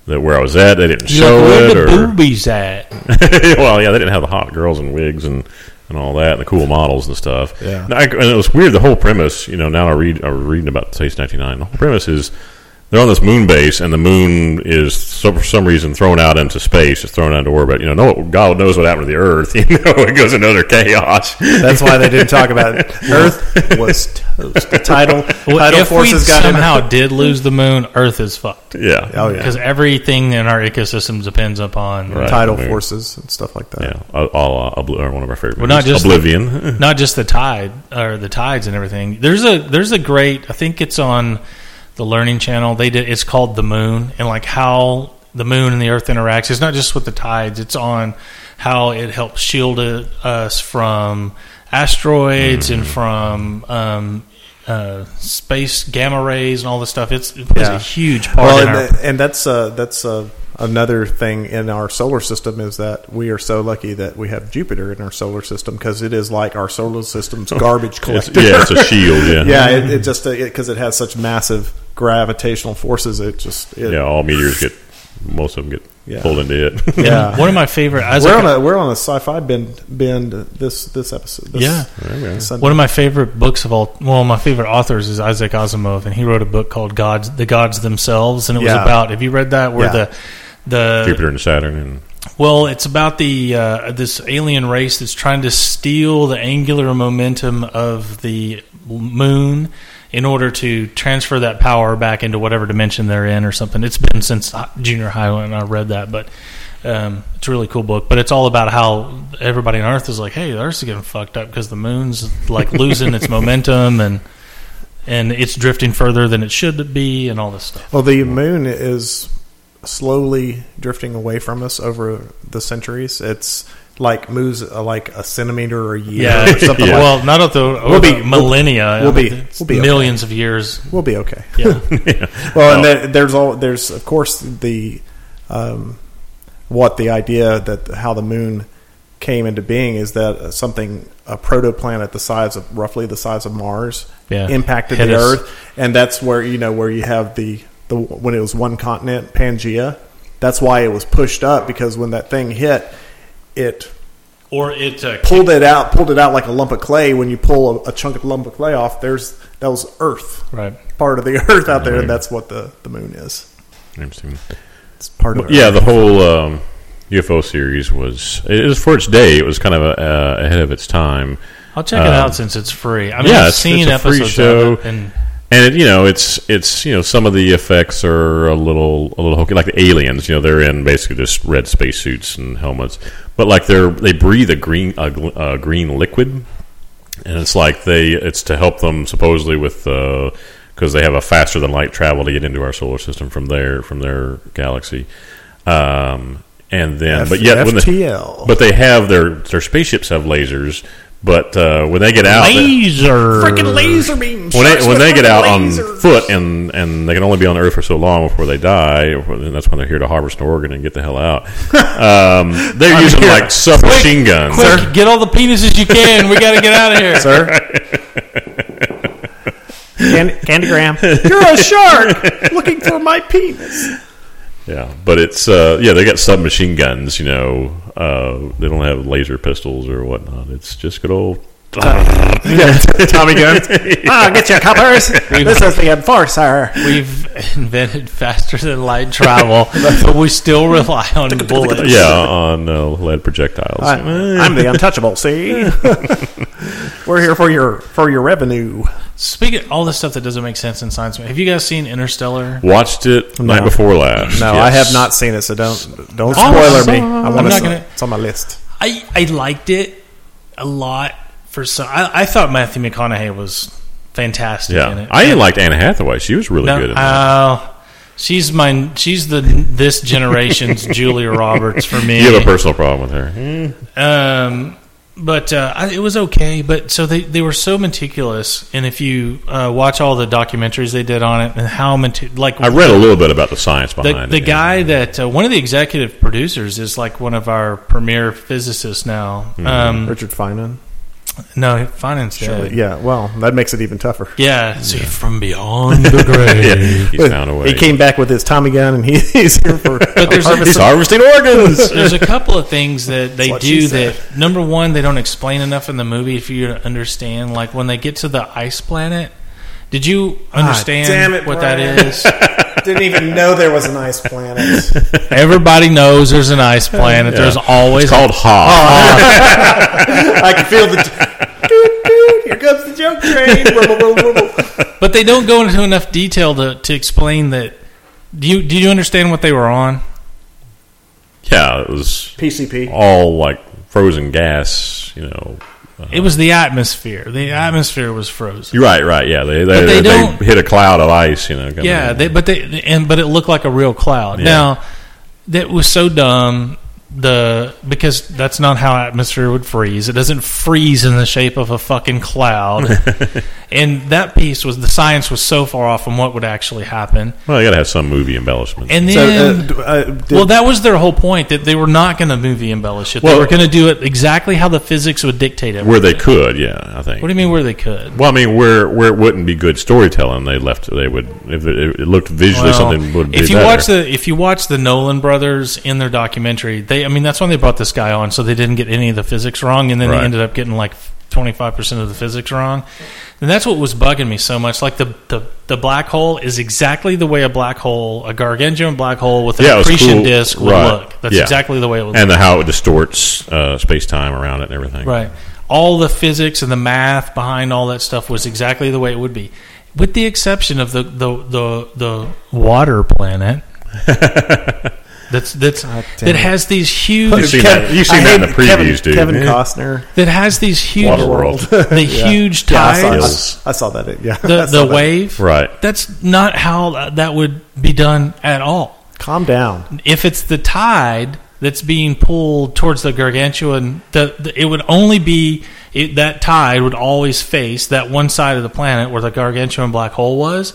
C: that where I was at they didn't show it
A: where the
C: or
A: boobies at?
C: well, yeah, they didn't have the hot girls and wigs and, and all that, and the cool models and stuff.
B: Yeah.
C: and, I, and it was weird. The whole premise, you know, now I read I was reading about Space 99. The whole premise is they're on this moon base, and the moon is so, for some reason thrown out into space. It's thrown out into orbit. You know, no God knows what happened to the Earth. You know, it goes into other chaos.
B: That's why they didn't talk about it. Earth was toast. The title,
A: Well,
B: title
A: if we
B: forces got in-
A: somehow did lose the moon, Earth is fucked
C: yeah.
B: Oh yeah,
A: because everything in our ecosystem depends upon
C: Right.
B: tidal
C: I mean-
B: forces and stuff like that.
C: Yeah, all, all, uh, Obli- or one of our favorite.
A: Well, not
C: movies,
A: just-
C: Oblivion.
A: not just the tide or the tides and everything. There's a there's a great I think it's on the Learning Channel. They did it's called the Moon and like how the moon and the Earth interacts. It's not just with the tides. It's on how it helps shield it, us from asteroids
B: Mm-hmm.
A: and from um, uh, space gamma rays and all this stuff. It's it plays
B: Yeah.
A: a huge part.
B: Well,
A: in
B: and,
A: our,
B: tha- and that's uh, that's uh, another thing in our solar system is that we are so lucky that we have Jupiter in our solar system because it is like our solar system's garbage
C: It's,
B: collector.
C: yeah, it's a shield. Yeah,
B: yeah, it, it just because it, has such massive gravitational forces, it just it,
C: Yeah, All meteors get most of them get
B: Yeah.
C: pulled into it.
B: yeah.
A: one of my favorite. I was
B: we're
A: like-
B: on a we're on a sci-fi bend bend this this episode. This
A: Yeah.
C: Okay.
B: Sunday.
A: One of my favorite books of all, well, my favorite authors is Isaac Asimov, and he wrote a book called "Gods: The Gods Themselves," and it was
B: Yeah.
A: about. Have you read that? Where
B: Yeah.
A: the the
C: Jupiter and Saturn and
A: well, it's about the uh, this alien race that's trying to steal the angular momentum of the moon in order to transfer that power back into whatever dimension they're in or something. It's been since hi- junior high when I read that, but um, it's a really cool book. But it's all about how everybody on Earth is like, "Hey, the Earth's getting fucked up because the moon's like losing its momentum and and it's drifting further than it should be, and all this stuff."
B: Well, the moon is slowly drifting away from us over the centuries. It's like moves uh, like a centimeter or a year
A: Yeah,
B: or something. Like
A: well, not at the over
B: We'll be-
A: the millennia.
B: we'll be-
A: It's
B: we'll be okay.
A: millions of years.
B: We'll be okay.
A: Yeah,
B: Well, and there, there's all there's of course the um, what the idea that how the moon came into being is that something a protoplanet the size of roughly the size of Mars
A: Yeah.
B: impacted
A: Hit
B: the
A: us.
B: Earth, and that's where you know where you have the the when it was one continent Pangea. That's why it was pushed up because when that thing hit, it
A: or it uh,
B: pulled it out, pulled it out like a lump of clay. When you pull a, a chunk of lump of clay off, there's that was Earth,
A: right.
B: part of the Earth out there,
C: Mhm.
B: and that's what the the moon is.
C: Interesting.
B: It's part of it.
C: Yeah, the whole um, UFO series was it was for its day. It was kind of uh, ahead of its time,
A: I'll check it
C: Um,
A: out since it's free. I mean,
C: yeah,
A: I've
C: it's-
A: seen
C: it's a free
A: episodes
C: show.
A: of it, and
C: and it, you know, it's it's you know some of the effects are a little a little hokey, like the aliens. You know, they're in basically just red spacesuits and helmets, but like they're they breathe a green a, gl- a green liquid, and it's like they it's to help them supposedly with. Uh, because they have a faster than light travel to get into our solar system from their from their galaxy, um, and then but yet when the
B: FTL.
C: But they have their their spaceships have lasers, but uh, when they get out,
A: laser,
B: freaking laser beams.
C: when
B: shots
C: they,
B: with
C: when they get
B: freaking
C: out on
B: lasers.
C: foot and and they can only be on Earth for so long before they die, and that's when they're here to harvest an organ and get the hell out. Um, they're using
B: here.
C: like submachine guns.
A: Quick, get all the penises you can. We got to get out of here.
B: sir. Can- Candygram, you're a shark looking for my penis.
C: Yeah, but it's uh, yeah they got submachine guns. You know, uh, they don't have laser pistols or whatnot. It's just good old.
B: Tommy guns. Ah, get your coppers. this is the enforcer.
A: We've invented faster than light travel, but we still rely on bullets.
C: Yeah, on uh, lead projectiles.
B: I, I'm the untouchable. See, we're here for your for your revenue.
A: Speaking of all the stuff that doesn't make sense in science, have you guys seen Interstellar?
C: Watched it night before last.
B: No, I have not seen it, so don't don't spoiler me. I
A: I'm
B: want
A: not
B: to.
A: gonna-
B: It's on my list.
A: I, I liked it a lot for some. I, I thought Matthew McConaughey was fantastic in
C: Yeah,
A: it.
C: I liked Anne Hathaway. She was really
A: No,
C: good in that.
A: oh, she's mine. She's the this generation's Julia Roberts for me.
C: You have a personal problem with her.
A: Um, but uh, I, it was okay. But so they, they were so meticulous, and if you uh, watch all the documentaries they did on it, and how meti- like
C: I read a little bit about the science
A: the,
C: behind
A: the
C: it.
A: guy that uh, one of the executive producers is like one of our premier physicists now.
C: Mm-hmm.
A: Um,
B: Richard Feynman.
A: no, finance
B: Surely-
A: dead.
B: Yeah. Well, that makes it even tougher.
A: Yeah, so from beyond the grave.
C: yeah, he's found a way.
B: He came back with his Tommy gun, and he, he's here for.
A: But there's a,
C: He's harvesting organs.
A: there's a couple of things that they
B: what she
A: do
B: said.
A: that number one they don't explain enough in the movie for you to understand like when they get to the ice planet did you understand
B: Ah, damn it,
A: what
B: Brian.
A: that is
B: Didn't even know there was an ice planet.
A: everybody knows there's an ice planet there's always
C: It's called
A: Oh,
C: Ha.
B: I can feel the. Doot, doot, here comes the joke train. Wibble, wibble, wibble.
A: but they don't go into enough detail to, to explain that do you do you understand what they were on
C: Yeah, it was
B: PCP.
C: all like frozen gas. You know,
A: it was the atmosphere the atmosphere was frozen
C: you're right, right. Yeah, they they,
A: they
C: they,
A: don't-
C: hit a cloud of ice. You know, kinda-
A: yeah they, but they and but it looked like a real cloud
C: Yeah.
A: now that was so dumb the because that's not how atmosphere would freeze it doesn't freeze in the shape of a fucking cloud and that piece was the science was so far off from what would actually happen
C: well, you got to have some movie embellishment.
A: and
B: So,
A: then
B: uh, d- uh, did-
A: well that was their whole point that they were not going to movie embellish it they
C: Well-
A: were going to do it exactly how the physics would dictate it
C: where they could, yeah, I think.
A: what do you mean where they could
C: Well, I mean, where where it wouldn't be good storytelling, they left. They would if it, it looked visually
A: Well,
C: something would be
A: if you
C: better.
A: watch the if you watch the Nolan brothers in their documentary, they I mean that's when they brought this guy on, so they didn't get any of the physics wrong, and then
C: Right.
A: they ended up getting like twenty five percent of the physics wrong. And that's what was bugging me so much. Like the, the the black hole is exactly the way a black hole, a gargantuan black hole with an
C: Yeah, it was
A: accretion
C: cool.
A: disk would
C: Right.
A: look. That's
C: Yeah.
A: exactly the way it would
C: and the, how it distorts uh, space time around it and everything.
A: Right. All the physics and the math behind all that stuff was exactly the way it would be, with the exception of the the the, the water planet. that's that's
B: Ah, damn
A: that
B: it.
A: has these
C: You've
A: huge
C: seen that, you've seen
B: I
C: that in the
B: hate
C: previews,
B: Kevin,
C: dude.
B: Kevin
C: Yeah.
B: Costner.
A: that has these huge
C: Waterworld.
A: the huge
B: Yeah, I saw, I,
A: tides.
B: I saw that. it- Yeah,
A: The,
B: I saw
A: the
B: that.
A: wave,
C: Right.
A: That's not how that would be done at all.
B: Calm down.
A: if it's the tide that's being pulled towards the gargantuan, the, the, it would only be it, that tide would always face that one side of the planet where the gargantuan black hole was.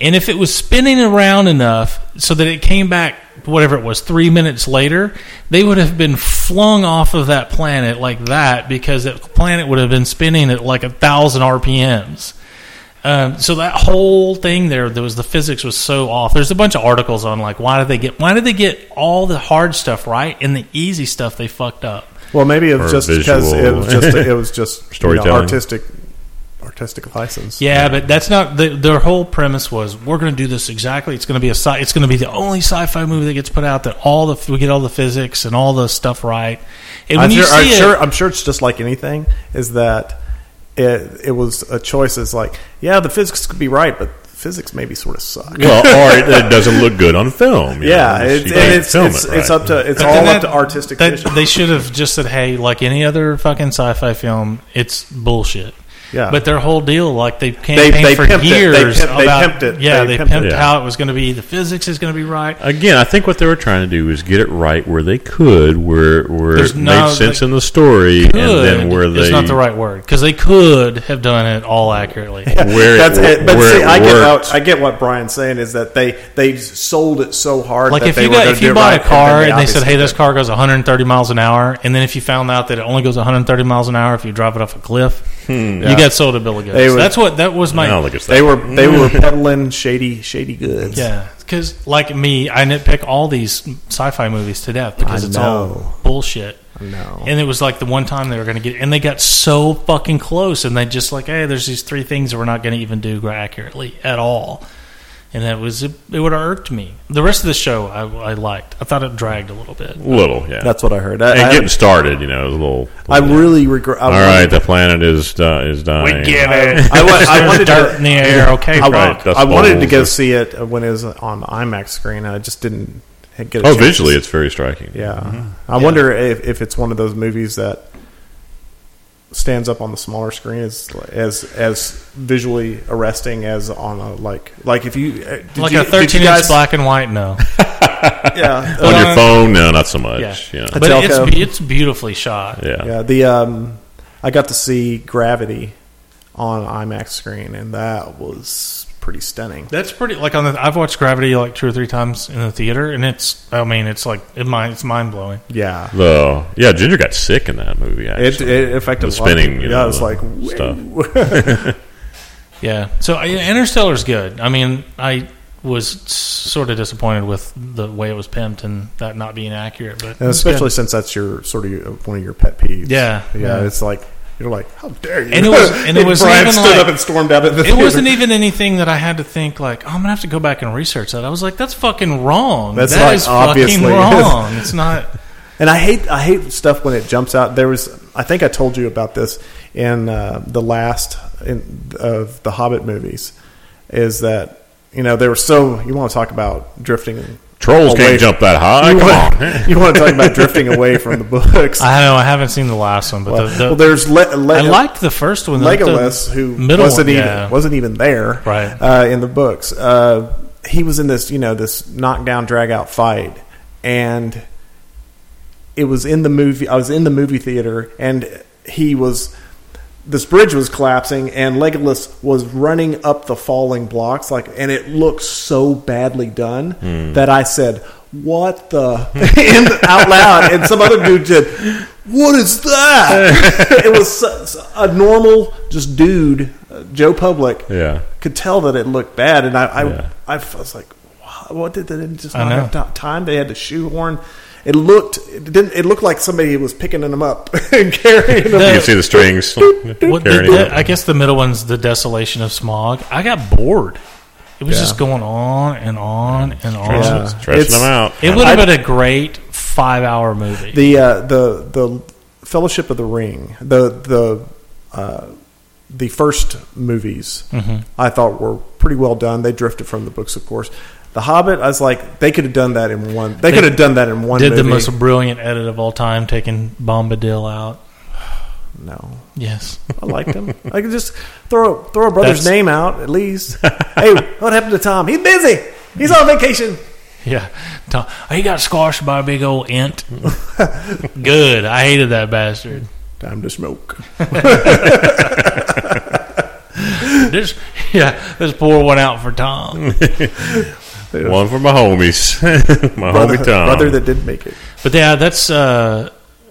A: And if it was spinning around enough so that it came back, whatever it was, three minutes later, they would have been flung off of that planet like that because that planet would have been spinning at like a thousand RPMs. Um, so that whole thing there, there was the physics was so off. There's a bunch of articles on like why did they get why did they get all the hard stuff right and the easy stuff they fucked up.
B: Well, maybe it was
C: Or
B: just because it
C: visual.
B: was just it was just you know,
C: Storytelling.
B: artistic, artistic license.
A: Yeah, but that's not the, their whole premise was we're going to do this exactly. It's going to be a sci- it's going to be the only sci-fi movie that gets put out that all the we get all the physics and all the stuff right. And when
B: I'm,
A: you
B: sure, I'm,
A: see it,
B: sure, I'm sure it's just like anything. Is that it? It was a choice. It's like yeah, the physics could be right, but physics maybe sort of suck.
C: Well, or it, it doesn't look good on film. you
B: Yeah,
C: know,
B: it's,
C: you
B: and
C: can't
B: it's,
C: film
B: it's,
C: it right.
B: it's up to it's
A: But
B: all
A: then
B: up to
A: that-
B: artistic
A: that-
B: vision.
A: They should have just said, "Hey, like any other fucking sci-fi film, it's bullshit."
B: Yeah.
A: But their whole deal, like they campaigned
B: they
A: for
B: pimped it. They
A: years
B: pimp- they
A: about,
B: pimped it.
A: yeah, they,
B: They
A: pimped,
B: pimped it.
C: Yeah.
A: how it was going to be. The physics is going to be right.
C: Again, I think what they were trying to do is get it right where they could, where where
A: There's
C: it
A: no-
C: made sense
A: like,
C: in the story, and then
A: Could
C: where
A: is
C: they
A: not the right word because they could have done it all accurately.
C: where
B: That's
C: it,
B: it. But
C: where
B: see,
C: it
B: I get
C: worked.
B: what, I get what Brian's saying is that they they sold it so hard.
A: Like
B: that
A: if
B: they
A: you
B: were
A: got,
B: gonna
A: if
B: do
A: you
B: it
A: bought
B: right,
A: a car and they
B: obviously
A: said, "Hey, this
B: did.
A: car goes 130 miles an hour," and then if you found out that it only goes 130 miles an hour if you drive it off a cliff, You got sold a bill of
B: Hmm. They
A: goods.
B: would-
A: That's what that was my
C: now look at that.
B: They were they were peddling shady shady goods.
A: Yeah, because like me, I nitpick all these sci-fi movies to death because
B: I
A: it's
B: know.
A: all bullshit.
B: No.
A: And it was like the one time they were going to get, and they got so fucking close, and they just like, hey, there's these three things that we're not going to even do accurately at all, and that was it. Would have irked me. The rest of the show, I, I liked. I thought it dragged a little bit.
C: little, yeah.
B: That's what I heard. I,
C: and
B: I,
C: getting started, you know, is a little.
B: I really regret. I
C: all
B: really-
C: right, the planet is di- is dying. Oh,
A: it.
B: I, wa- I wanted
A: dirt
B: to.
A: in the air. Okay,
B: I, wa-
A: Brock.
C: Right, dust
B: I wanted to
C: bowls
B: go
C: or-
B: see it when it was on the IMAX screen. I just didn't get. A
C: Oh,
B: chance.
C: visually, it's very striking.
B: Yeah,
A: Mm-hmm.
B: I wonder if, if it's one of those movies that stands up on the smaller screen as as as visually arresting as on a like like if you uh, did
A: like
B: you-
A: a
B: did you
A: 13
B: guys-
A: inch black and white. No,
B: yeah
C: On
A: Uh,
C: your phone, no, not so
A: yeah,
C: much. Yeah,
A: but it's
B: Telco.
A: be- it's beautifully shot.
C: yeah.
B: yeah the um I got to see Gravity on IMAX screen and that was pretty stunning.
A: That's pretty. Like on the, I've watched Gravity like two or three times in the theater, and it's. I mean, it's like it mind. It's mind blowing.
B: Yeah,
C: The yeah, Ginger got sick in that movie.
B: it
C: Actually.
B: it affected a
C: the
B: lot of
C: spinning.
B: people.
C: You
B: yeah,
C: know,
B: it was
C: the
B: like
C: stuff.
A: Yeah. So I- Interstellar's good. I mean, I was sort of disappointed with the way it was pimped and that not being accurate, but
B: and
A: it's
B: especially
A: good.
B: since that's your sort of your, one of your pet peeves.
A: Yeah,
B: yeah,
A: yeah.
B: It's like you're like, how dare you?
A: And it was- and it was
B: Brian
A: even
B: stood
A: like-
B: up and stormed out of the.
A: It wasn't e- even anything that I had to think like, oh, I'm gonna have to go back and research that. I was like, that's fucking wrong.
B: That's
A: That
B: like,
A: is
B: obviously.
A: fucking wrong. It's not.
B: And I hate I hate stuff when it jumps out. There was I think I told you about this in uh, the last in, of the Hobbit movies, is that you know they were so you want to talk about drifting.
C: Trolls
B: away-
C: can't jump that high.
B: You
C: Oh, Come
B: wanna-
C: on.
B: you want to talk about drifting away from the books?
A: I know. I haven't seen the last one, but
B: well,
A: the, the,
B: well, there's le- le-
A: I liked the first one. like the
B: Legolas, who
A: middle
B: wasn't
A: one,
B: even
A: yeah.
B: wasn't even there,
A: Right.
B: Uh, in the books, uh, he was in this you know this knockdown drag out fight, and it was in the movie. I was in the movie theater, and he was. This bridge was collapsing, and Legolas was running up the falling blocks, like, and it looked so badly done
C: Hmm.
B: that I said, "What the?" in, out loud, and some other dude said, "What is that?" it was so, so- a normal, just dude, uh, Joe Public,
C: Yeah.
B: could tell that it looked bad, and I, I,
C: Yeah.
B: I was like, "Wha- "What did they didn't just
A: I
B: not
A: know.
B: have ti- time? They had to shoehorn." It looked it didn't. It looked like somebody was picking them up and carrying them.
A: The-
C: You can see the strings.
A: What the,
C: Carrying
A: the-
C: it.
A: I guess the middle one's the desolation of smog. I got bored. It was just going on and on and on.
B: Yeah.
C: Stretching
B: It's-
C: them out.
A: It would have been a great five-hour movie.
B: the uh, the the Fellowship of the Ring, the the uh, the first movies,
A: Mm-hmm.
B: I thought were pretty well done. They drifted from the books, of course. The Hobbit, I was like, they could have done that in one.
A: They
B: They, could have done that in one.
A: Did
B: movie.
A: the most brilliant edit of all time, taking Bombadil out.
B: no.
A: Yes,
B: I liked him. I could just throw throw a brother's
A: That's-
B: name out at least. hey, what happened to Tom? He's busy. He's on vacation.
A: yeah. Tom, "Oh, he got squashed by a big old ant. Good. I hated that bastard.
B: Time to smoke.
A: This, yeah, this pour one out for Tom.
C: One for my homies. my
B: Brother,
C: homie Tom.
B: brother that did make it.
A: But yeah, that's. Uh,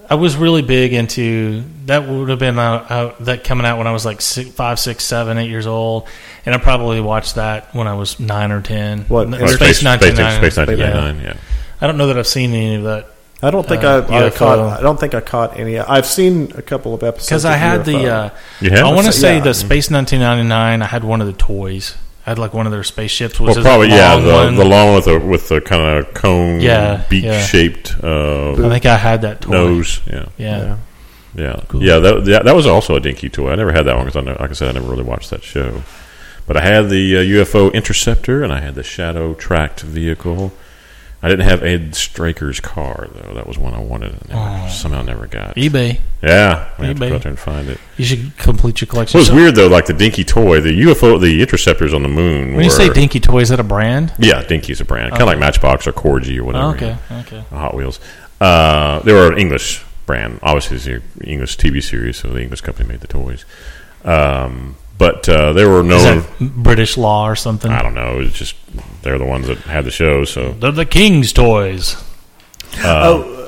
A: I was really big into that. Would have been uh, uh, that coming out when I was like six, five, six, seven, eight years old, and I probably watched that when I was nine or ten.
B: What,
A: N-
C: Or
B: Space
C: Space, Space,
A: 1999.
C: Space
A: Yeah.
C: 1999. Yeah.
A: I don't know that I've seen any of that
B: I don't think
A: Uh,
B: I, I
A: UFO.
B: caught. I don't think I caught any. I've seen a couple of episodes
A: because I
B: of
A: had the.
B: UFO.
A: Uh,
C: You have?
A: I want
C: Yeah.
A: to say
B: Yeah.
A: the Space 1999. I had one of the toys. I had like one of their spaceships, which
C: Well,
A: is
C: probably
A: a
C: yeah.
A: long
C: The,
A: one.
C: the long with the with the kind of cone,
A: Yeah,
C: beak
A: yeah.
C: shaped uh,
A: I think I had that toy.
C: nose. Yeah,
A: Yeah.
B: Yeah.
C: yeah, yeah. That, that that was also a dinky toy. I never had that one because I, know- like I said, I never really watched that show. But I had the uh, UFO interceptor and I had the shadow tracked vehicle. I didn't have Ed Straker's car though. That was one I wanted. And never, somehow never got.
A: Oh. eBay.
C: Yeah, I have to
A: eBay.
C: go out there and find it.
A: You should complete your
C: It
A: collection.
C: was
A: So,
C: weird though, like the dinky toy, the UFO, the interceptors on the moon.
A: when you say
C: were-
A: Dinky Toy, is that a brand?
C: yeah, Dinky's a brand, kind of like Matchbox or Corgi or whatever.
A: Oh, okay.
C: yeah.
A: Okay.
C: Hot Wheels. Uh, they were an English brand. Obviously, it's an English TV series, so the English company made the toys. Um, but uh, they were
A: Is
C: known.
A: that British law or something?
C: I don't know. It's just they're the ones that had the show. So
A: They're the King's toys.
B: oh, uh,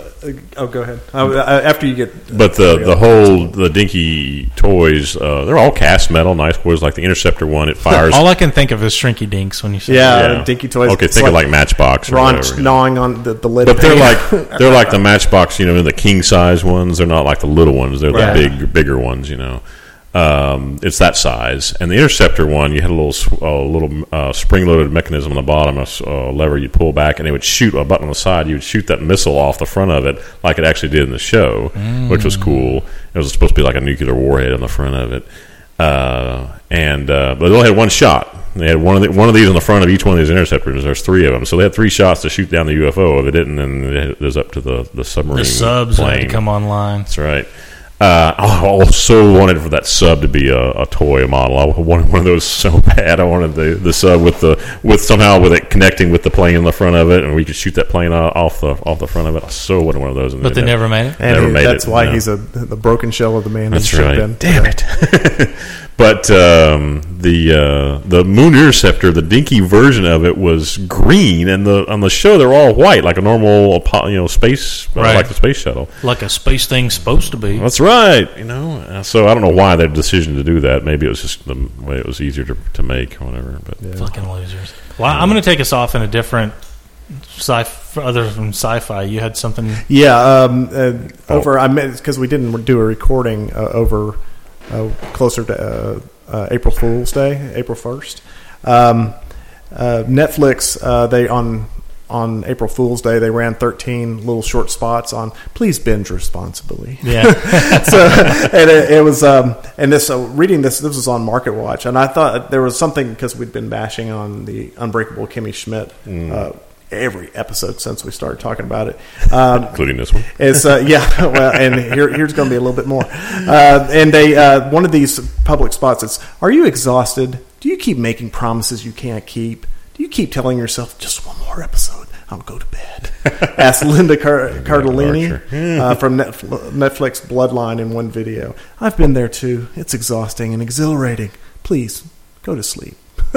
B: Oh, go ahead. Uh, uh, after you get,
C: But the
B: Yeah.
C: the whole the dinky toys, uh, they're all cast metal, nice toys. Like the Interceptor one, it fires.
A: All I can think of is Shrinky Dinks when you say
B: Yeah.
A: that.
B: uh, dinky toys.
C: Okay,
B: It's
C: think of
B: like
C: like Matchbox or
B: Ron
C: whatever.
B: gnawing on the, the lid.
C: But they're
B: pan.
C: like they're like the Matchbox, you know, the king size ones. They're not like the little ones. They're
B: Right.
C: the big, bigger ones. You know, um, it's that size. And the interceptor one, you had a little sw- a little uh, spring loaded mechanism on the bottom, a s- uh, lever you'd pull back, and it would shoot a button on the side. You would shoot that missile off the front of it, like it actually did in the show, which
A: Mm.
C: was cool. It was supposed to be like a nuclear warhead on the front of it. Uh, and uh, but they only had one shot. They had one of the, one of these on the front of each one of these interceptors. There's three of them, so they had three shots to shoot down the UFO. If it didn't, then it was up to the the submarine.
A: The subs had
C: plane.
A: to come online.
C: That's right. Uh, I also wanted for that sub to be a, a toy model. I wanted one of those so bad. I wanted the, the sub with the with somehow with it connecting with the plane in the front of it, and we could shoot that plane o- off the off the front of it. I so wanted one of those. and
A: But they never made it.
B: and
C: never
B: he-
C: made
B: that's
C: it,
B: why
C: no.
B: he's a the broken shell of the man.
C: That's
B: he should have
C: right.
B: Been.
C: Damn it. but um, the uh, the moon interceptor, the dinky version of it, was green, and the on the show they're all white, like a normal Apo- you know space uh,
A: Right.
C: like the space shuttle.
A: Like a space thing's supposed to be.
C: That's right. You know, Uh, so I don't know why their decision to do that. Maybe it was just the way it was easier to, to make or whatever. But
A: Fucking losers. Well, I'm going to take us off in a different sci other from sci-fi. You had something.
B: Yeah, um, uh,
C: Oh.
B: over. I meant because we didn't do a recording uh, over uh, closer to uh, uh, April Fool's Day, April first. Um, uh, Netflix uh, they on on April Fool's Day they ran thirteen little short spots on please binge responsibly.
A: Yeah.
B: so and it, it was um and this uh, reading this this was on Market Watch and I thought there was something because we'd been bashing on the Unbreakable Kimmy Schmidt uh, every episode since we started talking about it. Um,
C: including this one,
B: it's uh, yeah, well, and here, here's going to be a little bit more. Uh, and they uh, one of these public spots. It's are you exhausted? Do you keep making promises you can't keep? Do you keep telling yourself just one more episode? I'll go to bed. Asked Linda Car- Cardellini uh, from Netf- Netflix Bloodline in one video. I've been there too. It's exhausting and exhilarating. Please go to sleep.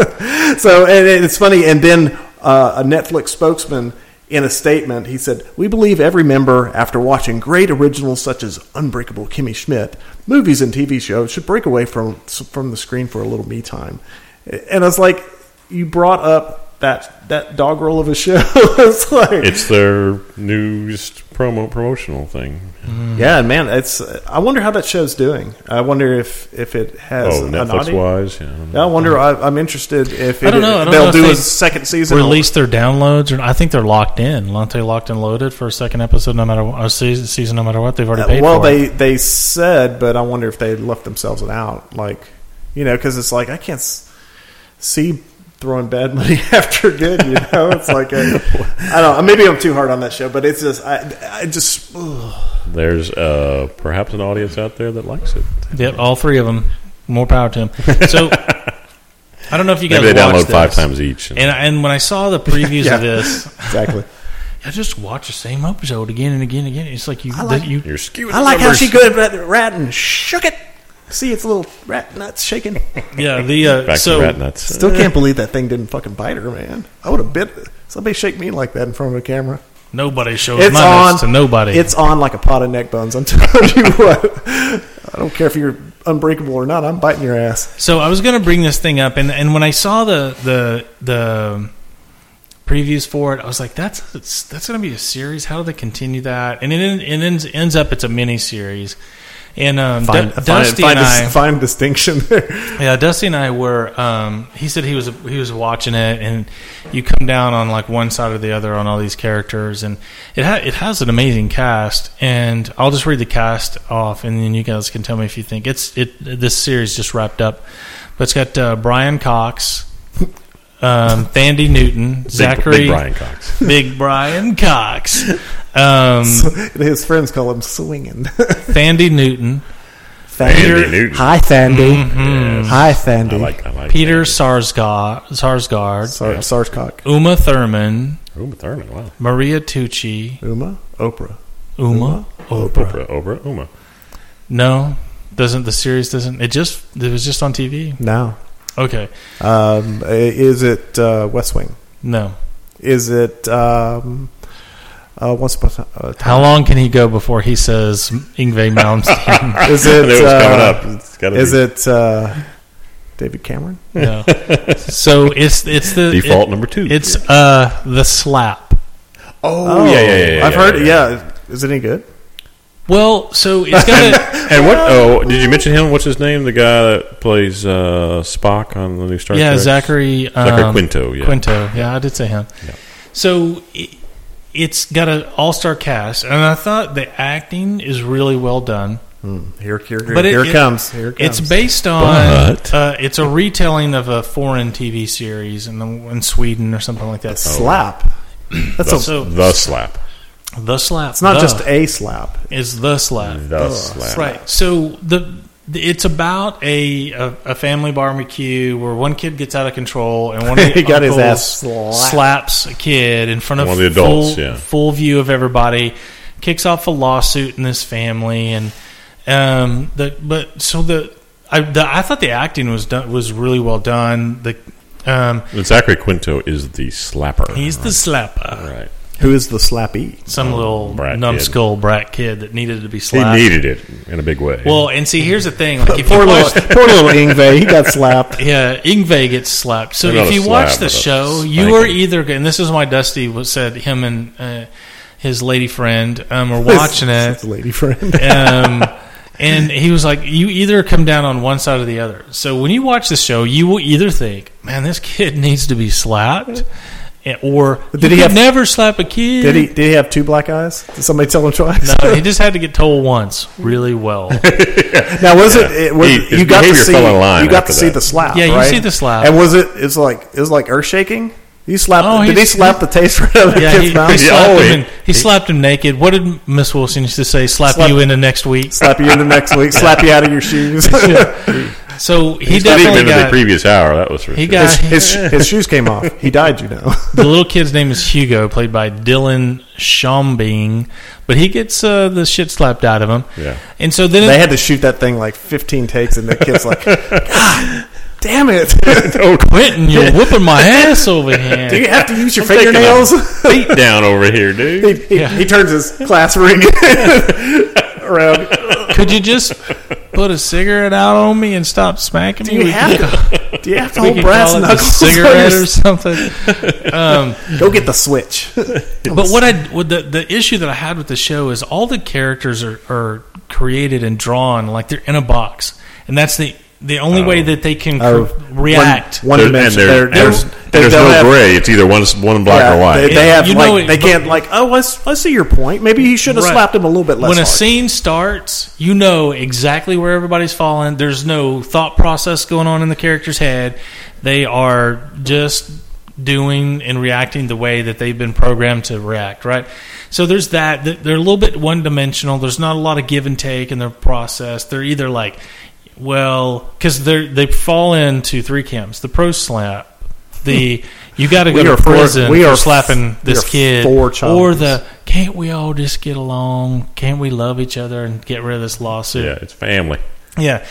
B: so and it- it's funny. And then uh, a Netflix spokesman in a statement he said, "We believe every member, after watching great originals such as Unbreakable Kimmy Schmidt, movies and TV shows, should break away from from the screen for a little me time." And I was like, "You brought up that that doggerel of a show. it's like
C: it's their new just promo promotional thing.
B: yeah, man. It's I wonder how that show's doing. I wonder if if it has
C: oh,
B: an
C: Netflix
B: audience.
C: wise, yeah.
B: I wonder. I, I'm interested if it,
A: I don't know. I don't
B: they'll
A: know if
B: do
A: they
B: a second season. or-
A: Release their downloads, or I think they're locked in. Aren't they locked and loaded for a second episode, no matter what, or season, season, no matter what? They've already
B: Uh,
A: paid
B: well,
A: for
B: they
A: it.
B: they said, but I wonder if they left themselves an out. Like, you know, because it's like I can't s- see throwing bad money after good. You know, it's like I I don't. know. Maybe I'm too hard on that show, but it's just I I just ugh.
C: There's uh, perhaps an audience out there that likes it.
A: Yep, all three of them. More power to them. So I don't know if you guys
C: Maybe they
A: watched
C: download five
A: this.
C: times each.
A: And and when I saw the previews
B: Yeah.
A: of this,
B: exactly.
A: I just watch the same episode again and again and again. It's like you,
B: like-
A: you
C: you're skewing.
B: I
C: the
B: like how
C: numbers.
B: she good at rat and shook it. See, it's a little rat nuts shaking.
A: yeah. The uh,
C: Back
A: so
C: to rat nuts.
B: Still can't believe that thing didn't fucking bite her, man. I would have bit. Somebody shake me like that in front of a camera.
A: nobody shows
B: It's
A: my
B: on
A: nuts to nobody.
B: It's on like a pot of neck bones. I'm telling you what. I don't care if you're unbreakable or not. I'm biting your ass.
A: So I was going to bring this thing up, and, and when I saw the the the previews for it, I was like, that's that's going to be a series. How do they continue that? And it, en- it ends ends up it's a mini series. And um, Du- Dusty
B: fine,
A: and I, Mm.
B: dis- fine distinction there.
A: yeah, Dusty and I were. Um, he said he was he was watching it, and you come down on like one side or the other on all these characters, and it ha- it has an amazing cast. And I'll just read the cast off, and then you guys can tell me if you think it's it. This series just wrapped up, but it's got uh, Brian Cox, um, Thandi Newton,
C: Big-
A: Zachary,
C: Big Brian Cox.
A: Big Brian Cox, um,
B: His friends call him swinging.
A: Thandi Newton,
C: Andy Newton.
E: Hi, Sandy.
A: Mm.
E: Hi, Sandy.
C: I like. I like.
A: Peter Sarsgaard, Sarsgaard,
B: Sar- Sarscock.
A: Uma Thurman.
C: Uma Thurman. Wow.
A: Maria Tucci,
B: Uma. Oprah.
A: Uma, Oprah.
C: Oprah. Oprah. Uma.
A: No, doesn't the series doesn't it just it was just on TV?
B: Now.
A: Okay,
B: Um, i- is it uh, West Wing?
A: no,
B: Is it um, Uh, once upon a time.
A: How long can he go before he says Ingve Malmsteen?
B: Is
C: I
B: it?
C: knew it was coming
B: uh,
C: up. It's gotta
B: Is
C: be
B: it uh, David Cameron?
A: no. So it's it's the it-
C: default number two?
A: it's uh the slap.
C: oh, yeah, yeah, yeah, yeah,
B: I've
C: yeah,
B: heard.
C: yeah.
B: Is it any good?
A: Well, so it's got
C: And what? Oh, did you mention him? What's his name? The guy that plays uh, Spock on the new
A: a
C: Star Trek.
A: yeah Zachary um,
C: Zachary Quinto. Yeah.
A: Quinto. Yeah, I did say him.
C: Yeah.
A: So it, it's got an all star cast, and I thought the acting is really well done.
B: Here, here, here,
A: But it-
B: here
A: it-
B: it comes. Here it comes.
A: It's based on
C: But-
A: uh, it's a retelling of a foreign TV series in, the, in Sweden or something
C: Oh.
A: like that.
B: Oh. slap. That's
C: The,
B: a.
A: So-
C: the slap.
A: The slap.
B: It's not
A: the
B: just a slap.
A: is the slap.
C: The slap.
A: Right. So the it's about a, a a family barbecue where one kid gets out of control and one of the
B: He got his
A: uncles
B: ass slapped.
A: slaps a kid in front of,
C: One of the adults,
A: full,
C: yeah.
A: full view of everybody, kicks off a lawsuit in this family and um the but so the I the, I thought the acting was done was really well done. The um
C: And Zachary Quinto is the slapper.
A: he's the slapper.
C: right.
B: Who is the slappy?
A: Some little
C: Brat kid.
A: numbskull brat kid that needed to be
C: He
A: slapped.
C: needed it in a big way.
A: well, and see, here's the thing. Like, if
B: Poor
A: you watch,
B: little, poor little Ingve. He got slapped.
A: Yeah, Ingve gets slapped. So
C: I got
A: if
C: a
A: you
C: slap,
A: watch
C: I
A: the
C: got a
A: show, you
C: spanking.
A: are either and this is why Dusty was said him and uh, his lady friend um, were watching it,
B: That's a lady friend.
A: um, and he was like, you either come down on one side or the other. So when you watch the show, you will either think, man, this kid needs to be slapped, eh, or
B: Did
A: did
B: he
A: he
B: have-
A: never slap a kid?
B: Did he? Did he have two black eyes? Did somebody tell him twice?
A: No, he just had to get told once really well.
B: Now was it? it was,
C: He- his
B: you got to
C: behavior
B: see.
C: fell in line
B: you got
C: after
B: to see
C: that.
B: the slap.
A: Yeah, you
B: right?
A: see the slap.
B: And was it? It's like it was like earth shaking. He slapped.
A: Oh,
B: did he
A: he's-
B: slap the taste right out of the
A: Yeah,
B: kid's
A: he, he
B: mouth?
A: slapped
C: Oh,
A: him.
C: he-
A: In, he, slapped him naked. What did Miss Wilson used to say? Slap,
B: Slap-
A: you into next week.
B: slap you in the next week. Slap you out of your shoes.
A: So he
C: he didn't
A: definitely
C: even in the
A: got
C: previous hour. That was for
A: he
C: sure.
A: got
B: his, his, his shoes came off. He died, you know.
A: the little kid's name is Hugo, played by Dylan Schombing, but he gets uh, the shit slapped out of him.
C: Yeah.
A: And so then
B: They had to shoot that thing like 15 takes, and the kid's like, God damn it.
C: Oh,
A: Quentin, you're whooping my ass over
B: Do you
A: here.
B: have to use your
C: taking
B: fingernails?
C: beat down over here, dude.
B: he, he,
A: Yeah.
B: he turns his class ring around.
A: Could you just put a cigarette out on me and stop smacking
B: Do
A: me?
B: you
A: We
B: have
A: could-
B: to, do you have to
A: we
B: hold
A: could
B: brass
A: call it the
B: knuckles? on
A: cigarette
B: your-
A: or something.
B: Go get the switch.
A: But what I what the the issue that I had with the show is all the characters are, are created and drawn like they're in a box, and that's the the only way that they can
B: Oh.
A: cr- react.
B: One, one
C: There- and
B: dimension.
C: there-
B: They're-
C: and there's,
B: they're-
C: and
B: they
C: there's
B: don't
C: no
B: have-
C: gray. It's either one one black
B: yeah,
C: or white.
B: They, they
A: Yeah.
B: have
A: You know
B: like
A: it,
B: they
A: but-
B: can't like oh let's let's see your point. Maybe he should have
A: Right.
B: slapped him a little bit less.
A: when a
B: hard.
A: scene starts, you know exactly where everybody's falling. There's no thought process going on in the character's head. They are just doing and reacting the way that they've been programmed to react, right? So there's that. Th- They're a little bit one dimensional. There's not a lot of give and take in their process. They're either like, well, because they they fall into three camps: the pro slap, the you got to go
B: We
A: to
B: are for-
A: prison
B: we
A: for
B: are f-
A: slapping this
B: we are
A: kid,
B: for child
A: or
B: abuse.
A: the can't we all just get along? Can't we love each other and get rid of this
C: Yeah,
A: lawsuit?
C: it's family.
A: Yeah.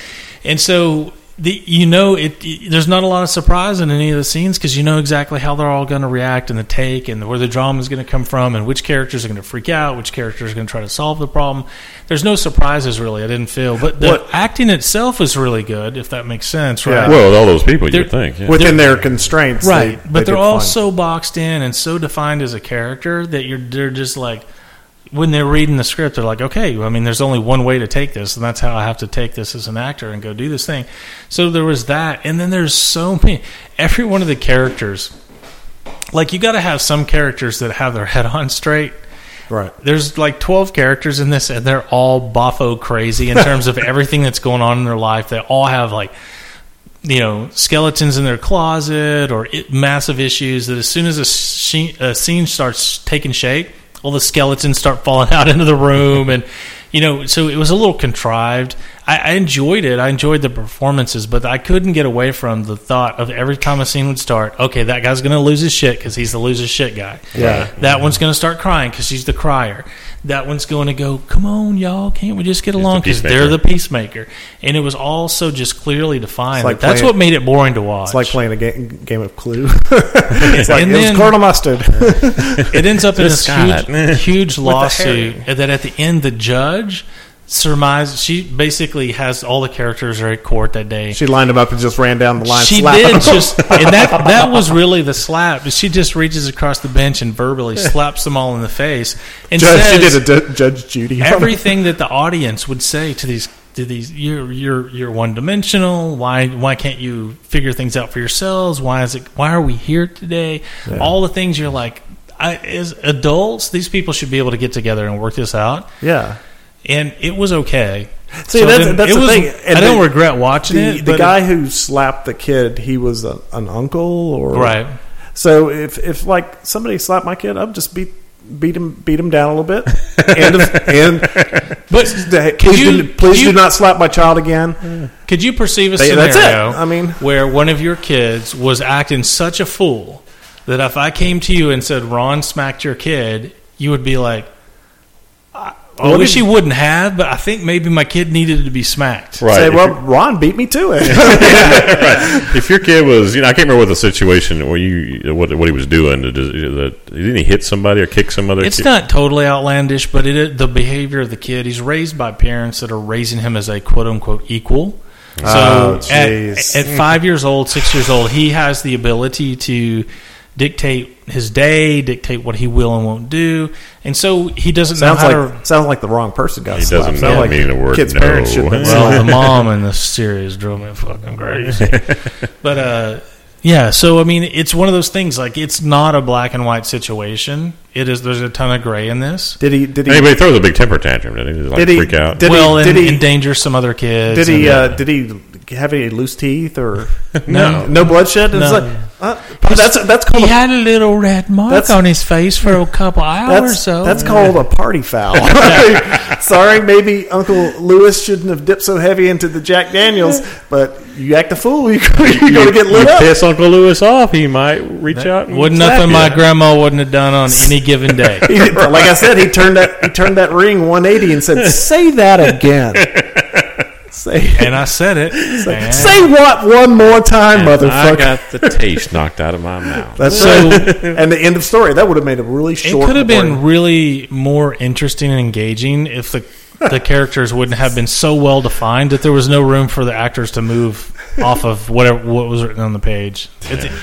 A: And so the you know it, it- there's not a lot of surprise in any of the scenes cuz you know exactly how they're all going to react and the take and where the drama is going to come from and which characters are going to freak out, which characters are going to try to solve the problem. There's no surprises really. I didn't feel, but the
B: What-
A: acting itself is really good if that makes sense, right?
B: Yeah.
C: Well, with all those people, you
A: They're-
C: would think. Yeah.
B: within their constraints, they-
A: right
B: they
A: but they're
B: did
A: all
B: fine.
A: so boxed in and so defined as a character that you're they're just like when they're reading the script they're like okay i mean there's only one way to take this and that's how i have to take this as an actor and go do this thing so there was that and then there's so many every one of the characters like you got to have some characters that have their head on straight
B: right.
A: there's like 12 characters in this and they're all boffo crazy in terms of everything that's going on in their life they all have like you know skeletons in their closet or it, massive issues that as soon as a, she, a scene starts taking shape all the skeletons start falling out into the room and you know so it was a little contrived I, I enjoyed it. I enjoyed the performances, but I couldn't get away from the thought of every time a scene would start. Okay, that guy's going to lose his shit because he's the lose his shit guy.
B: Yeah.
A: That one's going to start crying because she's the crier. That one's going to go, come on, y'all, can't we just get along? Because they're
C: peacemaker.
A: the peacemaker. And it was all so just clearly defined.
B: It's like
A: Like That's
B: playing-
A: what made it boring to watch.
B: It's like playing a game, game of Clue. it's like
A: And
B: it
A: then-
B: was corn mustard.
A: it ends up in
C: Just
A: this
C: kinda-
A: huge, huge lawsuit
B: herring.
A: that at the end the judge surmises she basically has all the characters are at court that day
B: she lined him up and just ran down the line.
A: she
B: slap
A: did
B: him.
A: just and that that was really the slap she just reaches across the bench and verbally slaps them all in the face and
B: Judge,
A: says
B: she did a D- Judge Judy. on him.
A: everything that the audience would say to these to these you're you're you're one dimensional why why can't you figure things out for yourselves why is it why are we here today all the things you're like I, as adults these people should be able to get together and work this out
B: Yeah.
A: and it was okay
B: See,
A: So
B: that's-
A: then
B: that's
A: it
B: the
A: was-
B: thing. And
A: I don't
B: the-
A: regret watching
B: The,
A: it
B: the
A: but
B: guy who slapped the kid, he was a, an uncle or
A: Right.
B: So if if like somebody slapped my kid, I'd just beat beat him beat him down a little bit. and and
A: but
B: please,
A: you-
B: do, please
A: you-
B: do not slap my child again.
A: Could you perceive a
B: They-
A: scenario?
B: that's it. I mean-
A: where one of your kids was acting such a fool that if I came to you and said Ron smacked your kid, you would be like, "I, I
B: What
A: wish
B: did-
A: he wouldn't have, but I think maybe my kid needed to be smacked."
C: Right.
B: Say,
C: if
B: well,
C: you're-
B: Ron beat me to it.
C: if your kid was, you know, I can't remember what the situation where you what what he was doing. Did- did- Didn't he hit somebody or kick some other?
A: It's
C: kid?
A: not totally outlandish, but it is the behavior of the kid. He's raised by parents that are raising him as a quote unquote equal. So
B: Oh,
A: at,
B: jeez.
A: at five years old, six years old, he has the ability to dictate his day, dictate what he will and won't do, and so he doesn't
B: sounds
A: know how
B: like sounds like the wrong person got
C: He
B: slapped.
C: doesn't
B: Sounds
C: know
B: like
C: meaning the word
B: kid's
C: no.
B: parents should have been
A: to. Well,
B: slapped.
A: the mom in this series drove me fucking crazy, but uh, yeah. So I mean, it's one of those things. Like it's not a black and white situation. It is. There's a ton of gray in this.
B: Did he did he
C: Anybody throws a big temper tantrum, did he? Just, like
B: Did he-
C: freak out.
B: did-
A: well,
B: he-
A: and
B: he-
A: endanger some other kids.
B: did he
A: and-
B: uh, did he have any loose teeth or
A: No.
B: no bloodshed? It's
A: No.
B: like, uh, that's that's called
A: He
B: a
A: had a little red mark
B: That's-
A: on his face for a couple hours.
B: That's,
A: so
B: that's called a party foul. Sorry, maybe Uncle Lewis shouldn't have dipped so heavy into the Jack Daniels, but you act a fool, you, you're going to get lit
C: you
B: up.
C: piss Uncle Lewis off, he might reach out. And
A: Wouldn't
C: slap
A: nothing
C: you.
A: my grandma wouldn't have done on any given day.
B: He- like I said, he turned that he turned that ring 180 and said, "Say that again." say
A: And I said it. And-
B: say what one more time,
C: I
B: motherfucker.
C: got the taste knocked out of my mouth.
B: That's
A: So-
B: right. and the end of story. That would have made a really
A: it
B: short.
A: could have been
B: recording.
A: really more interesting and engaging if the the characters wouldn't have been so well defined that there was no room for the actors to move off of whatever what was written on the page. It's-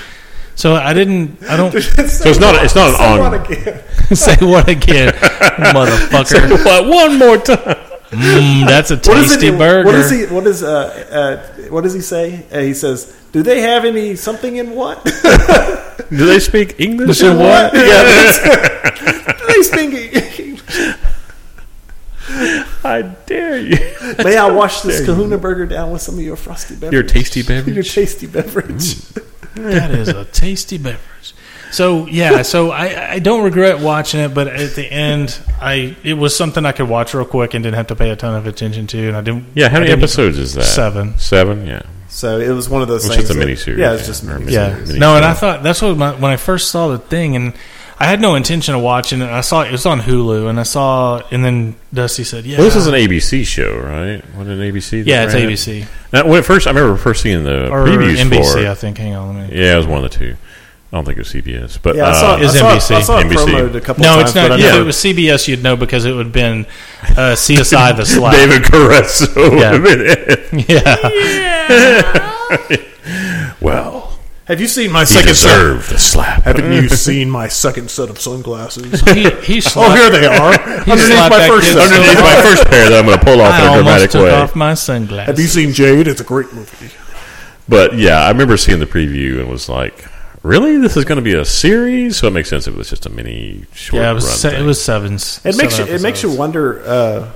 A: So I didn't. I don't
C: So it's not. It's not an
B: Say
C: on.
B: what again?
A: say what again, motherfucker.
C: What one more time?
A: Mm, that's a tasty
B: What is it?
A: burger.
B: What is he? What is uh, uh, What does he say? Uh, he says, "Do they have any something in what?"
C: Do they speak English or
B: what?
C: what?
B: They speak.
C: I dare you.
B: May I wash this Kahuna burger down with some of your Mm. frosty beverage?
C: Your tasty beverage.
B: Your tasty beverage.
A: That is a tasty beverage. So yeah, so I, I don't regret watching it, but at the end, I it was something I could watch real quick and didn't have to pay a ton of attention to, and I didn't.
C: Yeah. How
A: I
C: many
A: didn't-
C: episodes is that?
A: Seven.
C: Seven. Yeah.
B: So it was one of those
C: It's
B: things.
C: just a
B: that-
C: miniseries,
B: Yeah, it's
C: yeah,
B: just
C: or a
B: miniseries.
A: Yeah,
C: mini
A: no, and
C: show.
A: I thought that's what my, when I first saw the thing, and I had no intention of watching it. I saw it, it was on Hulu, and I saw, and then Dusty said, "Yeah,
C: Well, this is an ABC show, right? What an ABC? that
A: yeah, it's
C: ran it?
A: ABC
C: Now, when it first, I remember first seeing the
A: or
C: previews for
A: NBC,
C: it.
A: I think." Hang on, let me.
C: Yeah, it was one of the two. I don't think it was CBS, but
B: Yeah, I saw,
C: uh,
B: I
A: It's
B: saw,
A: NBC.
B: I saw it
C: NBC.
B: promoted a couple
A: No,
B: times.
A: it's not.
B: but I
A: If
B: never-
A: it was CBS, you'd know because it would have been uh, CSI the Slack.
C: David Caruso.
A: Yeah.
C: I mean,
A: Yeah.
C: well,
B: Have you seen my
C: he deserved the slap.
B: Haven't you seen my second set of sunglasses?
A: he, he slapped,
B: oh, here they are. Underneath
A: slapped
B: my
A: that
B: first
A: kid.
B: set.
C: Underneath my first pair that I'm going to pull off in
A: I
C: a
A: almost
C: dramatic
A: took
C: way.
A: off my sunglasses.
B: Have you seen Jade? It's a great movie.
C: But yeah, I remember seeing the preview and was like, "Really, this is going to be a series?" So it makes sense if it was just a mini short
A: yeah, it
C: run.
A: was se- it
C: thing.
A: was sevens.
B: It makes you,
A: seven
B: it makes you
A: episodes.
B: wonder. Uh,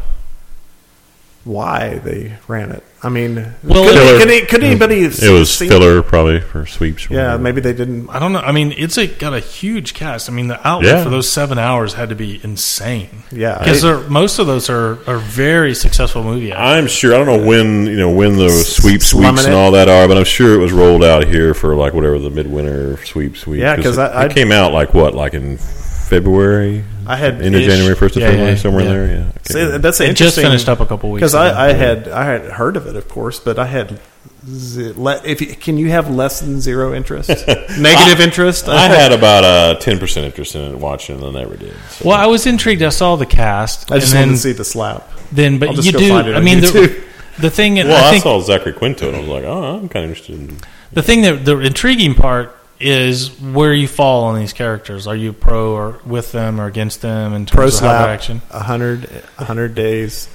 B: why they ran it. I mean,
A: Well,
B: could,
C: filler.
B: could, any- could anybody have
C: It was
B: seen-
C: filler, probably for sweeps. Or
B: Yeah,
C: whatever.
B: maybe they didn't.
A: I don't know. I mean, it's a, got a huge cast. I mean, the outlet
C: Yeah.
A: for those seven hours had to be insane.
B: Yeah.
A: because most of those are, are very successful movie. Actors.
C: I'm sure. I don't know when you know when the sweep
B: slumming
C: sweeps and
B: it.
C: all that are, but I'm sure it was rolled out here for like whatever the midwinter sweep sweep.
B: Yeah, 'cause
C: it,
B: I-
C: it
B: I-
C: came out like what, like in February,
B: I had
C: end of
A: Ish.
C: January, first of
A: Yeah,
C: February,
A: yeah,
C: somewhere
A: yeah.
C: there. Yeah, I can't
B: See,
C: remember.
B: that's
A: It just
B: interesting-
A: finished up a couple weeks
B: because
A: ago.
B: I, I had I had heard of it, of course, but I had z- le- if you, can you have less than zero interest, negative interest?
C: I had about a ten percent interest in it watching, and I never did. So.
A: Well, I was intrigued. I saw the cast.
B: I just
A: and
B: wanted
A: then,
B: to see the slap.
A: Then,
B: I'll
A: but
B: just
A: you
B: go
A: do.
B: find it
A: I
B: on
A: mean, the,
B: YouTube.
A: the thing.
C: Well, I,
A: I think
C: saw Zachary Quinto, and I was like, oh, I'm kind of interested. in
A: the thing that the intriguing part is where you fall on these characters. Are you pro or with them or against them in terms
B: Pro
A: of how they're
B: slap,
A: action?
B: 100, 100 days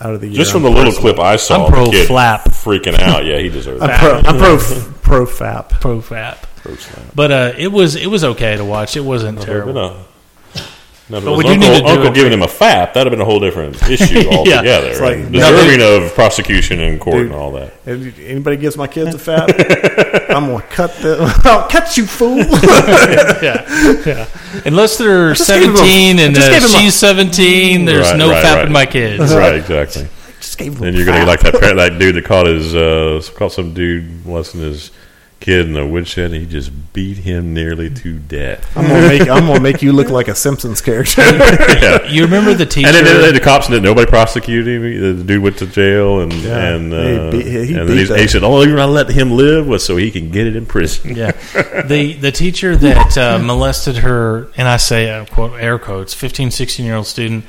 B: out of the year.
C: Just from the
B: I'm
C: little clip I saw,
A: I'm pro
C: the kid
A: flap.
C: freaking out. Yeah, he deserved it.
B: pro, I'm pro f- pro fap.
A: Pro fap.
C: Pro slap.
A: But uh, it was it was okay to watch. It wasn't
C: But,
A: terrible.
C: uh, no, but
A: But we
C: it was
A: do need
C: Uncle,
A: to do
C: Uncle
A: it.
C: giving him a fap, that'd have been a whole different issue altogether.
A: It's
B: like-
C: and
B: No,
C: deserving of prosecution and court
B: Dude.
C: and all that.
B: If anybody gives my kids a fap, I'm gonna cut the. I'll cut you, fool.
A: yeah, yeah. Unless they're
B: just gave him a-
A: seventeen
B: I
A: and
B: just
A: uh,
B: gave him a-
A: she's seventeen, there's
C: Right,
A: no
C: right,
A: fapping
C: right.
A: my kids.
C: Right, exactly.
B: Just gave them.
C: And you're going to be like that parent, that dude that caught his uh, caught some dude molesting his kid in the woodshed, and he just beat him nearly to death.
B: I'm gonna make. I'm gonna make you look like a Simpsons character.
C: Yeah.
A: You remember the teacher?
C: And then, then the cops didn't. Nobody prosecuted him. The dude went to jail, and
B: Yeah.
C: and, uh,
B: He beat- he
C: and
B: beat
C: then he,
B: the-
C: he said, "All reason I let him live was so he can get it in prison."
A: yeah, the the teacher that uh, molested her, and I say uh, quote air quotes, 15, 16 year old student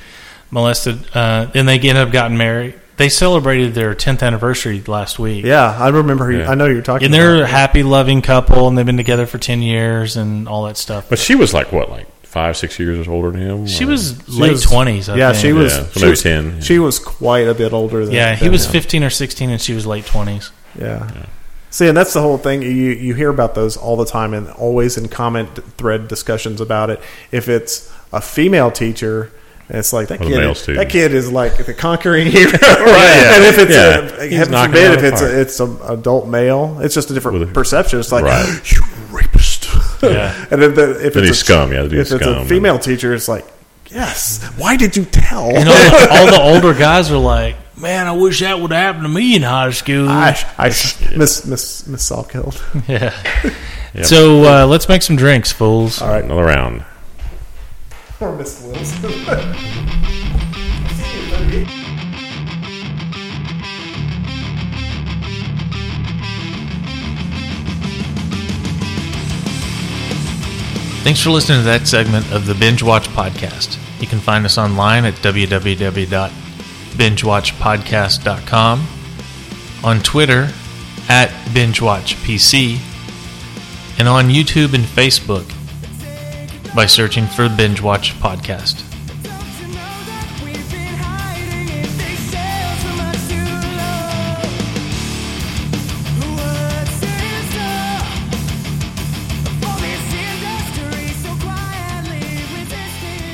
A: molested, uh, and they ended up gotten married. They celebrated their tenth anniversary last week.
B: yeah, I remember. Who,
C: Yeah.
B: I know who you're talking.
A: And they're a
B: about.
A: happy, loving couple, and they've been together for ten years and all that stuff.
C: But she was like what, like five, six years older than him.
A: She
C: Or-
A: was
B: She
A: late
B: was-
A: twenties.
B: Yeah, she was.
C: Yeah, so
B: she
C: maybe
B: was
C: 10, yeah.
B: She was quite a bit older than.
A: Yeah, he
B: than
A: was
B: him.
A: fifteen or sixteen, and she was late twenties.
B: Yeah. See, and that's the whole thing. You you hear about those all the time, and always in comment thread discussions about it. If it's a female teacher, and it's like that
C: Or the
B: kid.
C: male
B: Is,
C: student.
B: that kid is like the conquering hero, right?
C: yeah.
B: And if it's
C: Yeah.
B: a,
C: He's
B: heaven
C: knocking
B: forbid,
C: it out
B: if
C: of
B: it's
C: the
B: a, it's an adult male, it's just a different
C: With a-
B: perception. It's like
C: Right.
B: you rapist.
A: Yeah.
B: and then the, if
C: Then
B: it's
C: he's
B: a,
C: scum, yeah, the
B: If
C: dude's
B: it's
C: scum,
B: a
C: and-
B: female teacher, it's like yes. Why did you tell?
A: And all the, all the older guys are like, "Man, I wish that would happen to me in high school."
B: I, I miss miss miss Saul killed.
A: yeah. So uh, let's make some drinks, fools.
C: All right, another round.
B: Poor Miss Wills.
A: Thanks for listening to that segment of the Binge Watch Podcast. You can find us online at www.bingewatchpodcast.com, on Twitter at BingeWatchPC, and on YouTube and Facebook by searching for Binge Watch Podcast.
F: Don't you know that we've been hiding in these cells for much too long? What's in store for this industry so quietly resisting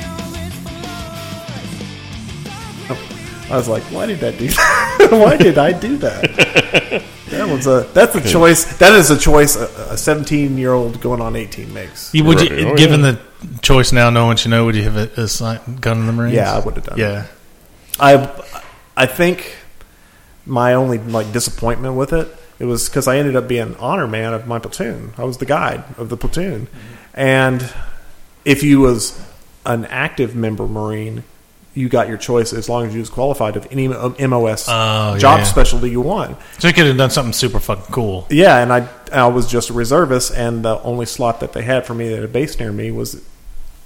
F: all its flaws?
B: I was like, why did I do that? why did I do that? That was a that's a choice. That is a choice a a 17 year old going on 18 makes.
A: You, would
C: Right.
A: you,
C: Oh,
A: given
C: yeah.
A: the choice now, knowing what you know, would you have a, a si- gun in the Marines?
B: Yeah, I would have done. it.
A: Yeah.
B: I I think my only like disappointment with it it was because I ended up being honor man of my platoon. I was the guide of the platoon, and if you was an active member Marine, you got your choice as long as you was qualified of any MOS
A: Oh,
B: job
A: yeah.
B: specialty you want.
A: So you could have done something super fucking cool.
B: Yeah, and I I was just a reservist, and the only slot that they had for me at a base near me was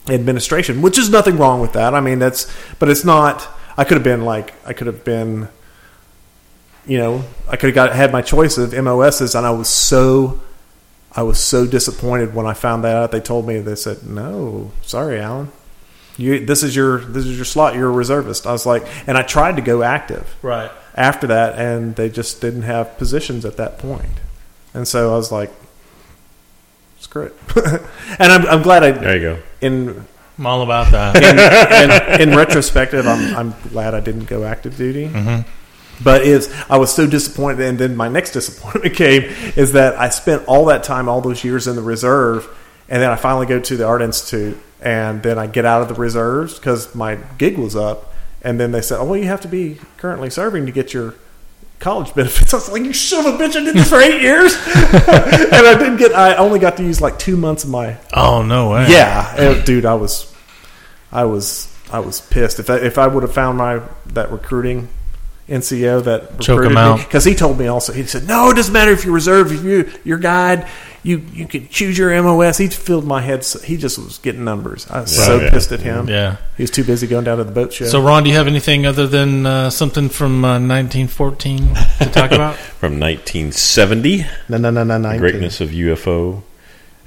B: administration, which is nothing wrong with that. I mean, that's but it's not. I could have been like I could have been, you know, I could have got had my choice of MOSs, and I was so. I was so disappointed when I found that out. They told me they said, "No, sorry, Alan, you this is your this is your slot. You're a reservist." I was like, and I tried to go active,
A: Right.
B: after that, and they just didn't have positions at that point. And so I was like, screw it. and I'm, I'm glad I,
C: There you go.
B: in
A: I'm all about that.
B: in, in, in retrospective, I'm, I'm glad I didn't go active duty But is I was so disappointed, and then my next disappointment came is that I spent all that time, all those years in the reserve, and then I finally go to the art institute, and then I get out of the reserves because my gig was up, and then they said, "Oh, well, you have to be currently serving to get your college benefits." I was like, "You son of a bitch! I did this for eight years, and I didn't get. I only got to use like two months of my
A: Oh no way.
B: yeah, eh, dude, I was, I was, I was pissed. If I, if I would have found my that recruiting NCO that
A: Choke
B: recruited
A: him
B: me-
A: out.
B: because he told me also he said no, it doesn't matter if you reserve if you your guide you you can choose your MOS. He filled my head. so- He just was getting numbers. I was
C: Right,
B: so
C: yeah.
B: pissed at him.
A: Yeah.
B: he was too busy going down to the boat show.
A: So, Ron, do you have anything other than uh, something from uh, 1914 to talk about?
C: From 1970,
B: no no no no no.
C: Greatness of UFO.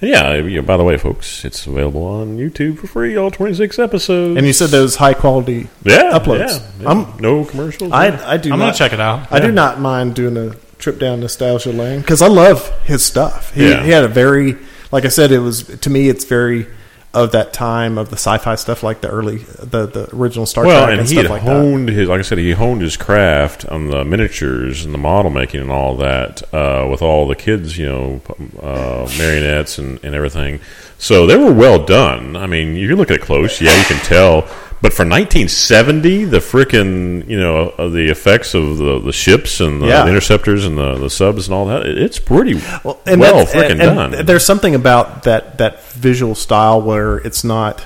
C: And yeah, you know, by the way, folks, it's available on YouTube for free, all 26 episodes.
B: And you said those high quality
C: yeah,
B: uploads.
C: yeah, yeah.
B: I'm-
C: no commercials.
B: I I do.
A: I'm
B: not
A: gonna check it out.
B: I do not mind doing a trip down nostalgia lane because I love his stuff. He,
C: Yeah.
B: he had a very, like I said, it was to me, it's very of that time of the sci-fi stuff, like the early, the the original Star
C: well,
B: Trek
C: and,
B: and,
C: he
B: stuff
C: had
B: like that.
C: honed his, like I said, he honed his craft on the miniatures and the model making and all that uh, with all the kids, you know, uh, marionettes and, and everything. So they were well done. I mean, if you look at it close, yeah, you can tell. But for 1970, the frickin', you know, uh, the effects of the, the ships and the,
B: Yeah.
C: interceptors and the, the subs and all that, it- it's pretty well,
B: and that's-
C: frickin'
B: and-
C: done.
B: and There's something about that that visual style where it's not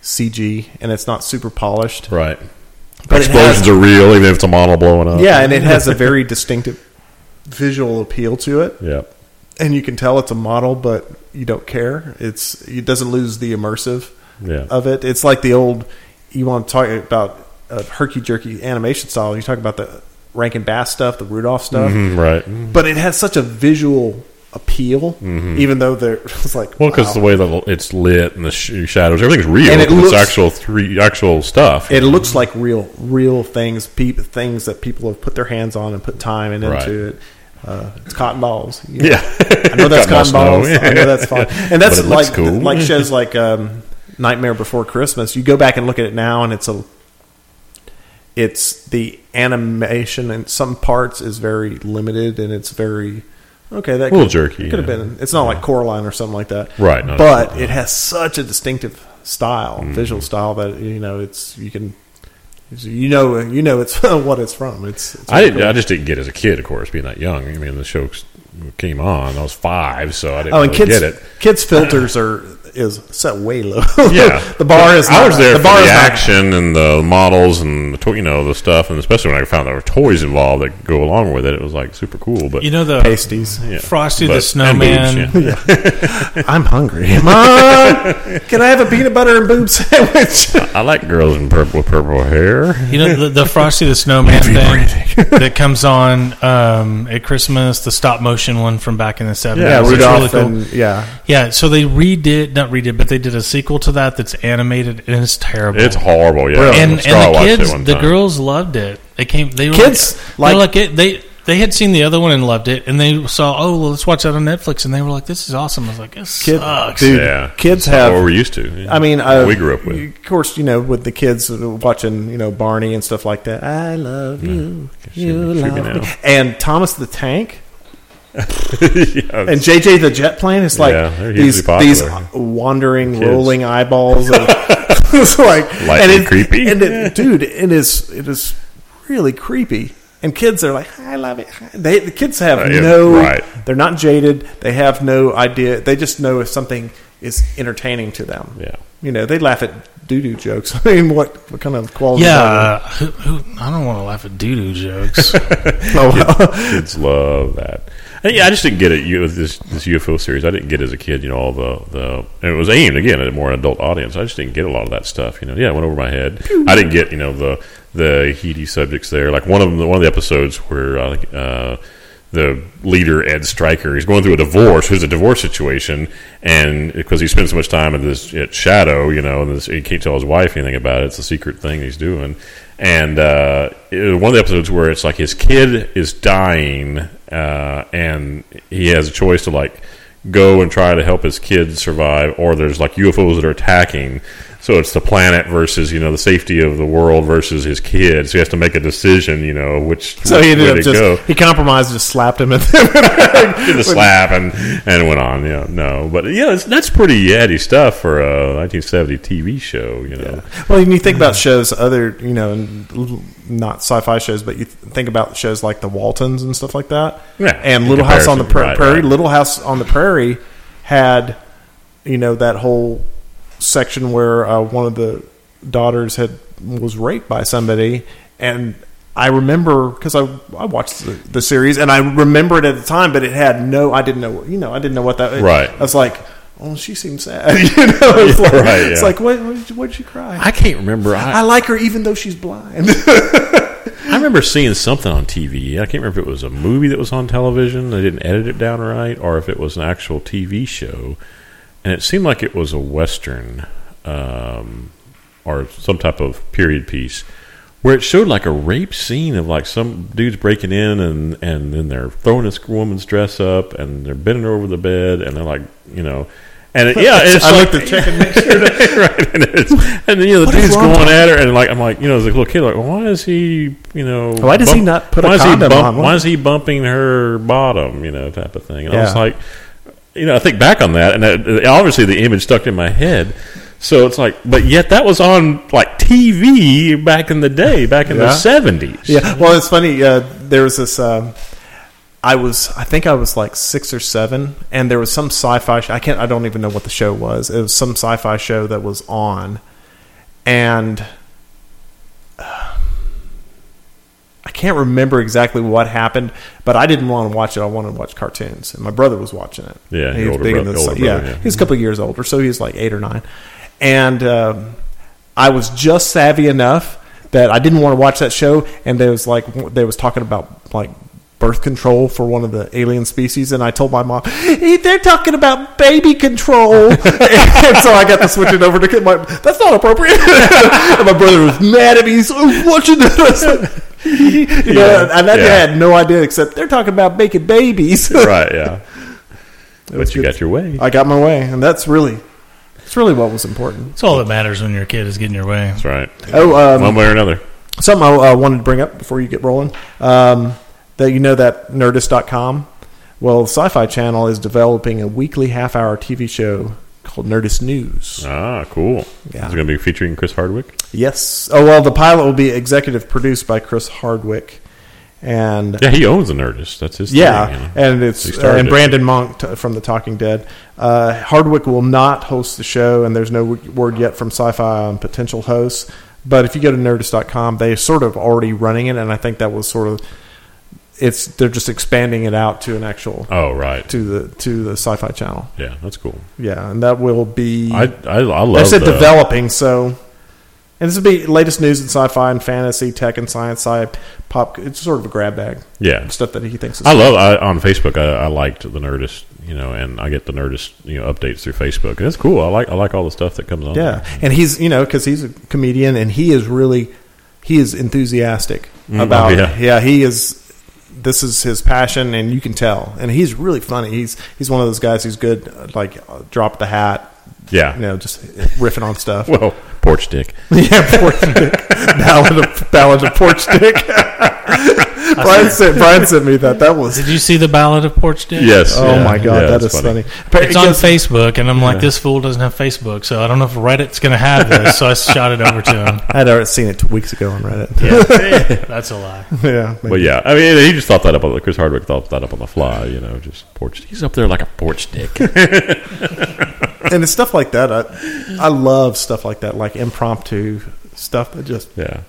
B: CG and it's not super polished,
C: right.
B: but it has-
C: Explosions are real, even if it's a model blowing up.
B: yeah, and it has a very distinctive visual appeal to it.
C: Yeah.
B: and you can tell it's a model, but you don't care. It's it doesn't lose the immersive
C: Yeah.
B: of it. It's like the old you want to talk about uh, herky jerky animation style. You talk about the Rankin Bass stuff, the Rudolph stuff,
C: Mhm, Right.
B: but it has such a visual appeal, even though there it's like
C: Mm-hmm. Well, because
B: wow.
C: the way that it's lit and the sh- shadows, everything's real.
B: And it
C: it's
B: looks-
C: actual three actual stuff.
B: it looks like real real things, peop things that people have put their hands on and put time and into
C: Right.
B: it. Uh, it's cotton balls. you know.
C: yeah,
B: I know that's cotton balls. I know that's fun, and that's
C: But it looks
B: like
C: cool.
B: like shows like um, Nightmare Before Christmas. You go back and look at it now, and it's a it's the animation in some parts is very limited, and it's very okay. That
C: A little
B: could-
C: jerky,
B: Could have
C: yeah.
B: been. It's not like Coraline or something like that,
C: Right, no,
B: but
C: no.
B: it has such a distinctive style,
C: Mm-hmm.
B: visual style that you know it's you can. You know, you know it's what it's from. It's, it's
C: I
B: really
C: didn't.
B: cool.
C: I just didn't get it as a kid, of course, being that young. I mean, the show came on. I was five, so I didn't
B: Oh, and
C: really
B: kids,
C: get it.
B: kids filters are is set way low.
C: Yeah,
B: the bar is.
C: I
B: not-
C: was there
B: The
C: for
B: bar
C: the
B: is not-
C: action and the models and the to- you know the stuff, and especially when I found there were toys involved that go along with it. It was like super cool. But
A: You know the
B: pasties.
C: yeah.
A: Frosty
C: But-
A: the
C: and
A: Snowman.
C: boobs, yeah.
B: I'm hungry. Mom, can I have a peanut butter and boob sandwich?
C: I like girls in purple with purple hair.
A: You know the, the Frosty the Snowman thing that comes on um, at Christmas, the stop motion one from back in the seventies.
C: Yeah,
B: Rudolph and yeah,
A: yeah, so they redid, not redid, but they did a sequel to that that's animated and it's terrible.
C: It's horrible. Yeah,
A: and, and
C: Scar
A: the
C: watched it
A: kids,
C: one
A: the
C: time.
A: girls loved it. They came, they were
B: Kids
A: like,
B: like-
A: they're like it, they they had seen the other one and loved it, and they saw oh well, let's watch that on Netflix, and they were like this is awesome. I was like this
B: Kid-
A: sucks.
B: dude.
C: Yeah,
B: Kids
C: It's not
B: have-
C: what we're used to.
B: I mean, uh,
C: we grew up with.
B: Of course, you know, with the kids watching, you know, Barney and stuff like that. I
C: Mm.
B: love you, you
C: shoot me
B: love
C: now.
B: me, and Thomas the Tank.
C: Yeah,
B: And JJ the jet plane is like
C: Yeah, they're hugely
B: these
C: popular.
B: these wandering
C: Kids.
B: rolling eyeballs. Of, it's like
C: Lightly
B: and it-
C: creepy.
B: And it, dude, it is it is really creepy. And kids are like, I love it. They the kids have
C: Right,
B: no.
C: Uh, right.
B: They're not jaded. They have no idea. They just know if something is entertaining to them.
C: Yeah.
B: You know, they laugh at doo doo jokes. I mean, what, what kind of quality?
A: Yeah, uh, who, who, I don't want to laugh at doo doo jokes.
C: kids love that. And yeah, I just didn't get it. You this this UFO series, I didn't get as a kid. You know, all the the and it was aimed again at a more adult audience. I just didn't get a lot of that stuff. You know, yeah, it went over my head. I didn't get you know the the heady subjects there. Like one of them, one of the episodes where I think. Uh, the leader Ed Stryker, he's going through a divorce. There's a divorce situation, and because he spends so much time in this at shadow, you know, and this, he can't tell his wife anything about it. It's a secret thing he's doing. And uh, it- one of the episodes where it's like his kid is dying, uh, and he has a choice to like go and try to help his kids survive, or there's like UFOs that are attacking. So it's the planet versus you know the safety of the world versus his kids. So he has to make a decision, you know, which
B: So he ended
C: way
B: up
C: to
B: just
C: go.
B: he compromised, just slapped him, and
C: did the slap and and went on. Yeah, no, but yeah, that's, that's pretty yaddy stuff for a 1970 TV show. You know,
B: Well, when you think about shows, other you know, n- l- not sci-fi shows, but you th- think about shows like The Waltons and stuff like that.
C: Yeah,
B: And
C: in
B: Little House on the pra-
C: comparison, right,
B: Prairie.
C: right.
B: Little House on the Prairie had, you know, that whole section where uh, one of the daughters had was raped by somebody, and I remember because I I watched the, the series and I remember it at the time, but it had no, I didn't know, you know, I didn't know what that.
C: Right.
B: I was like. Oh, she seems sad. You know, it's like,
C: right,
B: it's
C: yeah.
B: like, what, what, what did she cry?
C: I can't remember.
B: I like her even though she's blind.
C: I remember seeing something on TV. I can't remember if it was a movie that was on television. They didn't edit it down right, or if it was an actual TV show. And it seemed like it was a western, um, or some type of period piece, where it showed like a rape scene of like some dudes breaking in, and and then they're throwing this woman's dress up, and they're bending her over the bed, and they're like, you know. And it, yeah, it's
B: I
C: like
B: looked at check and make
C: right, and, it's, and then, you know the
B: What is
C: dude's
B: wrong
C: going
B: with-
C: at her, and like I'm like, you know, as a little kid, like, why is he, you know,
B: Why does he not put a
C: why is he
B: condom
C: bump-
B: on?
C: Why is he bumping her bottom, you know, type of thing? And I was
B: Yeah.
C: like, you know, I think back on that, and that, obviously the image stuck in my head. So it's like, but yet that was on like TV back in the day, back in the
B: Yeah.
C: seventies.
B: yeah. Well, it's funny. Uh, there was this. um I was, I think I was like six or seven, and there was some sci-fi. Sh- I can't, I don't even know what the show was. It was some sci-fi show that was on, and uh, I can't remember exactly what happened, but I didn't want to watch it. I wanted to watch cartoons, and my brother was watching it.
C: Yeah,
B: And
C: your
B: he was
C: older
B: big
C: bro-
B: in the
C: older
B: sci-
C: brother,
B: yeah,
C: yeah.
B: he was a couple years older, so he was like eight or nine, and um, I was just savvy enough that I didn't want to watch that show, and there was like they was talking about like birth control for one of the alien species, and I told my mom "Eh, they're talking about baby control, and so I got to switch it over to kid. My, that's not appropriate. and my brother was mad at me. He's "Oh, like, watching this. You know, and that
C: Yeah.
B: dad had no idea except they're talking about making babies.
C: right, yeah. But you got your way.
B: I got my way, and that's really, that's really what was important.
A: It's all that matters when you're a kid is getting your way.
C: That's right,
B: Oh, um,
C: one way or another.
B: Something I uh, wanted to bring up before you get rolling um, that you know that Nerdist.com. Well, the Sci Fi Channel is developing a weekly half hour TV show called Nerdist News.
C: Ah, cool.
B: Yeah.
C: It's going to be featuring Chris Hardwick.
B: Yes. Oh, well, the pilot will be executive produced by Chris Hardwick. And
C: Yeah, he owns an artist. That's his.
B: Yeah,
C: thing, you know.
B: and
C: He
B: it's uh,
C: started
B: and
C: it.
B: Brandon Monk t- from The Talking Dead. Uh, Hardwick will not host the show, and there's no w- word yet from Sci-Fi on potential hosts. But if you go to Nerdist.com, they are sort of already running it, and I think that was sort of it's they're just expanding it out to an actual
C: Oh, right.
B: to the to the Sci-Fi Channel.
C: Yeah, that's cool.
B: Yeah, and that will be
C: I I, I love.
B: they said
C: the-
B: developing, so. And this will be latest news in sci-fi and fantasy, tech and science, sci pop. It's sort of a grab bag,
C: Yeah,
B: stuff that he thinks is
C: I love I, on Facebook. I, I liked the Nerdist, you know, and I get the Nerdist, you know, updates through Facebook, and it's cool. I like I like all the stuff that comes on.
B: Yeah, and he's you know because he's a comedian and he is really he is enthusiastic
C: Mm,
B: about
C: oh, yeah.
B: yeah. he is this is his passion and you can tell and he's really funny he's he's one of those guys who's good uh, like uh, drop the hat
C: yeah.
B: you know just riffing on stuff
C: Well, porch dick.
B: yeah porch dick ballad of ballad of porch dick Brian sent Brian sent me that that was
A: Did you see the Ballad of Porch Dick?
C: Yes.
B: oh
C: yeah,
B: my god
C: yeah,
B: that is
C: it's
B: funny,
A: It's on Facebook, and I'm like, this fool doesn't have Facebook, so I don't know if Reddit's going to have this. so I shot it over to him.
B: I had already seen it two weeks ago on Reddit
A: That's a lie.
B: yeah
C: But yeah, I mean, he just thought that up. On, Chris Hardwick thought that up on the fly. You know, just porch. He's up there like a porch dick.
B: and it's stuff like that. I, I love stuff like that, like impromptu stuff that just
C: yeah.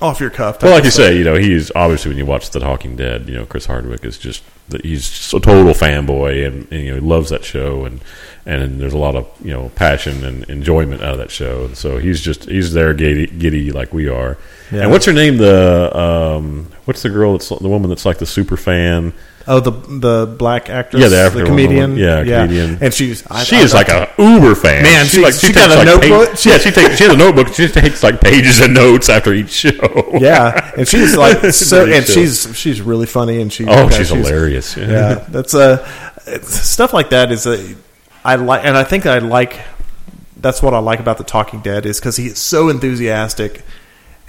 B: off your cuff. type
C: Well, like
B: of
C: you
B: stuff.
C: say, you know, he's obviously when you watch The Talking Dead, you know, Chris Hardwick is just the- he's just a total fanboy, and, and you know, he loves that show, and and there's a lot of you know passion and enjoyment out of that show. And so he's just he's there giddy, giddy like we are.
B: Yeah.
C: And what's her name? The um, what's the girl? That's the woman that's like the super fan.
B: Oh, the the black actress,
C: Yeah, the
B: the,
C: African woman.
B: comedian,
C: Yeah, comedian.
B: and she's I,
C: she
B: I-
C: is like a uber fan.
B: Man, she-
C: like
B: she got
C: takes,
B: a
C: like,
B: notebook?
C: page- yeah, she takes she has a notebook. She takes like pages of notes after each show.
B: yeah, and she's like so,
C: Pretty
B: and
C: chill.
B: she's she's really funny, and she
C: Oh,
B: yeah,
C: she's hilarious.
B: Yeah, that's a uh, it's- stuff like that is a I like, and I think I like that's what I like about the Talking Dead is because he's so enthusiastic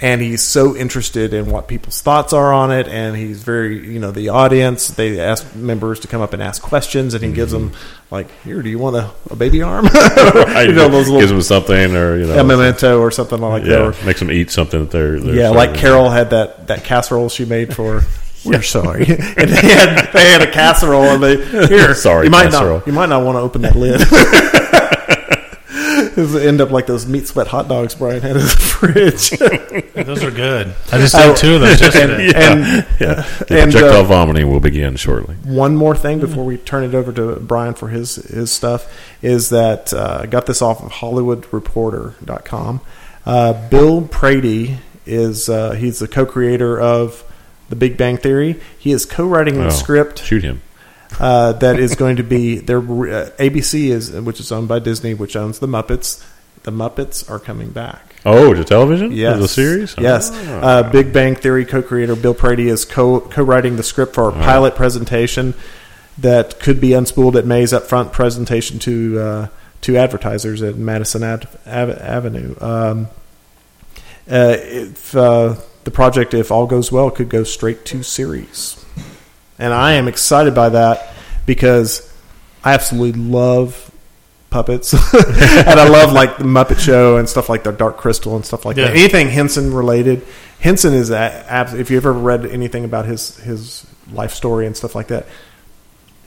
B: and he's so interested in what people's thoughts are on it and he's very you know the audience they ask members to come up and ask questions and he gives them like here do you want a, a baby arm
C: Mm-hmm. Right.
B: you know those little
C: Gives them something or, you know.
B: a memento or something like that
C: yeah,
B: or-
C: makes them eat something that they're. they're
B: yeah, like
C: serving.
B: Carol had that, that casserole she made for. We're sorry, and they had, they had a casserole, and they here.
C: Sorry,
B: you might
C: casserole.
B: not you might not want to open that lid. It'll end up like those meat sweat hot dogs Brian had in the fridge.
A: Those are good. I just ate two of those yesterday.
B: and
C: Yeah, the
B: and,
C: projectile
B: uh,
C: vomiting will begin shortly.
B: one more thing before we turn it over to Brian for his his stuff is that uh, I got this off of HollywoodReporter.com. Uh, Bill Prady is uh, he's the co-creator of The Big Bang Theory. He is co-writing
C: Oh,
B: the script
C: Shoot him.
B: uh, that is going to be their uh, ABC is which is owned by Disney, which owns the Muppets. The Muppets are coming back.
C: Oh, to television?
B: Yes.
C: the series. Oh. Ah.
B: Yes. Uh, Big Bang Theory co-creator Bill Prady is co- co-writing the script for a pilot presentation that could be unspooled at May's upfront presentation to uh, to advertisers at Madison Ad- Ave- Avenue. Um, uh, if uh, the project, if all goes well, could go straight to series, and I am excited by that because I absolutely love puppets, and I love like the Muppet Show and stuff like the Dark Crystal and stuff like that.
A: Yeah.
B: Anything Henson related. Henson is a, abs- if you've ever read anything about his his life story and stuff like that,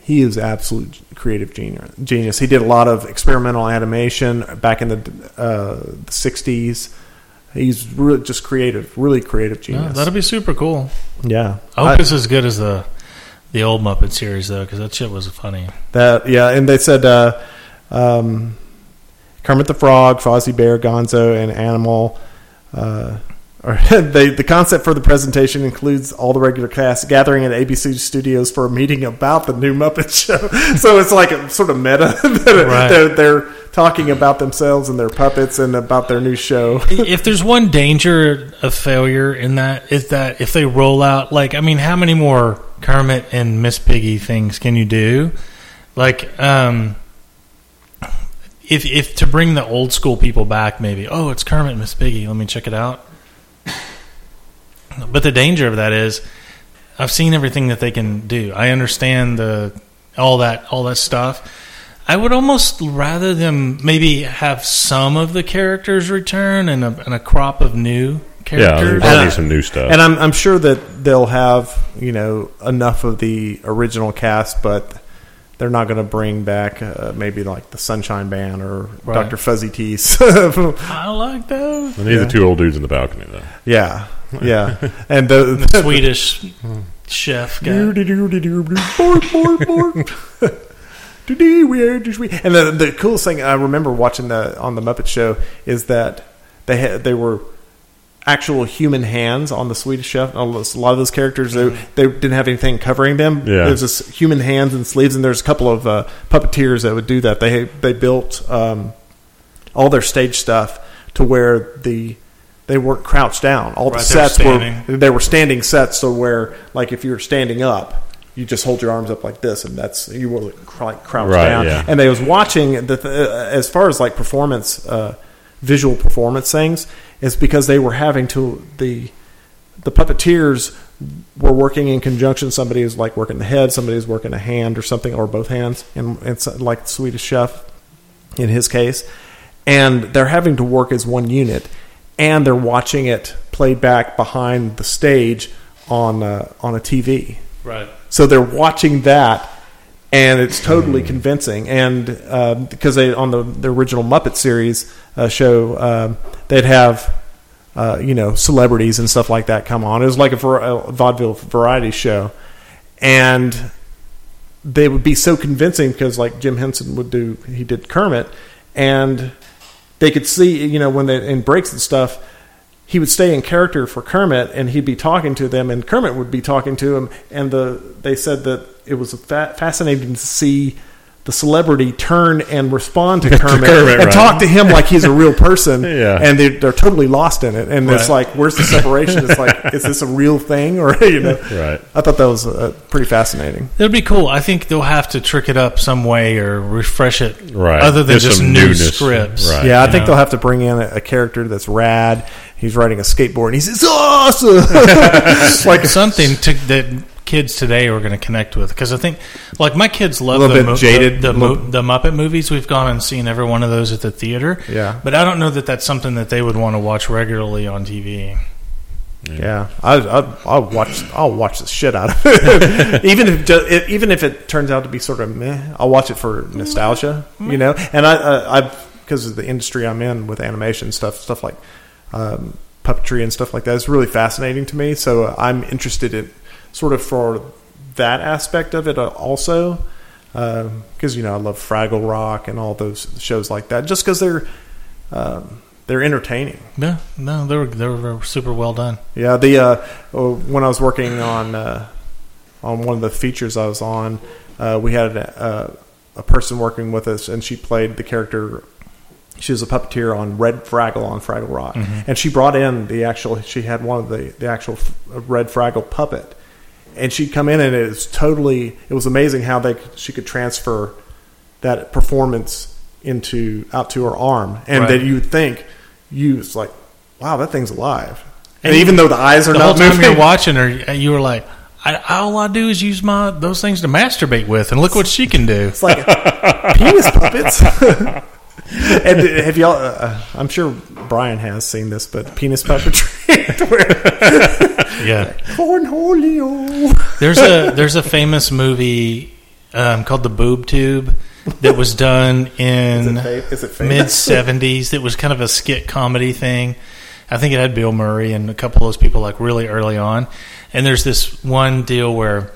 B: he is absolute creative genius. Genius. He did a lot of experimental animation back in the uh, the '60s. He's really just creative, really creative
A: No,
B: genius.
A: that'll be super cool.
B: yeah,
A: I hope
B: I-
A: it's as good as the the old Muppet series though, because that shit was funny.
B: that yeah. And they said uh, um, Kermit the Frog, Fozzie Bear, Gonzo, and Animal. Uh, or they, the concept for the presentation includes all the regular cast gathering at ABC Studios for a meeting about the new Muppet Show. So it's like a sort of meta. that
A: Right.
B: they're, they're talking about themselves and their puppets and about their new show.
A: if there's one danger of failure in that is that if they roll out like I mean how many more Kermit and Miss Piggy things can you do? Like um if if to bring the old school people back maybe, oh it's Kermit and Miss Piggy, let me check it out. But the danger of that is I've seen everything that they can do. I understand the all that all that stuff. I would almost rather them maybe have some of the characters return and a, and a crop of new
C: Yeah, we
A: characters.
C: probably need some new stuff.
B: And I'm, I'm sure that they'll have you know enough of the original cast, but they're not going to bring back uh, maybe like the Sunshine Band or
A: Right.
B: Doctor Fuzzy Tees.
A: I like those.
C: I need the two old dudes in the balcony though.
B: yeah, yeah, and the,
A: The Swedish chef guy.
B: Today we are just we. And the the coolest thing I remember watching the on the Muppet Show is that they had they were actual human hands on the Swedish Chef. A lot of those characters
A: Mm.
B: they, they didn't have anything covering them.
C: Yeah.
B: There's just human hands and sleeves, and there's a couple of uh, puppeteers that would do that. They they built um, all their stage stuff to where the they weren't crouched down. All the
A: Right, they were
B: sets were
A: standing.
B: they were standing sets, so where like if you're standing up, you just hold your arms up like this, and that's you were like cr- crouched
C: Right,
B: down.
C: yeah.
B: And they was watching the th- uh, as far as like performance, uh, visual performance things, is because they were having to the the puppeteers were working in conjunction. Somebody is like working the head, somebody is working a hand or something, or both hands, and it's like the Swedish chef in his case, and they're having to work as one unit, and they're watching it played back behind the stage on uh, on a TV.
A: Right.
B: So they're watching that, and it's totally convincing. And uh, because they on the, the original Muppet series uh, show, um they'd have uh, you know celebrities and stuff like that come on. It was like a, var- a vaudeville variety show, and they would be so convincing because like Jim Henson would do, he did Kermit, and they could see you know when they in breaks and stuff. He would stay in character for Kermit, and he'd be talking to them, and Kermit would be talking to him. And the they said that it was fa- fascinating to see the celebrity turn and respond to
C: To
B: Kermit,
C: Kermit,
B: and
C: right.
B: talk to him like he's a real person.
C: Yeah.
B: And they're, they're totally lost in it. And it's
A: Right.
B: like, where's the separation? It's like, is this a real thing? Or, you know,
C: Right.
B: I thought that was uh, pretty fascinating.
A: It'll be cool. I think they'll have to trick it up some way or refresh it,
C: Right.
A: Other than
C: There's
A: just
C: some
A: new
C: newness.
A: scripts,
C: Right.
B: Yeah, I
A: you
B: think
A: know?
B: they'll have to bring in a, a character that's rad. He's riding a skateboard and he says, awesome!
A: like something to, that kids today are going to connect with because I think like my kids love
B: Little
A: the,
B: bit
A: mo-
B: jaded,
A: the, the,
B: little-
A: mo- the Muppet movies. We've gone and seen every one of those at the theater.
B: Yeah.
A: but I don't know that that's something that they would want to watch regularly on TV.
B: Yeah, I, I, I'll watch. I'll watch the shit out of it. even if ju- if- even if it turns out to be sort of meh, I'll watch it for nostalgia. You know, and I I, I because of the industry I'm in with animation stuff, stuff like um, puppetry and stuff like that is really fascinating to me. So I'm interested in sort of for that aspect of it uh, also because you know I love Fraggle Rock and all those shows like that just because they're um, they're entertaining.
A: Yeah, no, they were they were super well done.
B: Yeah, the uh, oh, when I was working on uh, on one of the features I was on, uh, we had a, a person working with us, and she played the character. She was a puppeteer on Red Fraggle on Fraggle Rock, and she brought in the actual. She had one of the the actual f- Red Fraggle puppet, and she'd come in, and it was totally. It was amazing how they she could transfer that performance into out to her arm, and
A: Right.
B: that you would think you it's like, wow, that thing's alive. And,
A: And
B: even though the eyes are
A: The whole
B: not
A: time
B: moving,
A: you're watching her, you were like, I, all I do is use my those things to masturbate with, and look what she can do.
B: it's like penis puppets. and uh, have y'all? Uh, uh, I'm sure Brian has seen this, but penis puppetry. where-
A: Yeah.
B: Cornholio.
A: There's a there's a famous movie um, called The Boob Tube that was done in
B: Is it fa- is it famous?
A: mid '70s. That was kind of a skit comedy thing. I think it had Bill Murray and a couple of those people like really early on. And there's this one deal where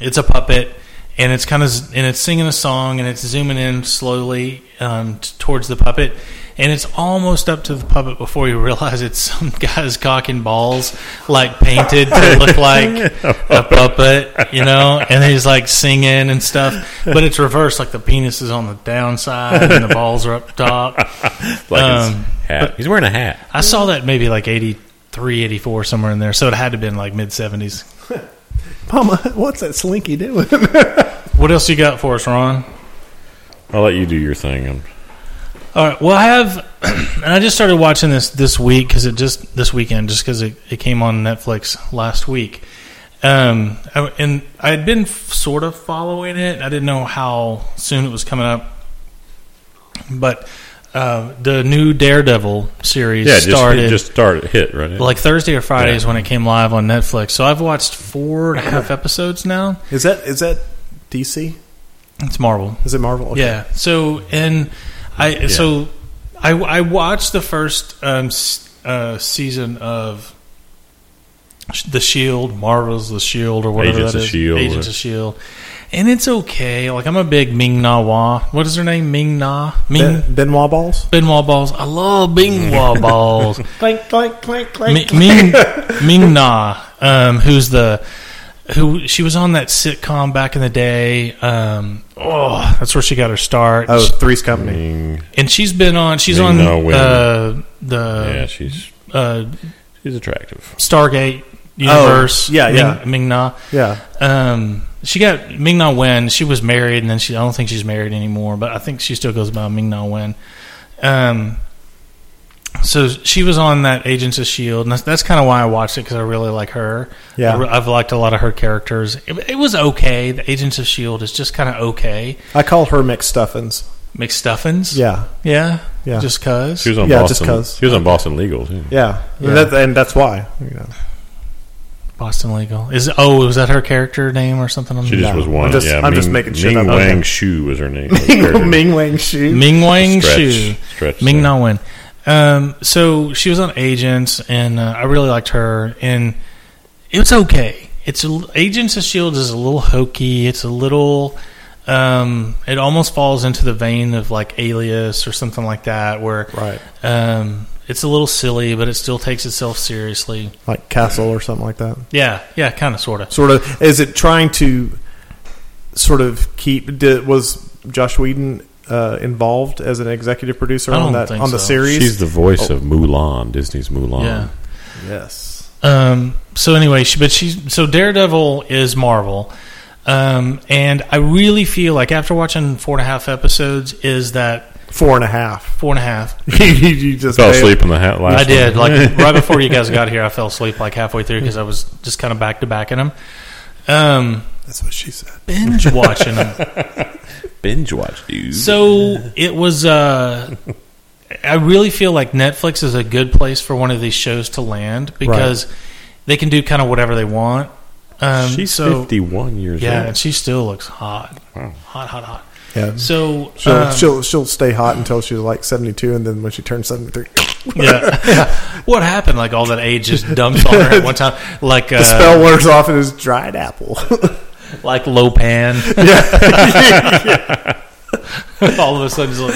A: it's a puppet and it's kind of and it's singing a song and it's zooming in slowly um, t- towards the puppet and it's almost up to the puppet before you realize it's some guy's cock and balls like painted to look like a puppet you know and he's like singing and stuff but it's reversed like the penis is on the downside and the balls are up top
C: Like
A: Um,
C: his hat. He's wearing a hat.
A: i saw that maybe like 83 84 somewhere in there so it had to have been like mid 70s
B: Mama, what's that slinky doing?
A: what else you got for us ron
C: I'll let you do your thing. I'm-
A: All right. Well, I have, and I just started watching this this week because it just this weekend, just because it, it came on Netflix last week. Um, I- and I had been f- sort of following it. I didn't know how soon it was coming up, but uh, the new Daredevil series
C: yeah, it just,
A: started
C: it just started hit right.
A: like Thursday or Friday is
C: Yeah.
A: when it came live on Netflix. So I've watched four and a half episodes now.
B: Is that is that DC?
A: It's Marvel.
B: Is it Marvel? Okay.
A: Yeah. So and I so I, I watched the first um, s- uh, season of Sh- the Shield, Marvel's the Shield or whatever
C: Agents
A: that
C: of
A: is.
B: E
C: S.H.I.E.L.D..
A: Agents of Shield, E and it's okay. Like I'm a big Ming Na Wah. What is her name? Ming Na Ming.
B: Ben, Benoit balls.
A: Benoit balls. I love Benoit balls.
B: Clank clank clank
A: Mi-
B: clank.
A: Ming Ming Na, um, who's the who she was on that sitcom back in the day. Um, oh, that's where she got her start.
B: Oh, Three's Company.
C: Mm,
A: And she's been on. She's
C: Ming
A: on
C: Na Wen.
A: uh,
C: yeah,
A: the
C: she's
A: uh,
C: she's attractive.
A: Stargate universe.
B: Oh, yeah,
A: Ming,
B: yeah.
A: Ming Na.
B: Yeah.
A: Um, she got Ming Na Wen. She was married, and then she. I don't think she's married anymore, but I think she still goes by Ming Na Wen. Um, so she was on that Agents of Shield, E and that's, that's kind of why I watched it because I really like her.
B: Yeah.
A: I re- I've liked a lot of her characters. It, it was okay. The Agents of Shield E is just kind of okay.
B: I call her McStuffins.
A: McStuffins.
B: Yeah.
A: yeah,
B: Yeah.
A: Just cause
C: She was on
B: Yeah, just
C: Boston.
B: 'cause.
C: she was on Boston Legal too.
B: Yeah.
A: Yeah.
B: And, that, and that's why. You know.
A: Boston Legal is. Oh, was that her character name or something? On
C: She just
B: No,
C: was one.
B: I'm just-
C: yeah,
B: I'm just making shit
C: Ming
B: up.
C: Wang
B: Okay.
C: Shu was her name.
B: Ming Wang Shu.
A: Ming Wang
C: Stretch,
A: Shu.
C: stretch
A: Ming
C: there.
A: Na Wen. Um, so she was on Agents, and uh, I really liked her. And it was okay. It's a, E l- Agents of Shield is a little hokey. It's a little. Um, it almost falls into the vein of like Alias or something like that, where
B: Right.
A: um, it's a little silly, but it still takes itself seriously.
B: like Castle or something like that.
A: Yeah, yeah, kind of, sort of.
B: Sort of. Is it trying to sort of keep? Did, was Josh Whedon uh, involved as an executive producer
A: I
B: on
A: don't
B: that
A: think
B: on the
A: so.
B: series? Oh.
C: She's the voice of Mulan, Disney's Mulan.
A: Yeah.
B: yes.
A: Um, so anyway, she, but she's so Daredevil is Marvel, um, and I really feel like after watching four and a half episodes, is that
B: Four and a half.
A: four and a half?
B: you you just
C: Fell
B: nailed-
C: asleep in the hat last.
A: I did
C: one.
A: like right before you guys got here, I fell asleep like halfway through because I was just kind of back to backing them. Um,
B: That's what she said.
A: binge watching them.
C: binge watch, dude.
A: So it was. Uh, I really feel like Netflix is a good place for one of these shows to land because they can do kind of whatever they want. Um,
C: she's
A: so,
C: fifty-one years
A: Yeah,
C: old.
A: and she still looks hot, hot, hot, hot.
B: Yeah.
A: So
B: She'll,
A: um,
B: she'll she'll stay hot until she's like seventy two, and then when she turns seventy three,
A: yeah. what happened? Like all that age just dumps on her at one time, like uh,
B: the spell wears off and is dried apple.
A: like Lopan. all of a sudden, she's like,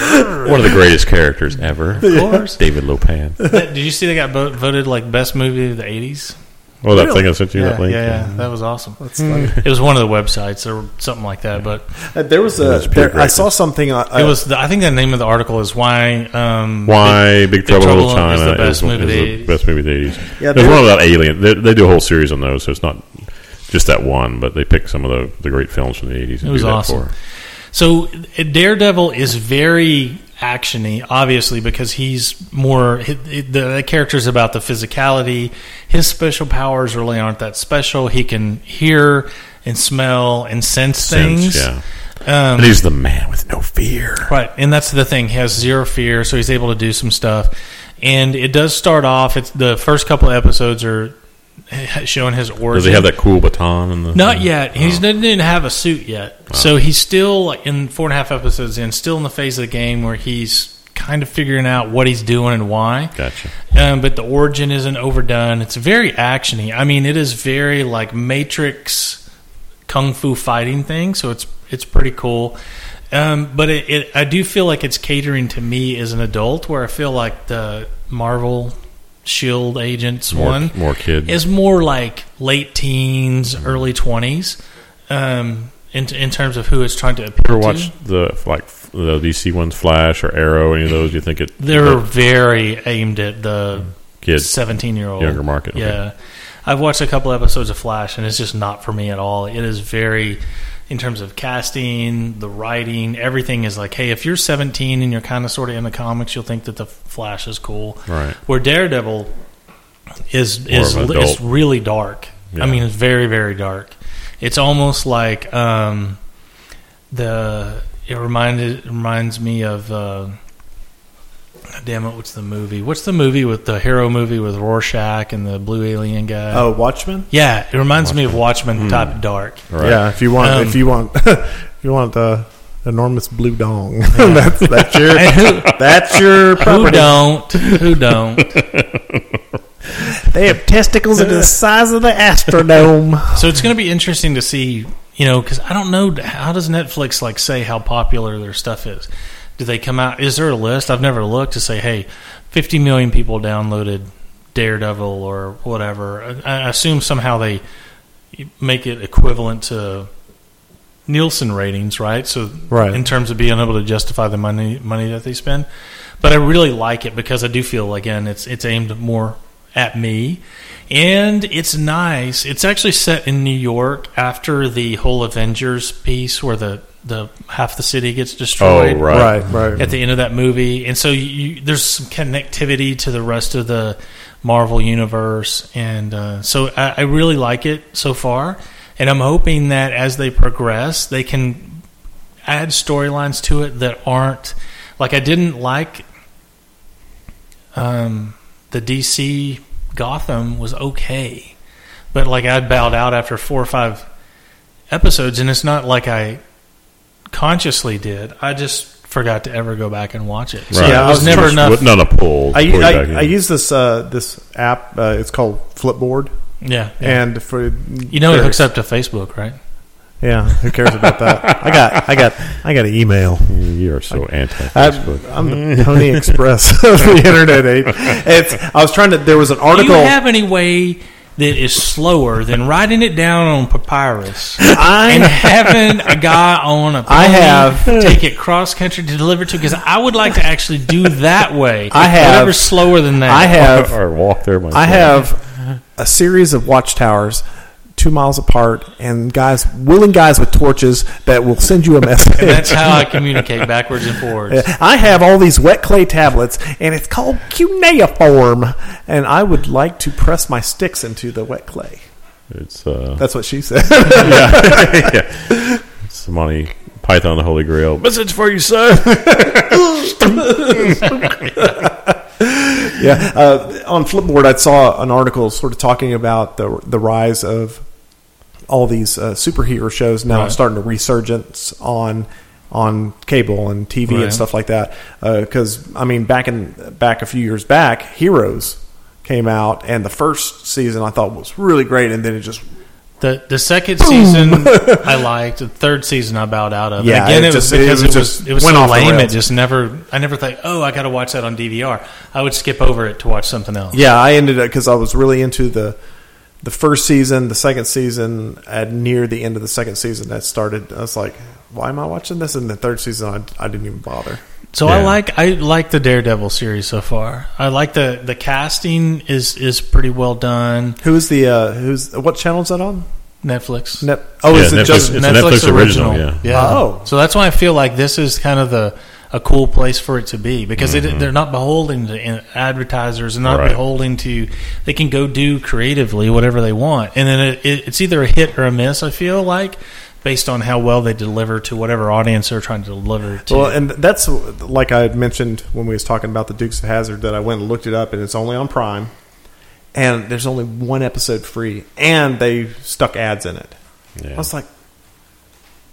C: One of the greatest characters ever,
A: of course.
C: David Lopan.
A: Did you see they got vo- voted like best movie of the eighties?
C: Oh, that
B: Really?
C: thing I sent you.
A: yeah,
C: that link.
A: yeah, yeah, that was awesome.
B: That's funny.
A: It was one of the websites or something like that, but
B: Uh, There was a.
C: That's pure
B: There, I saw
C: greatness.
B: something. Uh,
A: it was. The, I think the name of the article is why. Um,
C: Why Big, Trouble, in Little
A: Trouble is the
C: China
A: best movie of the
C: the
A: 80s.
C: best movie of the eighties?
B: Yeah,
C: There's
B: there-
C: one about Alien. They, they do a whole series on those, so it's not just that one. But they pick some of the, the great films from the eighties.
A: It was
C: do that
A: awesome.
C: For.
A: So Daredevil is very actiony, obviously, because he's more he- he- the, the character's about the physicality. His special powers really aren't that special. He can hear and smell and sense,
C: Sense,
A: things.
C: yeah.
A: Um,
C: And he's the man with no fear.
A: Right, and that's the thing. He has zero fear, so he's able to do some stuff. And it does start off. It's the first couple of episodes are eh, showing his origin.
C: Does he have that cool baton? In the Oh,
A: Not
C: thing?
A: yet. He doesn't even have a suit yet. So he's still like, in four and a half episodes in, still in the phase of the game where he's kind of figuring out what he's doing and why.
C: Gotcha.
A: Um, but the origin isn't overdone. It's very actiony. I mean, it is very like Matrix kung fu fighting thing. So it's it's pretty cool. Um, but it, it, I do feel like it's catering to me as an adult, where I feel like the Marvel Shield E Agents
C: More,
A: one
C: more kid.
A: is more like late teens, early twenties, um, in in terms of who it's trying to appeal
C: ever
A: to.
C: watched the like f- the DC ones, Flash or Arrow? Any of those? You think it?
A: They're
C: the
A: very aimed at the
C: kids.
A: seventeen year old
C: Younger market, okay.
A: Yeah, I've watched a couple episodes of Flash, and it's just not for me at all. It is very in terms of casting, the writing, everything is like, hey, if you're 17 and you're kind of sort of in the comics, you'll think that the Flash is cool.
C: Right.
A: Where Daredevil is
C: More
A: is
C: of an
A: it's
C: adult.
A: really dark.
C: Yeah.
A: I mean, it's very very dark. It's almost like um, the it reminded reminds me of. Uh, Damn it! What's the movie? What's the movie with the hero movie with Rorschach and the blue alien guy?
B: Oh, Hmm. Watchmen.
A: Yeah, it reminds me of Watchmen type of dark.
C: Right.
B: Yeah, if you want,
A: Um,
B: if you want, if you want uh, enormous blue dong. that's, that's your. that's your
A: Who
B: property.
A: don't? Who don't?
B: They have testicles that are the size of the astrodome.
A: so it's going to be interesting to see, you know, because I don't know how does Netflix like say how popular their stuff is. Do they come out? Is there a list? I've never looked to say, hey, 50 million people downloaded Daredevil or whatever. I, I assume somehow they make it equivalent to Nielsen ratings, right? So,
B: Right.
A: in terms of being able to justify the money money that they spend, but I really like it because I do feel again it's it's aimed more at me, and it's nice. It's actually set in New York after the whole Avengers piece where the the half the city gets destroyed
C: Oh, right.
B: Right, right.
A: at the end of that movie, and so you, you, there's some connectivity to the rest of the Marvel universe, and uh, so I, I really like it so far, and I'm hoping that as they progress, they can add storylines to it that aren't like I didn't like. Um, the DC Gotham was okay, but like I bowed out after four or five episodes, and it's not like I consciously did. I just forgot to ever go back and watch it. So
C: Right.
B: Yeah,
A: it was,
B: I was
A: never enough.
C: Just Not a pull.
B: I,
C: pull you back
B: I,
C: in.
B: I use this uh, this app. Uh, it's called Flipboard,
A: yeah, yeah.
B: and for
A: you know it hooks up to Facebook, right?
B: Yeah, who cares about that? I got, I got, I got an email.
C: You are so anti
B: I,
C: Facebook.
B: I'm
A: Mm.
B: the Pony Express of the internet age. It's. I was trying to. There was an
A: Do you
B: article.
A: have any way that is slower than writing it down on papyrus and
E: I
A: having a guy on a
E: I
A: pony
E: have-
A: take it cross country to deliver to because I would like to actually do that way.
E: I have-
A: whatever's slower than that.
E: I have
C: or walk there myself.
B: I have a series of watchtowers two miles apart and guys willing guys with torches that will send you a message.
A: That's how I communicate backwards and forwards.
B: I have all these wet clay tablets and it's called cuneiform and I would like to press my sticks into the wet clay.
C: It's uh,
B: That's what she said.
C: it's Monty Python, the Holy Grail. Message for you, son.
B: yeah. Uh, on Flipboard, I saw an article sort of talking about the the rise of all these uh, superhero shows now
A: Right.
B: starting to resurgence on on cable and TV
A: Right.
B: and stuff like that. Because I mean, back in back a few years back, Heroes came out, and the first season I thought was really great, and then it just
A: The the second season I liked. The third season I bowed out of.
B: Yeah,
A: and again,
B: it
A: it, was
B: just-
A: because it
B: it
A: was,
B: just
A: it was
B: went
A: so
B: off the
A: lame. It
B: rails.
A: just never. I never think, oh, I got to watch that on DVR. I would skip over it to watch something else.
B: yeah, I ended up because I was really into the the first season, the second season, at near the end of the second season, that started. I was like, why am I watching this? And the third season, I, I didn't even bother.
A: So I
C: Yeah.
A: like I like the Daredevil series so far. I like the the casting is is pretty well done.
B: Who's the uh, who's what channel is that on?
A: Netflix.
B: Net- oh,
C: Yeah,
B: is it
C: Netflix.
B: just
C: It's a Netflix original,
A: Yeah.
B: Oh.
A: So that's why I feel like this is kind of the a cool place for it to be because they, they're not beholden to in- advertisers and not
C: Mm-hmm. Right.
A: beholden to they can go do creatively whatever they want and then it, it, it's either a hit or a miss I feel like based on how well they deliver to whatever audience they're trying to deliver to.
B: Well, and that's like I mentioned when we was talking about the Dukes of Hazard that I went and looked it up, and it's only on Prime, and there's only one episode free, and they stuck ads in it.
C: Yeah.
B: I was like,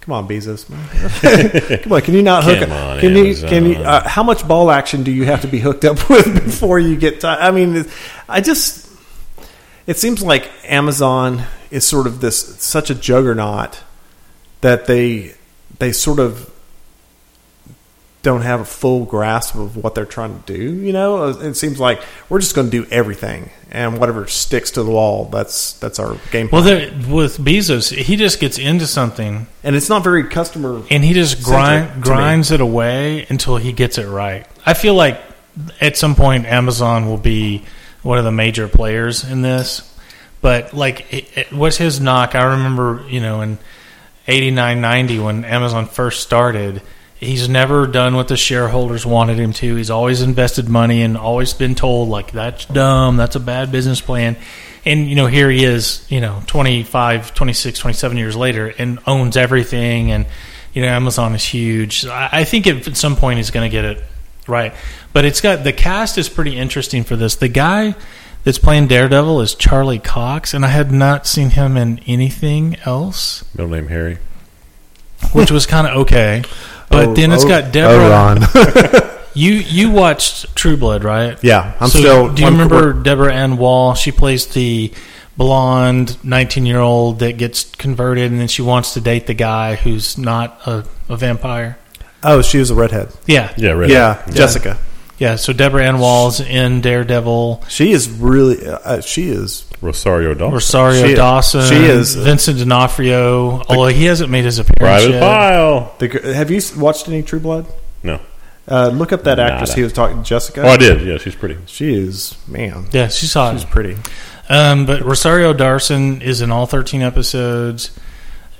B: "Come on, Bezos, man. come on! Can you not hook
C: Come
B: up?
C: on,
B: can you? Can you?
C: Amazon.
B: Uh, how much ball action do you have to be hooked up with before you get? Time? I mean, it- I just it seems like Amazon is sort of this such a juggernaut that they they sort of don't have a full grasp of what they're trying to do. You know, Uh, it seems like we're just going to do everything, and whatever sticks to the wall, that's that's our game
A: Well,
B: plan.
A: there, with Bezos, he just gets into something
B: and it's not very customer.
A: and he just
B: Centric to
A: grind,
B: me.
A: grinds it away until he gets it right. I feel like at some point Amazon will be one of the major players in this. But like, it, it, what's his knock? I remember, you know, in eighty nine ninety when Amazon first started. He's never done what the shareholders wanted him to. He's always invested money and always been told like that's dumb, that's a bad business plan. And you know, here he is, you know, 25, 26, 27 years later and owns everything and you know, Amazon is huge. So I, I think if at some point he's going to get it right. But it's got the cast is pretty interesting for this. The guy that's playing Daredevil is Charlie Cox, and I had not seen him in anything else,
C: Middle name Harry.
A: which was kind of okay. But
B: Oh,
A: then it's
B: oh,
A: got Deborah.
B: Oh, Ron.
A: You you watched True Blood, right?
B: yeah, I'm
A: So
B: still.
A: Do you
B: I'm-
A: remember Deborah Ann Wall? She plays the blonde 19 year old that gets converted, and then she wants to date the guy who's not a, a vampire.
B: Oh, she was a redhead.
A: Yeah,
C: Yeah, right.
B: Yeah, Jessica.
A: Yeah, so Deborah Ann Wall's in Daredevil.
B: She is really. Uh, she is.
C: Rosario Dawson.
A: Rosario
B: She is-
A: Dawson.
B: she is-
A: Vincent D'Onofrio. Although he hasn't made his appearance
C: Private
A: yet.
C: Pile.
B: The, gr- have you s- watched any True Blood?
C: No.
B: Uh, look up that actress
C: Nada.
B: he was talking. Jessica.
C: Oh, I did. Yeah, she's pretty.
B: She is man.
A: Yeah, she's hot.
B: She's pretty.
A: Um, but Rosario Dawson is in all 13 episodes.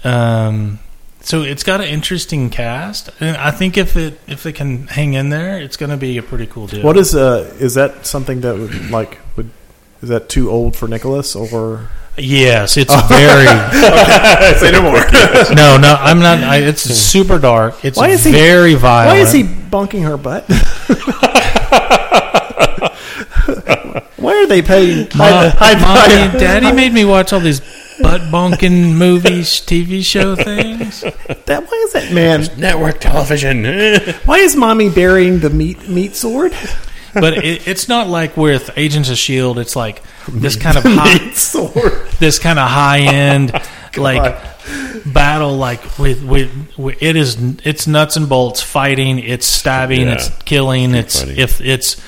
A: Um, so it's got an interesting cast, and I think if it if it can hang in there, it's going to be a pretty cool deal.
B: What is uh? Is that something that would like would? Is that too old for Nicholas or?
A: Yes, it's very
B: Say no more.
A: no, no. I'm not. I, it's super dark. It's
B: Why is he-
A: very violent.
B: Why is he bunking her butt? Why are they paying?
A: Mom,
B: high- high
A: Mommy
B: value-
A: and Daddy made me watch all these butt bonking movies, TV show things.
B: That, why is that man?
C: Network television.
B: Why is mommy burying the meat meat sword?
A: But it, it's not like with Agents of Shield. E It's like this kind of high,
B: sword.
A: this kind of high end
B: Oh
A: like battle. Like with, with with it is it's nuts and bolts fighting. It's stabbing.
C: Yeah.
A: It's killing. It's
C: fighting.
A: if it's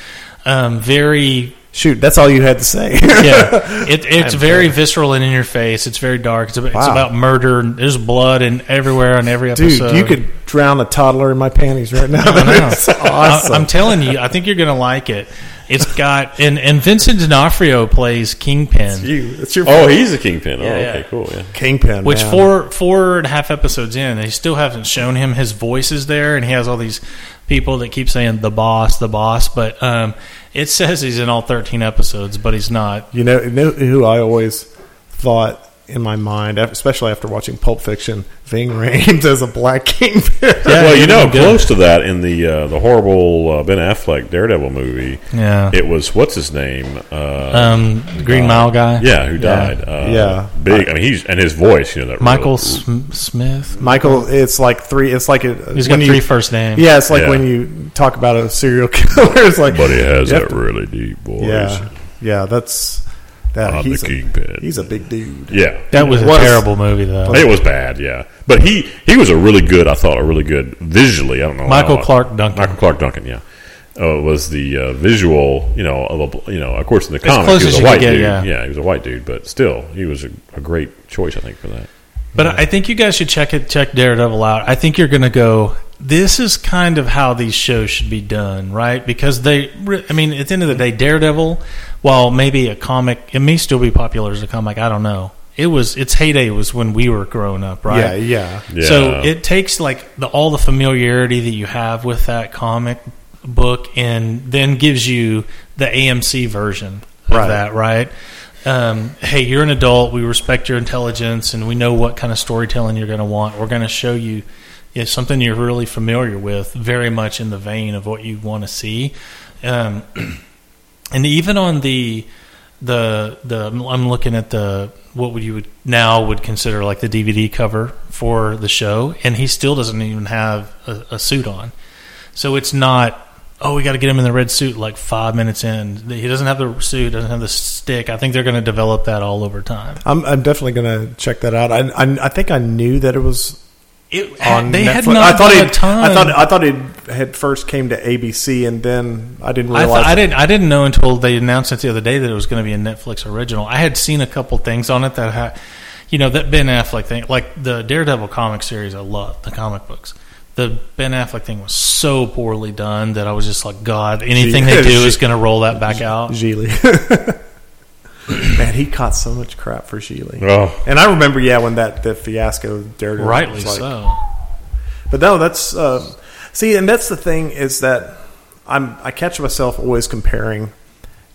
A: um, very
B: Shoot, that's all you had to say.
A: yeah, it, it's very visceral and in your face. It's very dark. It's about, it's
B: Wow.
A: about murder. and There's blood and everywhere on every
B: Dude,
A: episode.
B: you could drown a toddler in my panties right now.
A: I know.
B: That's awesome.
A: I, am telling you, I think you're gonna like it. It's got and and Vincent D'Onofrio plays Kingpin,
B: you. It's your
C: Oh, he's a kingpin. oh,
A: Yeah, yeah.
C: okay, cool. Yeah,
B: kingpin.
A: which
B: man.
A: four four and a half episodes in, they still haven't shown him. His voice is there, and he has all these people that keep saying the boss, the boss. But um, it says he's in all 13 episodes, but he's not.
B: You know, you know who I always thought in my mind, af- especially after watching Pulp Fiction, Ving Rhames as a black kingpin.
C: well, you know, close to that in the uh, the horrible uh, Ben Affleck Daredevil movie,
A: Yeah.
C: it was what's his name, uh,
A: Um, Green Mile guy.
C: yeah, who died. Uh,
B: Yeah.
C: big. I mean, he's and his voice, you know, that
A: Michael
C: real-
A: Sm- Smith.
B: Michael, it's like three. It's like it,
A: He's got
B: when
A: three
B: you-
A: first names.
B: Yeah, it's like
C: Yeah.
B: when you talk about a serial killer. It's like,
C: but he has
B: you
C: that
B: have to-
C: really deep voice.
B: yeah, yeah. That's that.
C: I'm the
B: he's a,
C: kingpin.
B: He's a big dude.
C: yeah,
A: That was a
B: Was-
A: terrible movie, though.
C: It was bad, yeah. But he he was a really good. I thought a really good visually. I don't know.
A: Michael
C: how-
A: Clark Duncan.
C: Oh. Michael Clark Duncan, yeah. Uh, was the uh, visual, you know, of a, you know, of course in the comic
A: close
C: he
A: as
C: was a
A: you could
C: white
A: get,
C: dude.
A: yeah.
C: he was a white dude, but still, he was a, a great choice, I think, for that.
A: But I think you guys should check it, check Daredevil out. I think you're going to go. This is kind of how these shows should be done, right? Because they, re- I mean, at the end of the day, Daredevil, while maybe a comic, it may still be popular as a comic. I don't know. It was its heyday was when we were growing up, right?
B: Yeah, yeah.
C: Yeah.
A: So it takes like the, all the familiarity that you have with that comic book, and then gives you the AMC version of
B: Right.
A: that, right? Um, hey, you're an adult. We respect your intelligence, and we know what kind of storytelling you're going to want. We're going to show you you know, something you're really familiar with, very much in the vein of what you want to see. Um, and even on the the the I'm looking at the what would you would now would consider like the DVD cover for the show, and he still doesn't even have a, a suit on. So it's not oh we got to get him in the red suit like five minutes in. He doesn't have the suit, doesn't have the stick. I think they're going to develop that all over time.
B: I'm, I'm definitely gonna check that out. I, I, I think I knew that it was
A: It
B: on.
A: they
B: Netflix.
A: had not
B: I thought
A: done
B: it.
A: a ton.
B: I thought I thought it had first came to ABC, and then I didn't
A: I,
B: realize.
A: th- I didn't. I didn't know until they announced it the other day that it was going to be a Netflix original. I had seen a couple things on it that, ha- you know, that Ben Affleck thing, like the Daredevil comic series. I love the comic books. The Ben Affleck thing was so poorly done that I was just like, God, anything they do is going to roll that back out.
B: Gigli. Man, he caught so much crap for Gigli.
C: Oh.
B: And I remember, yeah, when that the fiasco of Daredevil. was
A: Rightly
B: like-
A: so.
B: But no, that's uh, see, and that's the thing is that I'm I catch myself always comparing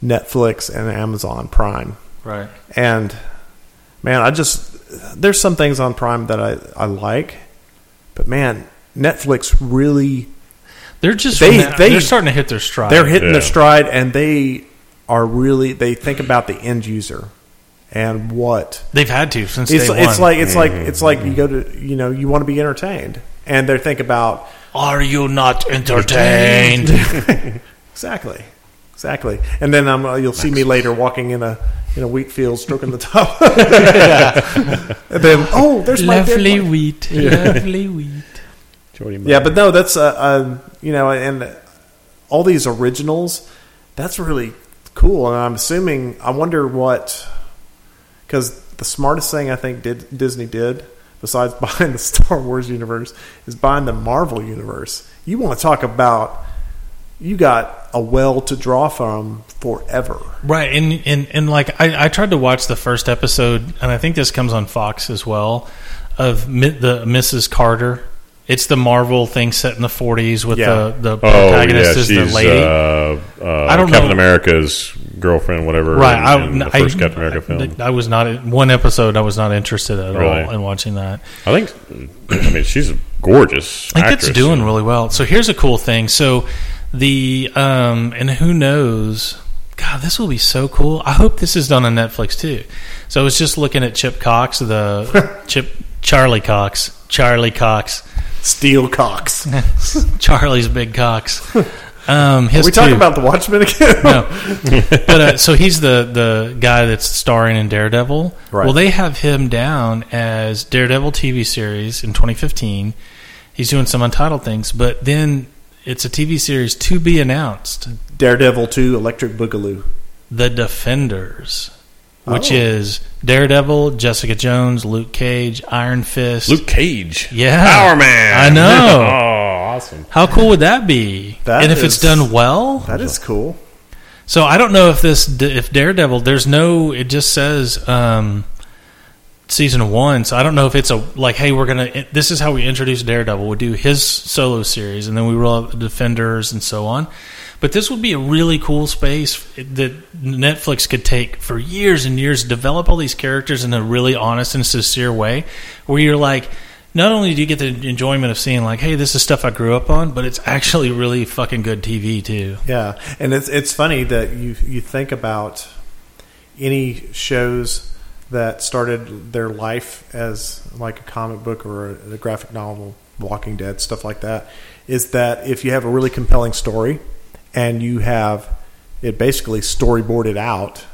B: Netflix and Amazon Prime,
A: Right.
B: and man, I just there's some things on Prime that I I like, but man, Netflix really
A: They're just
B: They-
A: they,
B: they-
A: are starting to hit their stride.
B: they're hitting
C: Yeah.
B: their stride and they are really they think about the end user and what
A: They've had to since
B: it's,
A: day one.
B: it's like it's like it's like you go to you know you want to be entertained and they think about
A: are you not entertained?
B: exactly exactly and then I'm, uh, you'll see me later walking in a in a wheat field stroking the top and then oh there's my dead
A: lovely
B: body.
A: wheat, lovely wheat.
B: yeah but no that's uh, uh you know and all these originals that's really cool and i'm assuming i wonder what because the smartest thing i think did, disney did besides buying the star wars universe is buying the marvel universe you want to talk about you got a well to draw from forever
A: Right, and and, and like I, I tried to watch the first episode, and I think this comes on Fox as well of Mi- the Mrs. Carter. It's the Marvel thing set in the '40s with
B: Yeah.
A: the the
C: Oh
A: protagonist
C: yeah,
A: is
C: she's
A: the lady.
C: Uh, uh,
A: I don't
C: Captain
A: know.
C: America's girlfriend, whatever.
A: right,
C: in-
A: I,
C: in the
A: I-
C: first Captain America film.
A: I was not one episode. I was not interested at all
C: Really?
A: in watching that.
C: I, think. I mean, she's a gorgeous.
A: I think
C: actress.
A: it's doing really well. So here's a cool thing. So the um and who knows? God, this will be so cool. I hope this is done on Netflix too. So I was just looking at Chip Cox, the Chip Charlie Cox, Charlie Cox,
B: steel cocks are
A: Charlie's big Cox. Um, his
B: we talking
A: too.
B: about the watchmen again
A: no. but uh, so he's the the guy that's starring in Daredevil.
B: Right.
A: Well, they have him down as Daredevil TV series in 2015. He's doing some untitled things, but then it's a TV series to be announced.
B: daredevil 2 electric boogaloo
A: The Defenders, which
B: Oh.
A: is Daredevil, Jessica Jones, Luke Cage, Iron Fist.
C: Luke Cage.
A: Yeah.
C: Power Man.
A: I
C: oh,
A: know.
C: awesome.
A: How cool would that be?
B: That
A: and if it's
B: is-
A: done well,
B: That is cool.
A: so I don't know if this if Daredevil. There's no. It just says um, season one. So I don't know if it's a like, hey, we're gonna. This is how we introduce Daredevil. We do his solo series, and then we roll out the Defenders and so on. But this would be a really cool space that Netflix could take for years and years, develop all these characters in a really honest and sincere way, where you're like, not only do you get the enjoyment of seeing like, hey, this is stuff I grew up on, but it's actually really fucking good TV too.
B: Yeah, and it's it's funny that you you think about any shows that started their life as like a comic book or a, a graphic novel, Walking Dead, stuff like that. Is that if you have a really compelling story and you have it basically storyboarded out,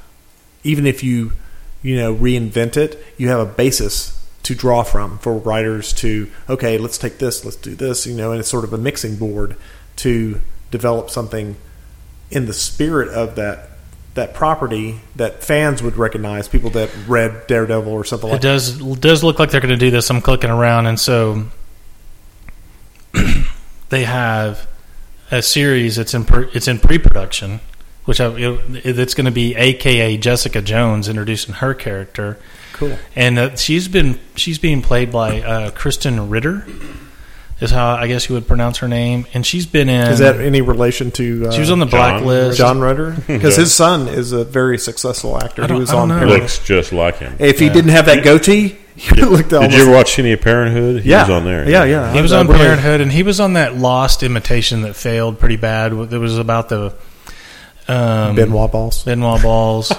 B: even if you you know reinvent it, you have a basis to draw from for writers to okay, let's take this, let's do this, you know, and it's sort of a mixing board to develop something in the spirit of that that property that fans would recognize, people that read Daredevil or something
A: It
B: like
A: does does look like they're going to do this. I'm clicking around, and so they have a series that's in pr it's in pre-production, which I, it, it's going to be AKA Jessica Jones introducing her character,
B: Cool.
A: and uh, she's been she's being played by uh, Kristen Ritter, is how I guess you would pronounce her name, and she's been in.
B: Is that any relation to? Uh,
A: she was on the
C: John?
A: blacklist.
B: John Ritter because
C: Yeah.
B: his son is a very successful actor
A: I don't-
B: who was
A: I don't
B: on.
A: know.
B: Parenthood.
C: Looks just like him.
B: If he didn't have that goatee, he would looked almost.
C: Did you ever watch any of Parenthood? He
B: yeah,
C: was on there.
B: Yeah, yeah.
A: He was
B: I- I
A: on
B: really-
A: Parenthood, and he was on that Lost imitation that failed pretty bad. It was about the um,
B: Benoit Balls.
A: Benoit balls,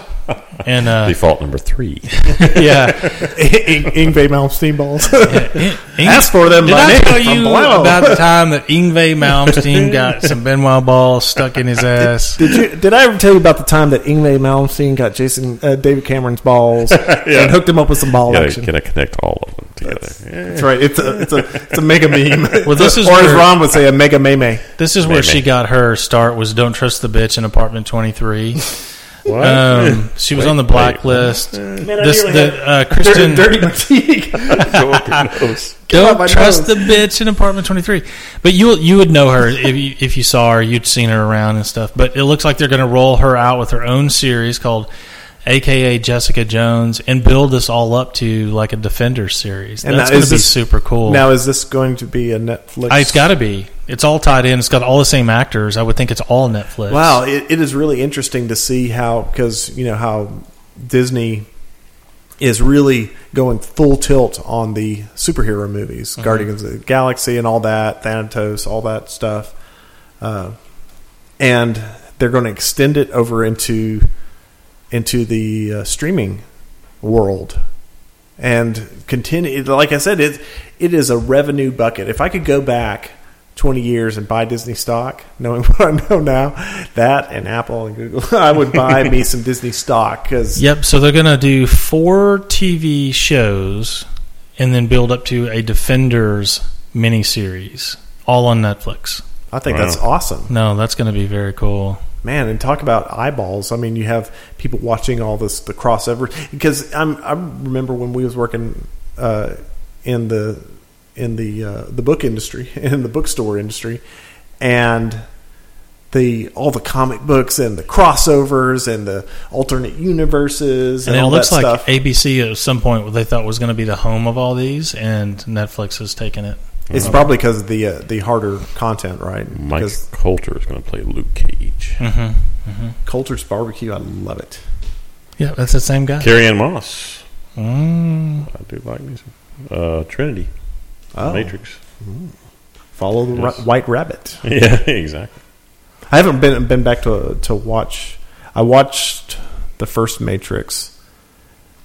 A: and uh,
C: Default number three.
A: yeah.
B: Ing- Ingve Malmsteen balls.
A: Ing-
B: Ask for them
A: Did
B: by
A: I
B: name
A: tell
B: from
A: you
B: below.
A: about the time that Ingve Malmsteen got some Benoit balls stuck in his ass?
B: Did you? Did I ever tell you about the time that Ingve Malmsteen got Jason uh, David Cameron's balls and hooked him up with some ball
C: Gotta,
B: action?
C: gotta connect all of them together. Yeah.
B: That's right. It's a it's a it's a mega meme.
A: Well, this is
B: or as
A: where-
B: Ron would say, a mega meme.
A: This is where
C: Maybe.
A: she got her start. Was don't trust the bitch in apartment twenty three.
C: What?
A: Um, she was on the
C: Wait, wait.
A: blacklist. this the uh, Kristen.
B: Dirty McTeague. out my
A: Don't trust
B: nose.
A: the bitch in apartment twenty three. But you you would know her if you, if you saw her. You'd seen her around and stuff. But it looks like they're going to roll her out with her own series called AKA Jessica Jones and build this all up to like a Defender series.
B: And
A: That's
B: now
A: going
B: is
A: to be
B: this-
A: super cool.
B: Now, is this going to be a Netflix?
A: Uh, it's got to be. It's all tied in. It's got all the same actors. I would think it's all Netflix.
B: Wow, it, it is really interesting to see how because you know how Disney is really going full tilt on the superhero movies, Guardians of the Galaxy and all that, Thanatos, all that stuff, uh, and they're going to extend it over into into the uh, streaming world and continue. Like I said, it it is a revenue bucket. If I could go back twenty years and buy Disney stock, knowing what I know now, that and Apple and Google, I would buy me some Disney stock because
A: Yep. So they're going to do four TV shows and then build up to a Defenders miniseries, all on Netflix.
B: I think that's
C: Wow.
B: awesome,
A: No, that's going to be very cool.
B: man. And talk about eyeballs. I mean, you have people watching all this the crossover because I'm I remember when we was working uh, in the in the uh, the book industry in the bookstore industry and the all the comic books and the crossovers and the alternate universes and,
A: And, it
B: all
A: looks
B: that
A: like
B: stuff.
A: ABC at some point they thought was going to be the home of all these, and Netflix has taken it.
B: it's probably because of the uh, the harder content, right?
C: Mike
B: Because
C: Coulter is going to play Luke Cage.
A: Mm-hmm.
B: Coulter's barbecue, I love it.
A: Yeah, that's the same guy.
C: Carrie Ann Moss.
A: Mm.
C: I do like music. Uh, Trinity.
B: Oh,
C: Matrix.
B: follow the
C: Yes.
B: ra- white rabbit.
C: Yeah, exactly.
B: I haven't been been back to to watch. I watched the first Matrix.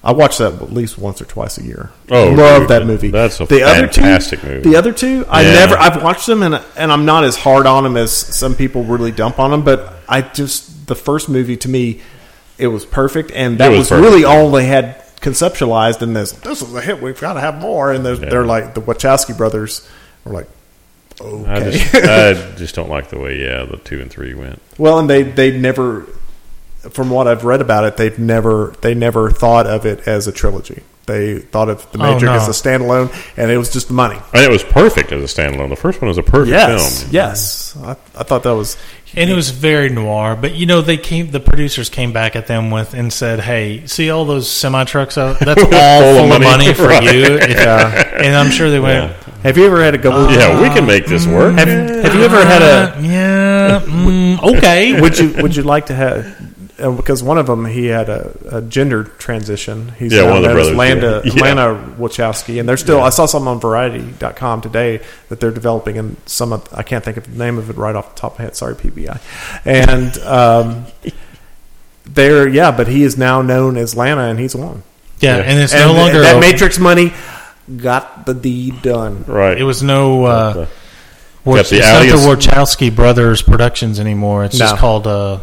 B: I watch that at least once or twice a year.
C: Oh,
B: love
C: dude,
B: that movie.
C: that's a
B: two-
C: fantastic movie.
B: The other two, I
C: Yeah.
B: never. I've watched them, and and I'm not as hard on them as some people really dump on them. But I just the first movie to me, it was perfect, and that
C: It was
B: was,
C: perfect.
B: really all they had conceptualized. And this this is a hit. We've got to have more. And they're, they're like the Wachowski brothers. Were like, okay.
C: I just, I just don't like the way, yeah, the two and three went.
B: Well, and they they never from what I've read about it, they've never they never thought of it as a trilogy. They thought of the
A: Oh,
B: Matrix
A: no.
B: as a standalone, and it was just the money.
C: And it was perfect as a standalone. The first one was a perfect film.
B: yes. I, I thought that was
A: And it was very noir, but you know they came. The producers came back at them with and said, "Hey, see all those semi trucks out? That's all full of money, for you." And I'm sure they went.
B: Have you ever had a gobble?
C: Yeah, we can make this work.
B: Have, have you ever had a
A: "Uh, yeah, mm, okay.
B: would you would you like to have uh, because one of them he had a, a gender transition he's
C: Yeah,
B: now
C: one of the
B: known as
C: brothers,
B: Landa
C: yeah. Yeah.
B: Lana Wachowski and they're still I saw some on variety.com today that they're developing and some of, I can't think of the name of it right off the top of my head sorry PBI and um they're yeah but he is now known as Lana and he's one
A: yeah, and it's
B: and
A: no longer.
B: that
A: a-
B: Matrix money got the deed done
C: Right.
A: it was no. Uh, War,
C: Got
A: it's
C: the
A: not the
C: alias-
A: Wachowski Brothers Productions anymore. It's just
B: No.
A: called uh,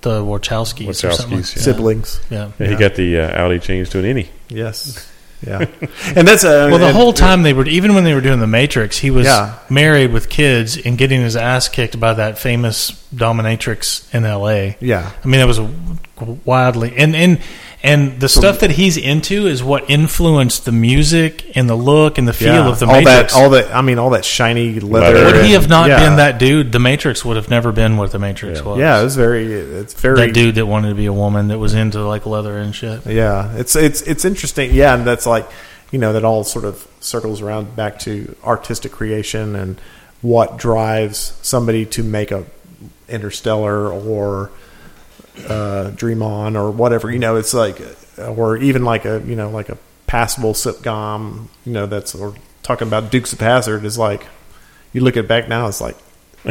A: the Wachowskis, or something. like
C: Wachowskis,
A: that.
B: siblings
A: Yeah.
C: Yeah, He got the uh, Audi changed to an innie.
B: yes yeah and that's a
A: Well, the
B: and-
A: whole time they were, even when they were doing the Matrix, he was
B: Yeah.
A: married with kids and getting his ass kicked by that famous dominatrix in L.A.
B: yeah
A: I mean, that was wildly and and and the stuff that he's into is what influenced the music and the look and the feel of the
B: all
A: Matrix.
B: that all that I mean all that shiny leather.
C: Leather.
A: would he
B: and-
A: have not
B: yeah.
A: been that dude, the Matrix would have never been what the Matrix was.
B: Yeah, it's very it's very
A: that dude that wanted to be a woman that was into like leather and shit.
B: yeah. It's it's it's interesting. Yeah, and that's like you know that all sort of circles around back to artistic creation and what drives somebody to make a interstellar or uh, dream on or whatever. You know, it's like or even like a you know like a passable sitcom. You know, that's or talking about Dukes of Hazard is like you look at it back now. It's like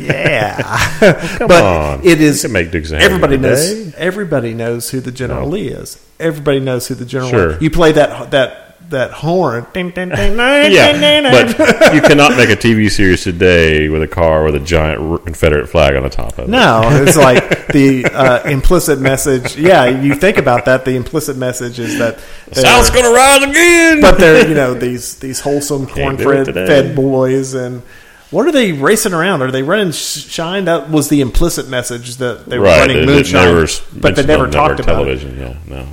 B: yeah, but
C: on.
B: it is.
C: You can make Dukes of Hazzard
B: everybody
C: today.
B: knows. Everybody knows who the General
C: No.
B: Lee is. Everybody knows who the General.
C: Sure.
B: Lee. You play that that that horn. Ding, ding, ding, ding, ding,
C: Yeah,
B: ding, ding.
C: but you cannot make a TV series today with a car with a giant r- Confederate flag on the top of it.
B: No, it's like the uh, implicit message. Yeah, you think about that. The implicit message is that they're-
C: South's going to rise again.
B: but they're you know these these wholesome corn
C: Can't do
B: fed,
C: it today.
B: fed boys and what are they racing around? Are they running sh- shine? That was the implicit message that they were
C: right,
B: running
C: it- it
B: moonshine,
C: never-
B: but they
C: it's
B: never
C: on network
B: talked about it.
C: television. Yeah, no.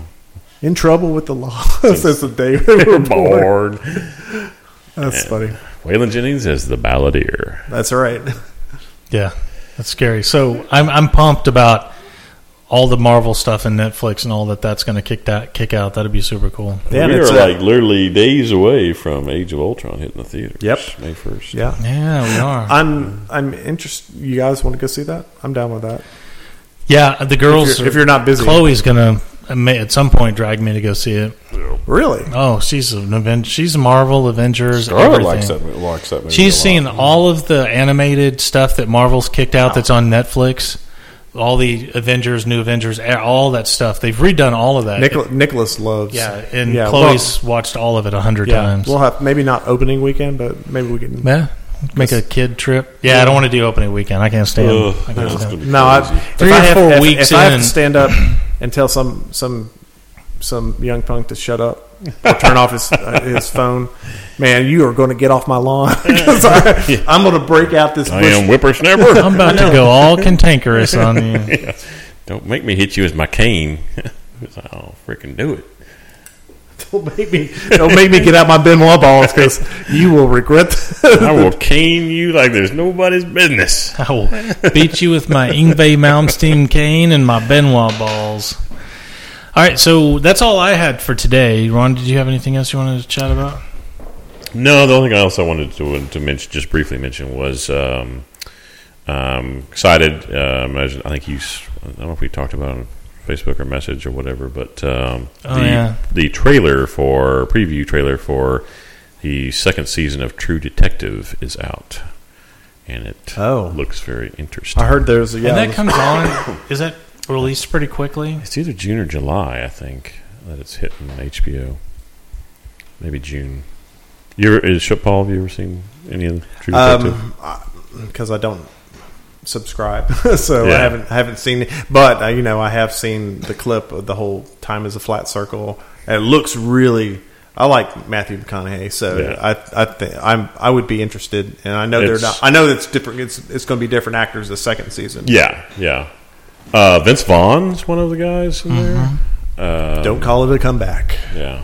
B: In trouble with the law since the day we were born. That's funny.
C: Waylon Jennings is the balladeer.
B: That's right.
A: Yeah, that's scary. So I'm I'm pumped about all the Marvel stuff and Netflix and all that. That's going to kick that kick out. That'd be super cool.
B: Yeah,
C: we are
B: it's, uh,
C: like literally days away from Age of Ultron hitting the theaters.
B: Yep.
C: May first.
B: yeah.
A: Yeah, we are.
B: I'm I'm interested. You guys want to go see that? I'm down with that.
A: yeah, the girls.
B: if you're- if you're not busy.
A: Chloe's going to at some point drag me to go see it.
B: Really?
A: Oh, she's an Aven- She's Marvel Avengers.
C: Scarlett
A: everything.
C: likes that, mo- likes that movie.
A: She's
C: a lot.
A: seen all of the animated stuff that Marvel's kicked out that's on Netflix. All the Avengers, New Avengers, a- all that stuff. They've redone all of that.
B: Nicholas, Nicholas loves.
A: yeah, and
B: Yeah,
A: Chloe's watched all of it a hundred
B: Well, yeah,
A: times.
B: we'll have maybe not opening weekend, but maybe we can.
A: Yeah, make a kid trip. Yeah, I don't want to do opening weekend. I can't stand.
C: Ugh,
A: I
C: that's
A: can't stand.
C: gonna be
B: No, I,
C: crazy.
B: if
A: Three
B: I
A: or
B: have-
A: four
B: if-
A: weeks
B: If I have
A: in.
B: to stand up and tell some some some young punk to shut up or turn off his uh, his phone, man, you are going to get off my lawn 'Cause I, I'm going to break out this.
C: I
B: bush-
C: am whippersnapper.
A: I'm about to go all cantankerous on you.
C: Don't make me hit you with my cane. I'll freaking do it.
B: Don't make me don't make me get out my Benoit balls because you will regret.
C: I will cane you like there's nobody's business.
A: I will beat you with my Ingve Malmsteen cane and my Benoit balls. All right, so that's all I had for today. Ron, did you have anything else you wanted to chat about?
C: No, the only thing else I wanted to, to mention, just briefly mention, was um, um, excited. Um, as I think you, s- I don't know if we talked about it on Facebook or message or whatever, but um,
A: Oh,
C: the
A: yeah.
C: the trailer for preview trailer for the second season of True Detective is out, and it
B: Oh.
C: looks very interesting.
B: I heard there's a yeah,
A: and that comes on. Is that released pretty quickly?
C: It's either June or July, I think, that it's hitting HBO. Maybe June. You ever, is Sh- Paul? Have you ever seen any of the True
B: Um,
C: Detective?
B: because I don't subscribe, so
C: Yeah.
B: I haven't I haven't seen it. But uh, you know, I have seen the clip of the whole time is a flat circle. And it looks really. I like Matthew McConaughey, so
C: Yeah.
B: I I think I'm I would be interested, and I know they're
C: It's-
B: not. I know it's different. It's it's going to be different actors the second season.
C: yeah, yeah. Uh, Vince Vaughn's one of the guys in there. Uh,
B: Don't call it a comeback.
C: Yeah.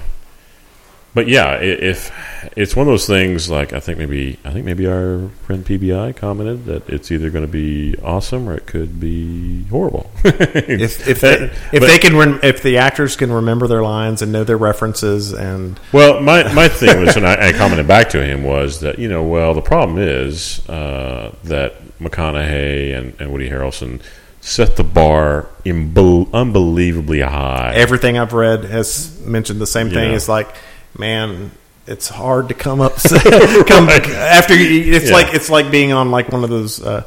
C: But yeah, i- if it's one of those things, like I think maybe I think maybe our friend PBI commented that it's either going to be awesome or it could be horrible.
B: If if they, if
C: But-
B: they can rem- if the actors can remember their lines and know their references and
C: Well, my, my thing was, and I, I commented back to him, was that, you know, well, the problem is uh, that McConaughey and, and Woody Harrelson set the bar imbel- unbelievably high.
B: everything I've read has mentioned the same thing.
C: Yeah.
B: It's like, man, it's hard to come up come after. You, it's
C: Yeah.
B: like it's like being on like one of those. Uh,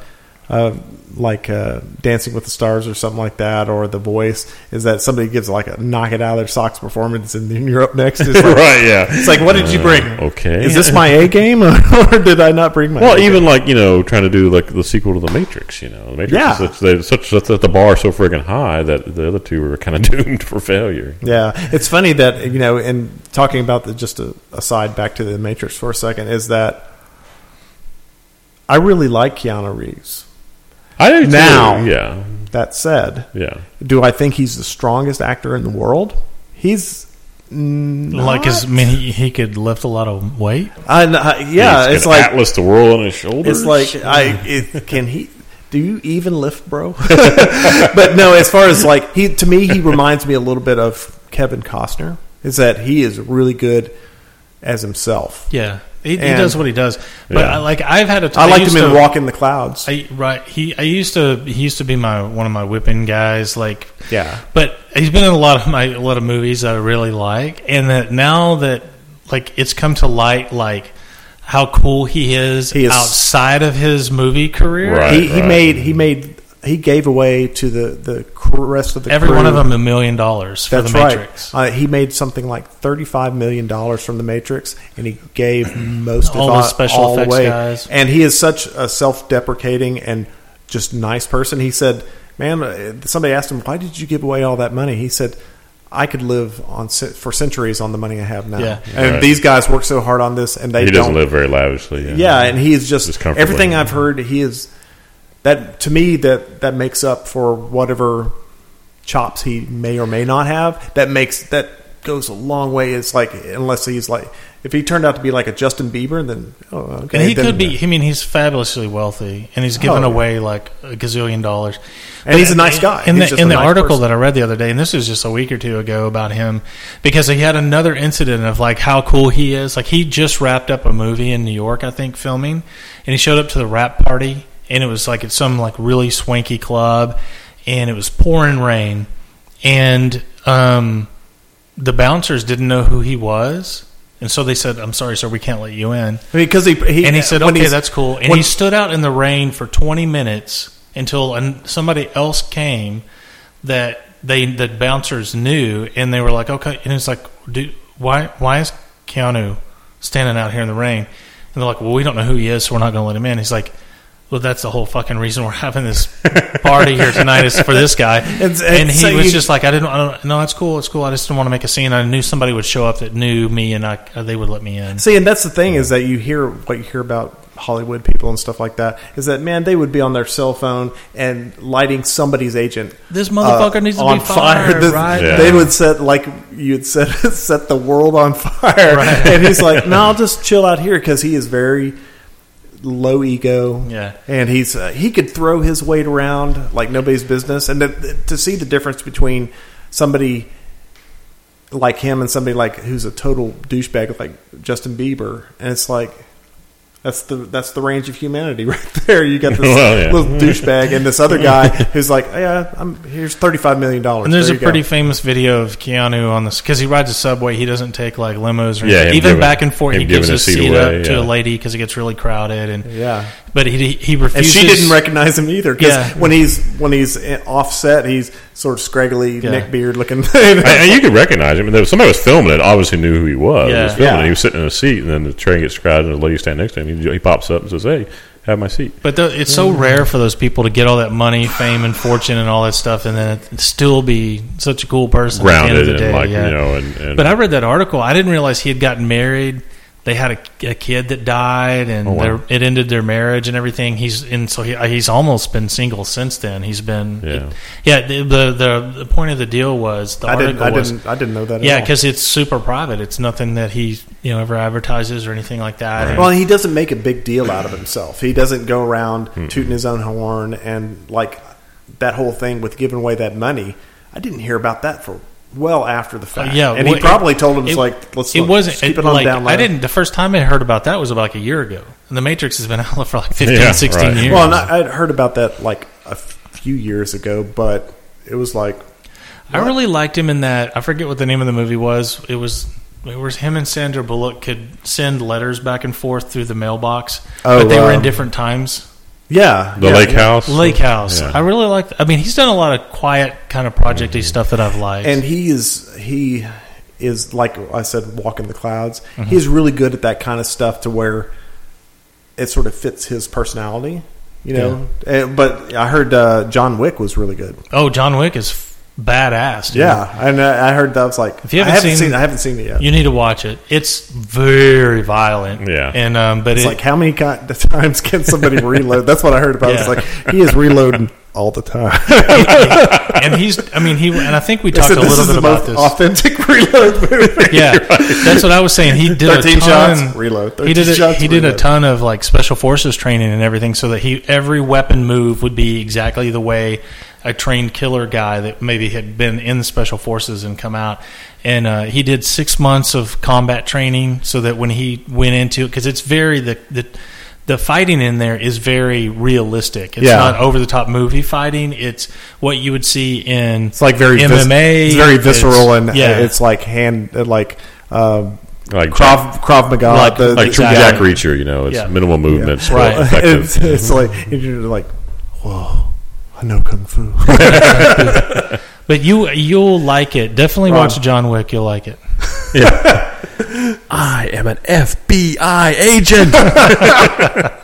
B: uh, like uh, Dancing with the Stars or something like that, or The Voice, is that somebody gives like a knock it out of their socks performance, and then you're up next. It's like,
C: right, yeah.
B: It's like, what did you bring?
C: Uh, okay.
B: Is this my A game, or, did I not bring my?
C: Well,
B: A game?
C: even like you know, trying to do like the sequel to The Matrix. You know, The Matrix
B: Yeah.
C: is such, they such that the bar is so friggin' high that the other two were kind of doomed for failure.
B: Yeah, it's funny that you know, and talking about the just a aside back to the Matrix for a second is that I really like Keanu Reeves.
C: I do too.
B: Now.
C: yeah,
B: That said,
C: yeah,
B: do I think he's the strongest actor in the world? He's
A: Like, as I mean, he, he could lift a lot of weight.
B: I, I, yeah,
C: He's
B: it's
C: gonna
B: like
C: Atlas the world on his shoulders.
B: it's like I it, can he. Do you even lift, bro? but no, as far as like he to me, he reminds me a little bit of Kevin Costner. Is that he is really good as himself?
A: Yeah, he, he
B: And-
A: does what he does. But
C: Yeah.
A: I, like, I've had a
B: I liked him
A: used
B: in
A: to-
B: Walk in the Clouds.
A: I, right. He I used to he used to be my one of my whipping guys. Like
B: Yeah.
A: but he's been in a lot of my a lot of movies that I really like, and that now that like it's come to light, like how cool he is,
B: He is-
A: outside of his movie career.
C: Right,
B: he, he
C: right.
B: made he made he gave away to the the cr- rest of the
A: Every
B: crew.
A: one of them a million dollars for
B: That's
A: the Matrix.
B: right. Uh, he made something like thirty-five million dollars from the Matrix, and he gave most of
A: All
B: it
A: the
B: all,
A: special
B: all
A: effects
B: away.
A: guys.
B: And he is such a self-deprecating and just nice person. He said, "Man, uh, somebody asked him why did you give away all that money?" He said. I could live on ce- for centuries on the money I have now,
A: Yeah.
B: and
C: Right.
B: these guys work so hard on this, and they
C: he
B: don't
C: doesn't live very lavishly.
B: yeah, and he is just
C: Just comfortably.
B: everything I've heard. He is that to me that that makes up for whatever chops he may or may not have. That makes that goes a long way. It's like unless he's like if he turned out to be like a Justin Bieber, then oh okay,
A: And he
B: then-
A: could be. I mean, he's fabulously wealthy, and he's
B: Oh,
A: given
B: yeah.
A: away like a gazillion dollars.
B: And he's a nice guy.
A: In
B: He's
A: the,
B: just
A: in
B: a
A: the
B: nice
A: article
B: person.
A: that I read the other day, and this was just a week or two ago about him, because he had another incident of like how cool he is. Like he just wrapped up a movie in New York, I think, filming, and he showed up to the rap party, and it was like at some like really swanky club, and it was pouring rain, and um, the bouncers didn't know who he was. And so they said, "I'm sorry, sir, we can't let you in."
B: I mean, because he, he
A: and he said,
B: when
A: "Okay,
B: he's-
A: that's cool." And
B: when-
A: he stood out in the rain for 20 minutes until an, somebody else came that they the bouncers knew, and they were like, "Okay." And it's like, "Dude, why why is Keanu standing out here in the rain?" And they're like, "Well, we don't know who he is, so we're not going to let him in." He's like. Well, that's the whole fucking reason we're having this party here tonight is for this guy.
B: It's-
A: and
B: it's-
A: he
B: so
A: was
B: you-
A: just like, I didn't, I don't, no, it's cool, it's cool. I just didn't want to make a scene. I knew somebody would show up that knew me, and I, they would let me in.
B: See, and that's the thing is that you hear what you hear about Hollywood people and stuff like that is that man they would be on their cell phone and lighting somebody's agent.
A: This motherfucker needs to be fired,
B: The-
A: right?
C: Yeah.
B: They would set like you had set set the world on fire,
A: Right.
B: and he's like, "No, I'll just chill out here" because he is very low ego.
A: Yeah.
B: and he's uh, he could throw his weight around like nobody's business, and to, to see the difference between somebody like him and somebody like who's a total douchebag like Justin Bieber, and it's like that's the that's the range of humanity right there. You got this
C: Well, yeah.
B: little douchebag and this other guy who's like, yeah, I'm here's thirty five million dollars.
A: And there's
B: There
A: a
B: you go."
A: pretty famous video of Keanu on this because he rides a subway. He doesn't take like limos or
C: Yeah,
A: anything.
C: him
A: even
C: giving-
A: back and forth.
C: him
A: He gives
C: giving
A: his
C: a seat
A: seat
C: away,
A: up
C: yeah.
A: to a lady because it gets really crowded. And
B: yeah.
A: but he he
B: And
A: refuses.
B: she didn't recognize him either because
A: Yeah.
B: when he's when he's offset, he's sort of scraggly,
A: Yeah.
B: neck beard looking.
C: And, and you could recognize him. And there was, somebody was filming it. Obviously, knew who he was. He was
A: Yeah.
C: filming
B: Yeah.
C: it. He was sitting in a seat, and then the train gets crowded, and the lady standing next to him. He, he pops up and says, "Hey, have my seat."
A: But the, it's
C: Mm-hmm.
A: so rare for those people to get all that money, fame, and fortune, and all that stuff, and then it, still be such a cool person. at the end of
C: Grounded
A: the
C: and
A: day,
C: like
A: yeah.
C: you know, and, and
A: But I read that article. I didn't realize he had gotten married they had a, a kid that died, and
C: Oh, wow.
A: their, it ended their marriage and everything. He's and so he, he's almost been single since then. He's been
C: Yeah.
A: yeah. The the, the, the point of the deal was the
B: I
A: article
B: didn't. I
A: was
B: didn't. I didn't know that.
A: yeah
B: at all.
A: because it's super private. It's nothing that he you know ever advertises or anything like that.
B: Well, he doesn't make a big deal out of himself. He doesn't go around
A: Hmm.
B: tooting his own horn and like that whole thing with giving away that money. I didn't hear about that for well after the fact.
A: Uh, yeah,
B: and
A: well,
B: he probably
A: it-
B: told him
A: it-
B: like, "Let's
A: It
B: look,
A: wasn't
B: just keep
A: it,
B: it on
A: like,
B: down low."
A: I didn't. The first time I heard about that was about like a year ago. And the Matrix has been out for like 15,
C: Yeah,
A: 16
C: right.
A: years.
B: Well, and I, I'd heard about that like a f- few years ago, but it was like
A: I really liked him in that. I forget what the name of the movie was. It was it was him and Sandra Bullock could send letters back and forth through the mailbox,
B: Oh,
A: but they were in
B: um,
A: different times.
B: yeah,
C: The
B: yeah,
C: lake
B: yeah.
C: house.
A: Lake House.
C: Yeah.
A: I really liked. I mean, he's done a lot of quiet kind of projecty stuff that I've liked.
B: Mm-hmm. and he is he is like I said, walking the clouds.
A: Mm-hmm.
B: He's really good at that kind of stuff to where it sort of fits his personality, you know. And- but I heard uh, John Wick was really good.
A: oh, John Wick is f- badass. dude.
B: Yeah, and I I heard that I was like,
A: If you
B: I
A: haven't
B: haven't
A: seen-
B: seen, I haven't seen it yet.
A: you need to watch it. It's very violent.
C: Yeah.
A: and um, but
B: it's
A: it,
B: like how many ki- times can somebody reload? That's what I heard about. It's
A: Yeah.
B: like he is reloading all the time.
A: and he's. I mean, he and I think we
B: I
A: talked
B: said,
A: a
B: this
A: little
B: is
A: bit
B: the
A: about
B: most
A: this.
B: authentic reload movie.
A: yeah, that's what I was saying. He did a
B: 13
A: ton.
B: shots, reload.
A: He
B: 13
A: did a,
B: shots,
A: he did a
B: reload.
A: ton of like special forces training and everything, so that he every weapon move would be exactly the way a trained killer guy that maybe had been in special forces and come out. And uh, he did six months of combat training, so that when he went into it, because it's very the the. The fighting in there is very realistic. It's
B: Yeah.
A: not over the top movie fighting. It's what you would see in
B: It's like very vis-
A: MMA.
B: it's very visceral,
A: It's-
B: and it's like hand, uh, like um,
C: Like
B: Krav, Krav Maga,
A: Like-
B: Uh, the,
C: like
B: the-
C: True
A: Exactly.
C: Jack Reacher, you know, it's
A: Yeah.
C: minimal movements,
A: Right.
C: real
B: it's,
C: effective.
B: it's like and you're like, whoa, I know kung fu.
A: But you you'll like it. Definitely
B: Wrong.
A: watch John Wick. You'll like it.
C: I am an FBI agent.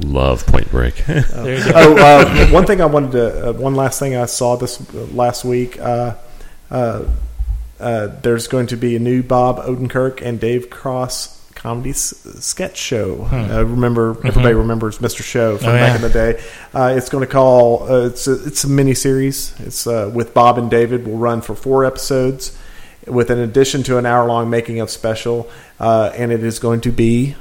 C: Love Point Break.
A: There you go.
B: oh, uh, one thing I wanted to, uh, one last thing I saw this uh, last week. Uh, uh, uh, there's going to be a new Bob Odenkirk and Dave Cross comedy s- sketch show. Uh, remember, everybody remembers Mr. Show from
A: Hmm. Mm-hmm. Oh,
B: back
A: yeah.
B: in the day. Uh, it's going to call. Uh, it's a, it's a mini series. It's uh, with Bob and David. Will run for four episodes, with an addition to an hour long making of special, uh, and it is going to be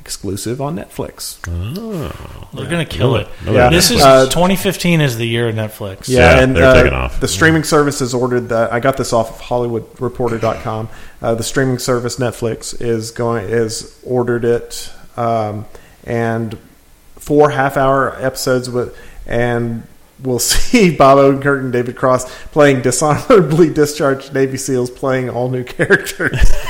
B: exclusive on Netflix.
A: They're gonna kill it.
C: Another
B: Yeah.
A: This is
B: Uh,
A: 2015 is the year of Netflix.
B: Yeah,
C: Yeah,
B: and
C: they're
B: uh,
C: taking off.
B: The streaming service has ordered the. I got this off of HollywoodReporter.com. Uh, the streaming service Netflix is going is ordered it, um, and four half hour episodes with, and we'll see Bob Odenkirk and David Cross playing dishonorably discharged Navy SEALs playing all new characters.
C: Okay.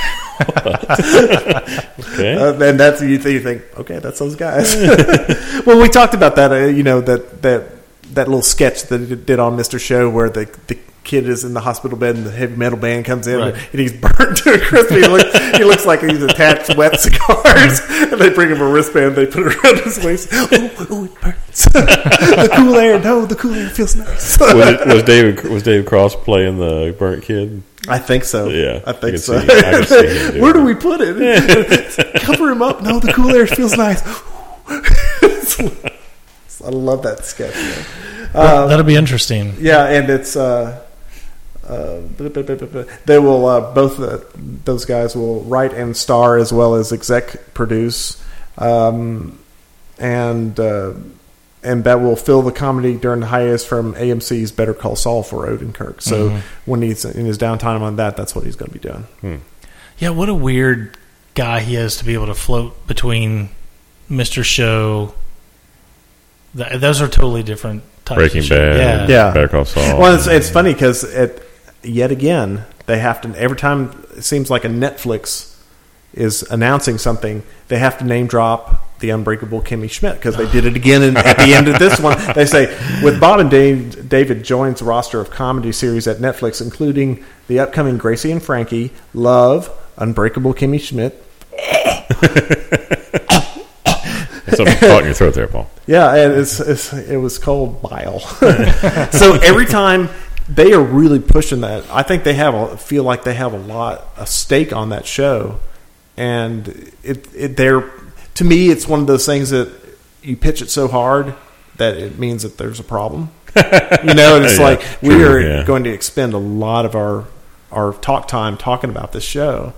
B: Uh, and that's you think, you think okay, that's those guys. well, we talked about that. Uh, you know that that that little sketch that it did on Mister Show where the the kid is in the hospital bed and the heavy metal band comes in
A: Right.
B: and he's burnt to a crisp. He looks, he looks like he's attached wet cigars. and they bring him a wristband. They put it around his waist. Oh, oh it burns. the cool air. No, the cool air feels nice.
C: was, it, was David was David Cross playing the burnt kid?
B: I think so.
C: Yeah,
B: I
C: I
B: think
C: can
B: so.
C: see- I can see him doing
B: Where do
C: it.
B: we put it? Cover him up. No, the cool air feels nice. I love that sketch. man.
A: that'll be interesting.
B: Yeah, and it's uh, uh, blah, blah, blah, blah, blah. they will uh, both uh, those guys will write and star as well as exec produce, um, and uh, and that will fill the comedy during the hiatus from AMC's Better Call Saul for Odenkirk. So when he's in his downtime on that, that's what he's going to be doing.
A: Yeah, what a weird guy he is to be able to float between Mr. Show. Th- those are totally different types. of
C: Breaking
A: show.
C: Bad.
A: Yeah.
B: Yeah.
C: Better Call Saul.
B: Well, it's, it's funny because it, yet again they have to every time it seems like a Netflix is announcing something they have to name drop the Unbreakable Kimmy Schmidt because they did it again in, at the end of this one they say with Bob and Dave, David joins roster of comedy series at Netflix including the upcoming Gracie and Frankie Love Unbreakable Kimmy Schmidt
C: Something caught in your throat there, Paul.
B: Yeah, and it's, it's it was called bile. so every time they are really pushing that, I think they have a feel like they have a lot a stake on that show and it, it they're to me it's one of those things that you pitch it so hard that it means that there's a problem. you know, and it's
C: Yeah,
B: like we
C: true,
B: are
C: yeah.
B: going to expend a lot of our our talk time talking about this show,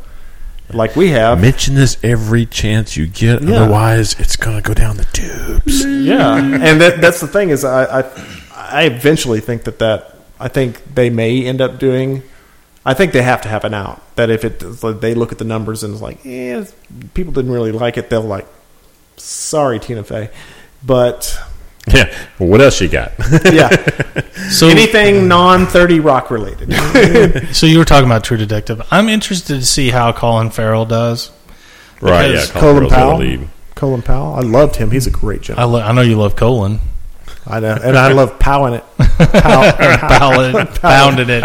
B: like we have.
C: Mention this every chance you get,
B: Yeah.
C: otherwise it's gonna go down the tubes.
B: yeah and that, that's the thing is I, I i eventually think that that i think they may end up doing i think they have to have an out that if it like they look at the numbers and it's like eh, people didn't really like it they'll like sorry tina fey but
C: Yeah. Well, what else you got?
B: yeah
A: So
B: anything non-30 rock related
A: So you were talking about True Detective. I'm interested to see how Colin Farrell does.
C: right. Yeah.
A: Because
B: colin
C: Farrell's gonna
B: powell
C: leave.
B: colin powell i loved him he's a great
A: I,
B: general
A: lo- I know you love Colin.
B: i know and i love powell in it Powell,
A: Ballad, bounded it.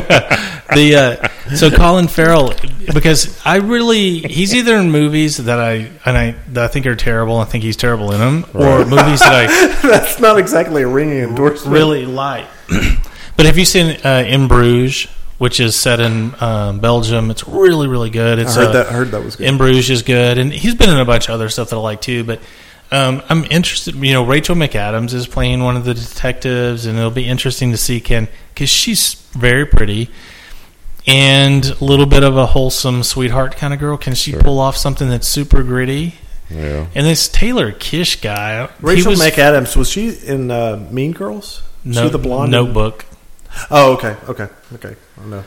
A: the uh, so Colin Farrell because I really he's either in movies that I and I that I think are terrible. I think he's terrible in them, or movies that
B: that's not exactly a ringing
A: I
B: endorsement
A: really like. but have you seen uh, In Bruges, which is set in um, Belgium? It's really really good.
B: i
A: It's
B: heard
A: uh,
B: that I heard that was good
A: In Bruges is good, and he's been in a bunch of other stuff that I like too. But um, I'm interested. You know, Rachel McAdams is playing one of the detectives, and it'll be interesting to see can because she's very pretty and a little bit of a wholesome sweetheart kind of girl. Can she pull off something that's super gritty?
C: Yeah.
A: And this Taylor Kish guy, he
B: Rachel
A: was-
B: McAdams was she in uh, Mean Girls?
A: no,
B: she the blonde.
A: notebook.
B: Oh, okay, okay, okay. I know.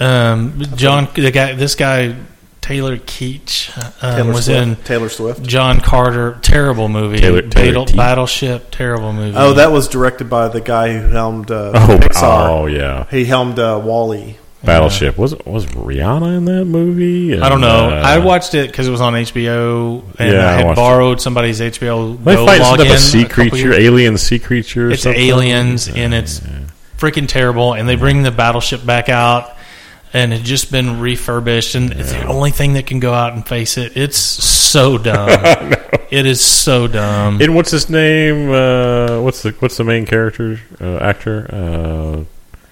A: Um, John, the guy, this guy, Taylor Keach, um,
B: Taylor
A: was
B: Swift.
A: in
B: Taylor Swift.
A: John Carter, terrible movie.
C: Taylor- Taylor
A: Battle-
C: T.
A: Battleship, terrible movie.
B: Oh, that was directed by the guy who helmed uh,
C: Oh,
B: Pixar.
C: oh yeah.
B: He helmed uh, Wally.
C: Battleship was was Rihanna in that movie?
A: I don't know.
C: And, uh,
A: I watched it because it was on HBO, and
C: Yeah, I
A: I had
C: watched
A: borrowed somebody's HBO
C: They
A: Go
C: fight some
A: login.
C: type of sea
A: a couple
C: creature,
A: years-
C: alien sea creature. Or
A: It's
C: something.
A: aliens, and it's freaking terrible. And they bring the battleship back out, and it just been refurbished, and it's the only thing that can go out and face it. It's so dumb. It is so dumb.
C: And what's his name? Uh, what's the what's the main character uh, actor? Uh,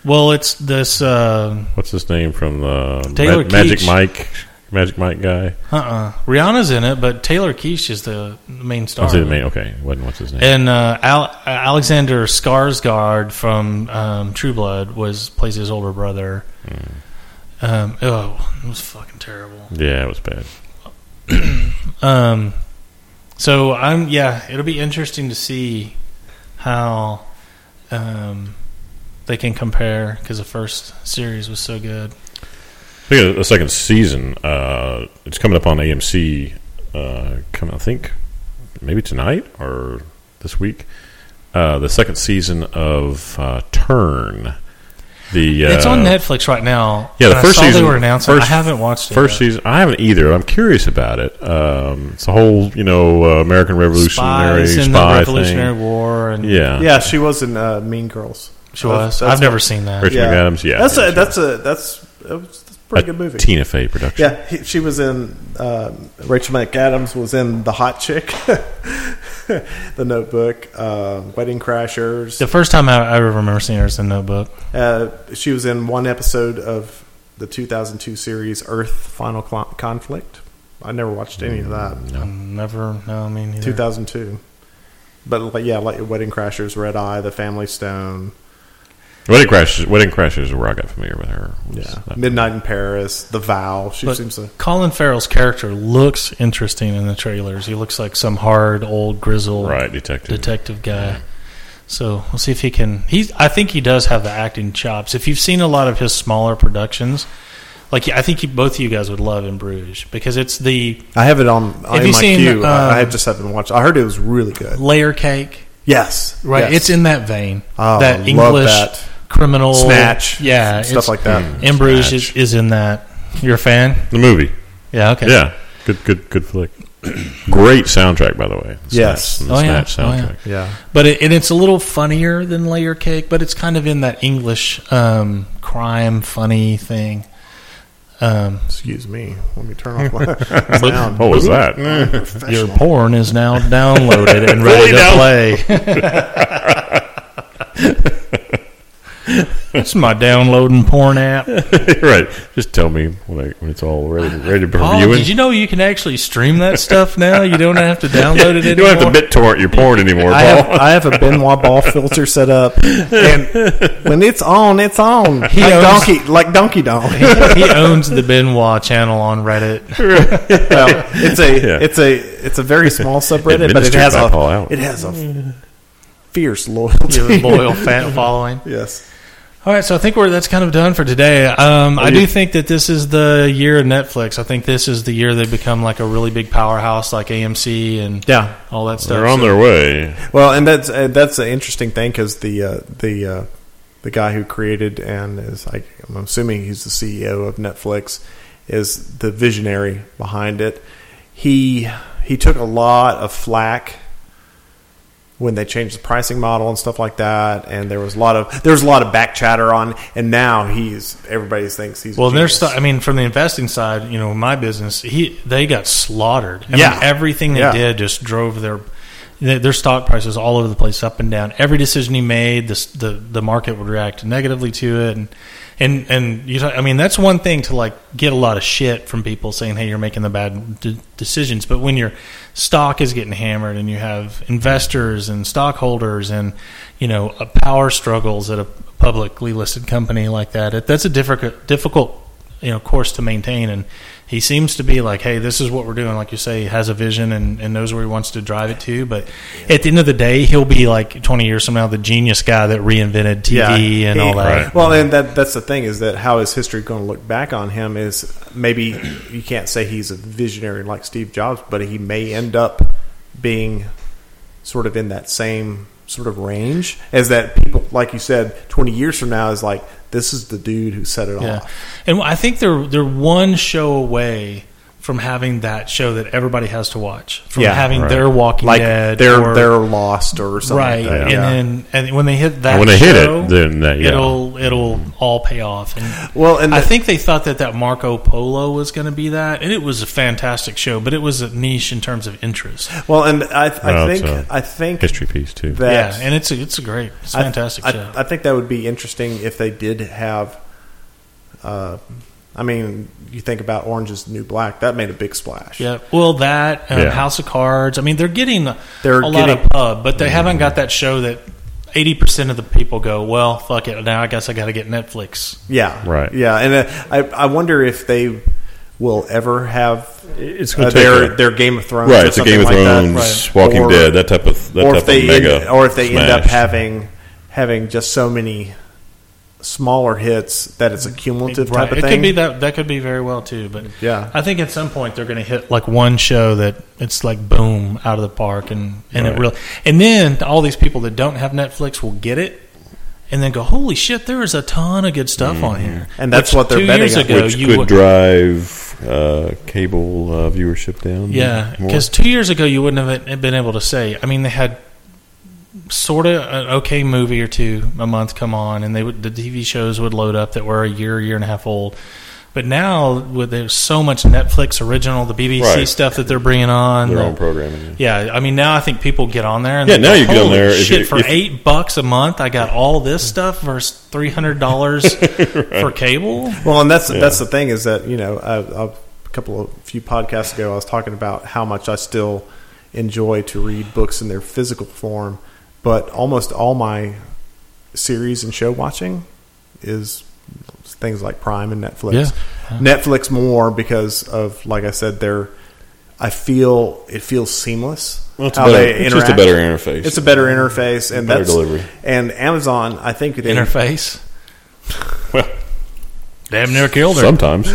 A: well, it's this. Uh,
C: what's his name from the
A: Taylor
C: Magic
A: Keach.
C: Mike? Magic Mike guy.
A: Uh-uh. Rihanna's in it, but Taylor Keish is the main star.
C: What's his name? Okay, wasn't what's his name?
A: And uh, Al- Alexander Skarsgård from um, True Blood was plays his older brother.
C: Hmm.
A: Um, oh, it was fucking terrible.
C: yeah, it was bad.
A: Um, so I'm yeah, it'll be interesting to see how um, they can compare because the first series was so good.
C: Speaking of the second season, uh, it's coming up on AMC. Uh, coming, I think, maybe tonight or this week. Uh, the second season of uh, Turn. The uh,
A: It's on Netflix right now.
C: Yeah, the
A: and I
C: first
A: saw
C: season.
A: they were announcing.
C: first-
A: I haven't watched it.
C: First
A: yet.
C: season, I haven't either. I'm curious about it. Um, it's a whole, you know, uh, American Revolutionary
A: Spies in
C: spy
A: the
C: thing.
A: Revolutionary War and
C: Yeah,
B: Yeah, she was in uh, Mean Girls.
A: She was.
B: That's-
A: I've
B: that's-
A: never seen that.
C: Rachel McAdams. Yeah,
B: that's
C: yeah,
B: a that's a that's that was- that's a pretty
C: a
B: good movie.
C: Tina Fey production.
B: Yeah, he, she was in. Um, Rachel McAdams was in The Hot Chick, The Notebook, uh, Wedding Crashers.
A: The first time I, I ever remember seeing her was in Notebook.
B: Uh, she was in one episode of the 2002 series Earth Final Cl- Conflict. I never watched any of that.
A: Um, Never. No, I mean, neither.
B: 2002. But like, yeah, like Wedding Crashers, Red Eye, The Family Stone,
C: Wedding Crashers. Wedding Crashers is where I got familiar with her. Was
B: yeah,
C: that-
B: Midnight in Paris, The Vow. She
A: But
B: seems to.
A: Colin Farrell's character looks interesting in the trailers. He looks like some hard old grizzled
C: right, detective.
A: detective guy. So we'll see if he can. He's. I think he does have the acting chops. If you've seen a lot of his smaller productions, like I think you, both of you guys would love In Bruges because it's the
B: I have it on, on
A: you
B: my
A: seen,
B: queue. I, I
A: um,
B: just haven't watched. I heard it was really good.
A: layer cake.
B: Yes,
A: Right,
B: yes.
A: it's in that vein.
B: Oh,
A: that
B: love
A: English
B: that.
A: criminal
B: Snatch,
A: yeah,
B: stuff like that.
A: In Bruges is,
C: Snatch.
A: is in that. You're a fan?
C: The movie.
A: Yeah. Okay.
C: Yeah, good, good, good flick. Great soundtrack, by the way. The
B: Yes.
C: Snatch, the
A: Oh, yeah.
C: Snatch
A: Oh, yeah.
C: soundtrack.
B: Yeah,
A: But it, and it's a little funnier than Layer Cake, but it's kind of in that English um, crime funny thing. Um,
B: excuse me. Let me turn off my sound.
C: What was that?
A: your porn is now downloaded and ready
C: Really
A: to play. That's my downloading porn app.
C: right. Just tell me when, I, when it's all ready, ready for
A: Oh,
C: viewing.
A: did you know you can actually stream that stuff now? You don't have to
C: Yeah,
A: download it
C: you
A: anymore.
C: don't have to BitTorrent your porn anymore,
B: I
C: Paul.
B: have, I have a Benoit Ball filter set up, and when it's on, it's on. He like
A: owns-
B: donkey, like Donkey Dong.
A: he owns the Benoit channel on Reddit.
B: Well, it's a
C: Yeah.
B: it's a it's a very small subreddit, but it
C: Administered
B: has
C: by
B: a
C: Paul Allen.
B: it has a fierce loyalty.
A: Your loyal fan following.
B: Yes,
A: All right, so I think we're that's kind of done for today. Um, I do think that this is the year of Netflix. I think this is the year they become like a really big powerhouse, like AMC and
B: yeah.
A: all that stuff.
C: They're on
A: So-
C: their way.
B: Well, and that's uh, that's an interesting thing because the uh, the uh, the guy who created and is I, I'm assuming he's the CEO of Netflix is the visionary behind it. He he took a lot of flack when they changed the pricing model and stuff like that, and there was a lot of there was a lot of back chatter on, and now he's everybody thinks he's a
A: Well, there's.
B: genius.
A: stu- I mean, from the investing side, you know, my business, he they got slaughtered. I mean,
B: Yeah.
A: everything they
B: Yeah.
A: did just drove their their their stock prices all over the place, up and down. Every decision he made, this, the the market would react negatively to it, and and and you. Talk, I mean, that's one thing to like get a lot of shit from people saying, "Hey, you're making the bad d- decisions," but when your stock is getting hammered and you have investors and stockholders and you know uh, power struggles at a publicly listed company like that, it, that's a difficult difficult you know course to maintain and he seems to be like hey this is what we're doing like you say he has a vision and, and knows where he wants to drive it to but at the end of the day he'll be like 20 years from now the genius guy that reinvented tv and
B: he-
A: all that
C: Right.
B: Well, and that that's the thing is that how is history going to look back on him is maybe you can't say he's a visionary like Steve Jobs, but he may end up being sort of in that same sort of range as that people like you said 20 years from now is like this is the dude who set it
A: yeah
B: off.
A: and i think they're they're one show away from having that show that everybody has to watch from
B: Yeah,
A: having
C: right.
A: their walking
B: Like
A: dead
B: they're
A: or-
B: they're lost or something
A: right
B: like that.
A: and
B: Yeah.
A: then and when they hit that
C: And when they hit it,
A: show,
C: then that- yeah.
A: it'll it'll all pay off and
B: well and
A: I
B: the-
A: think they thought that that Marco Polo was going to be that, and it was a fantastic show, but it was a niche in terms of interest.
B: well and I, I
C: Well, it's
B: think
C: a
B: I think
C: History piece, too.
B: that
A: yeah, and it's a, it's a great, it's a
B: I-
A: fantastic
B: I,
A: show.
B: I think that would be interesting if they did have. Uh, I mean, you think about Orange is the New Black. That made a big splash.
A: yeah, well, that um,
C: Yeah.
A: House of Cards. I mean, they're getting a-
B: They're
A: a lot
B: getting- Mm-hmm.
A: of pub, but they haven't got that show that eighty percent of the people go, "Well, fuck it, now I guess I got to get Netflix."
B: Yeah.
C: Right.
B: Yeah, and uh, I I wonder if they will ever have
C: It's
B: uh,
C: going to
B: their
C: take
B: their Game of Thrones.
C: Right,
B: or
C: it's a
B: something
C: Game of
B: like that.
C: Thrones,
A: Right.
C: Walking
B: Or-
C: Dead, that type of that
B: or
C: type
B: if they
C: of mega.
B: end, or if they end up
C: smash.
B: having having just so many smaller hits that it's a cumulative type of
A: it
B: thing.
A: could be that that could be very well too, but
B: Yeah.
A: I think at some point they're going to hit like one show that it's like boom out of the park, and and
C: Right.
A: it really and then all these people that don't have Netflix will get it. And then go, holy shit! There is a ton of good stuff on here,
B: Mm-hmm. And that's
A: Which
B: what they're
A: two
B: betting
A: years
B: on.
A: ago.
C: which
A: you
C: could
A: would,
C: drive uh, cable uh, viewership down.
A: yeah,
C: more.
A: because two years ago you wouldn't have been able to say. I mean, they had sort of an okay movie or two a month come on, and they would the TV shows would load up that were a year, year and a half old. But now with there's so much Netflix original, the BBC
C: Right.
A: stuff that they're bringing on,
C: their
A: the-
C: own programming.
A: yeah, I mean now I think people get on there. And
C: Yeah,
A: they
C: now
A: go,
C: you get on
A: "Holy
C: there if
A: Shit,
C: you-
A: for
C: if-
A: eight bucks a month, I got all this stuff versus three hundred dollars for cable.
B: Well, and that's that's the thing is that you know a, a couple of few podcasts ago I was talking about how much I still enjoy to read books in their physical form, but almost all my series and show watching is things like Prime and Netflix.
A: Yeah.
B: Netflix more because of like I said, their I feel it feels seamless.
C: Well, it's a
B: how
C: better-
B: they
C: it's just a
B: interact.
C: better interface.
B: It's a better interface, and
C: Better
B: that's
C: delivery.
B: And Amazon, I think they,
A: Interface,
C: Well,
A: damn near killed her.
C: sometimes.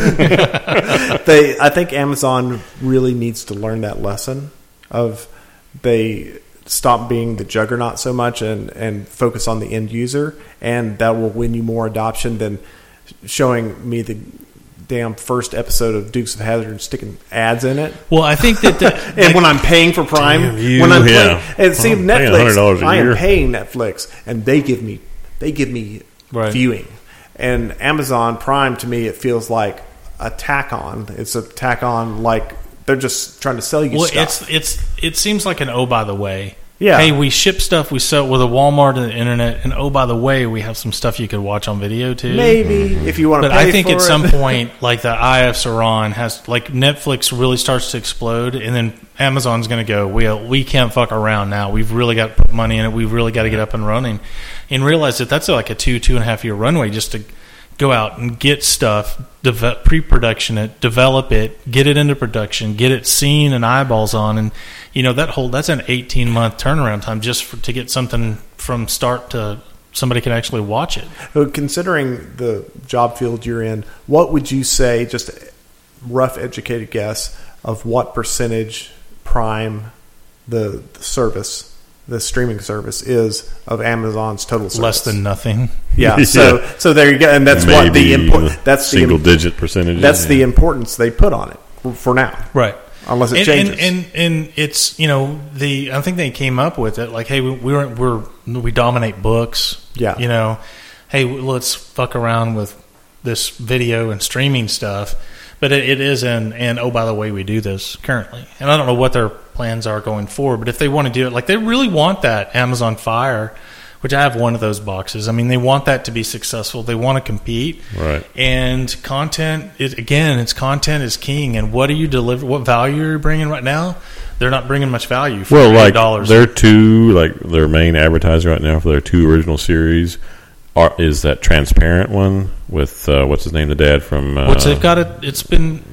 B: they I think Amazon really needs to learn that lesson of they stop being the juggernaut so much and and focus on the end user and that will win you more adoption than showing me the damn first episode of Dukes of Hazard and sticking ads in it.
A: Well, I think that the,
B: And when I'm paying for Prime,
C: Damn you.
B: when I'm
C: Yeah. Oh,
B: paying, and see
C: I'm paying $100
B: Netflix,
C: a
B: I am
C: year.
B: paying Netflix, and they give me they give me
A: Right.
B: viewing. And Amazon Prime to me, it feels like a tack on. It's a tack on like they're just trying to sell you
A: well,
B: stuff.
A: it's it's it seems like an oh by the way
B: Yeah.
A: hey, we ship stuff we sell with a Walmart and the internet, and oh by the way, we have some stuff you could watch on video too.
B: maybe if you want to.
A: But I think at some point, like the IF Saran has, like Netflix really starts to explode, and then Amazon's going to go. We we can't fuck around now. We've really got to put money in it. We've really got to get up and running, and realize that that's like a two two and a half year runway just to go out and get stuff, develop, pre-production it, develop it, get it into production, get it seen and eyeballs on, and you know that whole that's an eighteen month turnaround time just for, to get something from start to somebody can actually watch it.
B: So considering the job field you're in, what would you say, just a rough educated guess, of what percentage prime the, the service, the streaming service, is of Amazon's total service?
A: Less than nothing.
B: yeah. So
C: Yeah.
B: so there you go, and that's what the
C: Maybe uh,
B: import that's the
C: single digit percentage.
B: that's the importance they put on it for now,
A: Right.
B: Unless it
A: and,
B: changes.
A: And, and and it's you know the I think they came up with it like hey we we're, we're we dominate books
B: Yeah.
A: you know hey let's fuck around with this video and streaming stuff but it, it is and and oh by the way we do this currently and I don't know what their plans are going forward but if they want to do it like they really want that Amazon Fire which I have one of those boxes I mean they want that to be successful they want to compete
C: Right.
A: and content is again it's content is king and what are you deliver what value are you bringing right now they're not bringing much value for
C: well, like
A: dollars
C: their two like their main advertiser right now for their two original series are is that transparent one with uh, what's his name, the dad from uh,
A: which they've got it it's been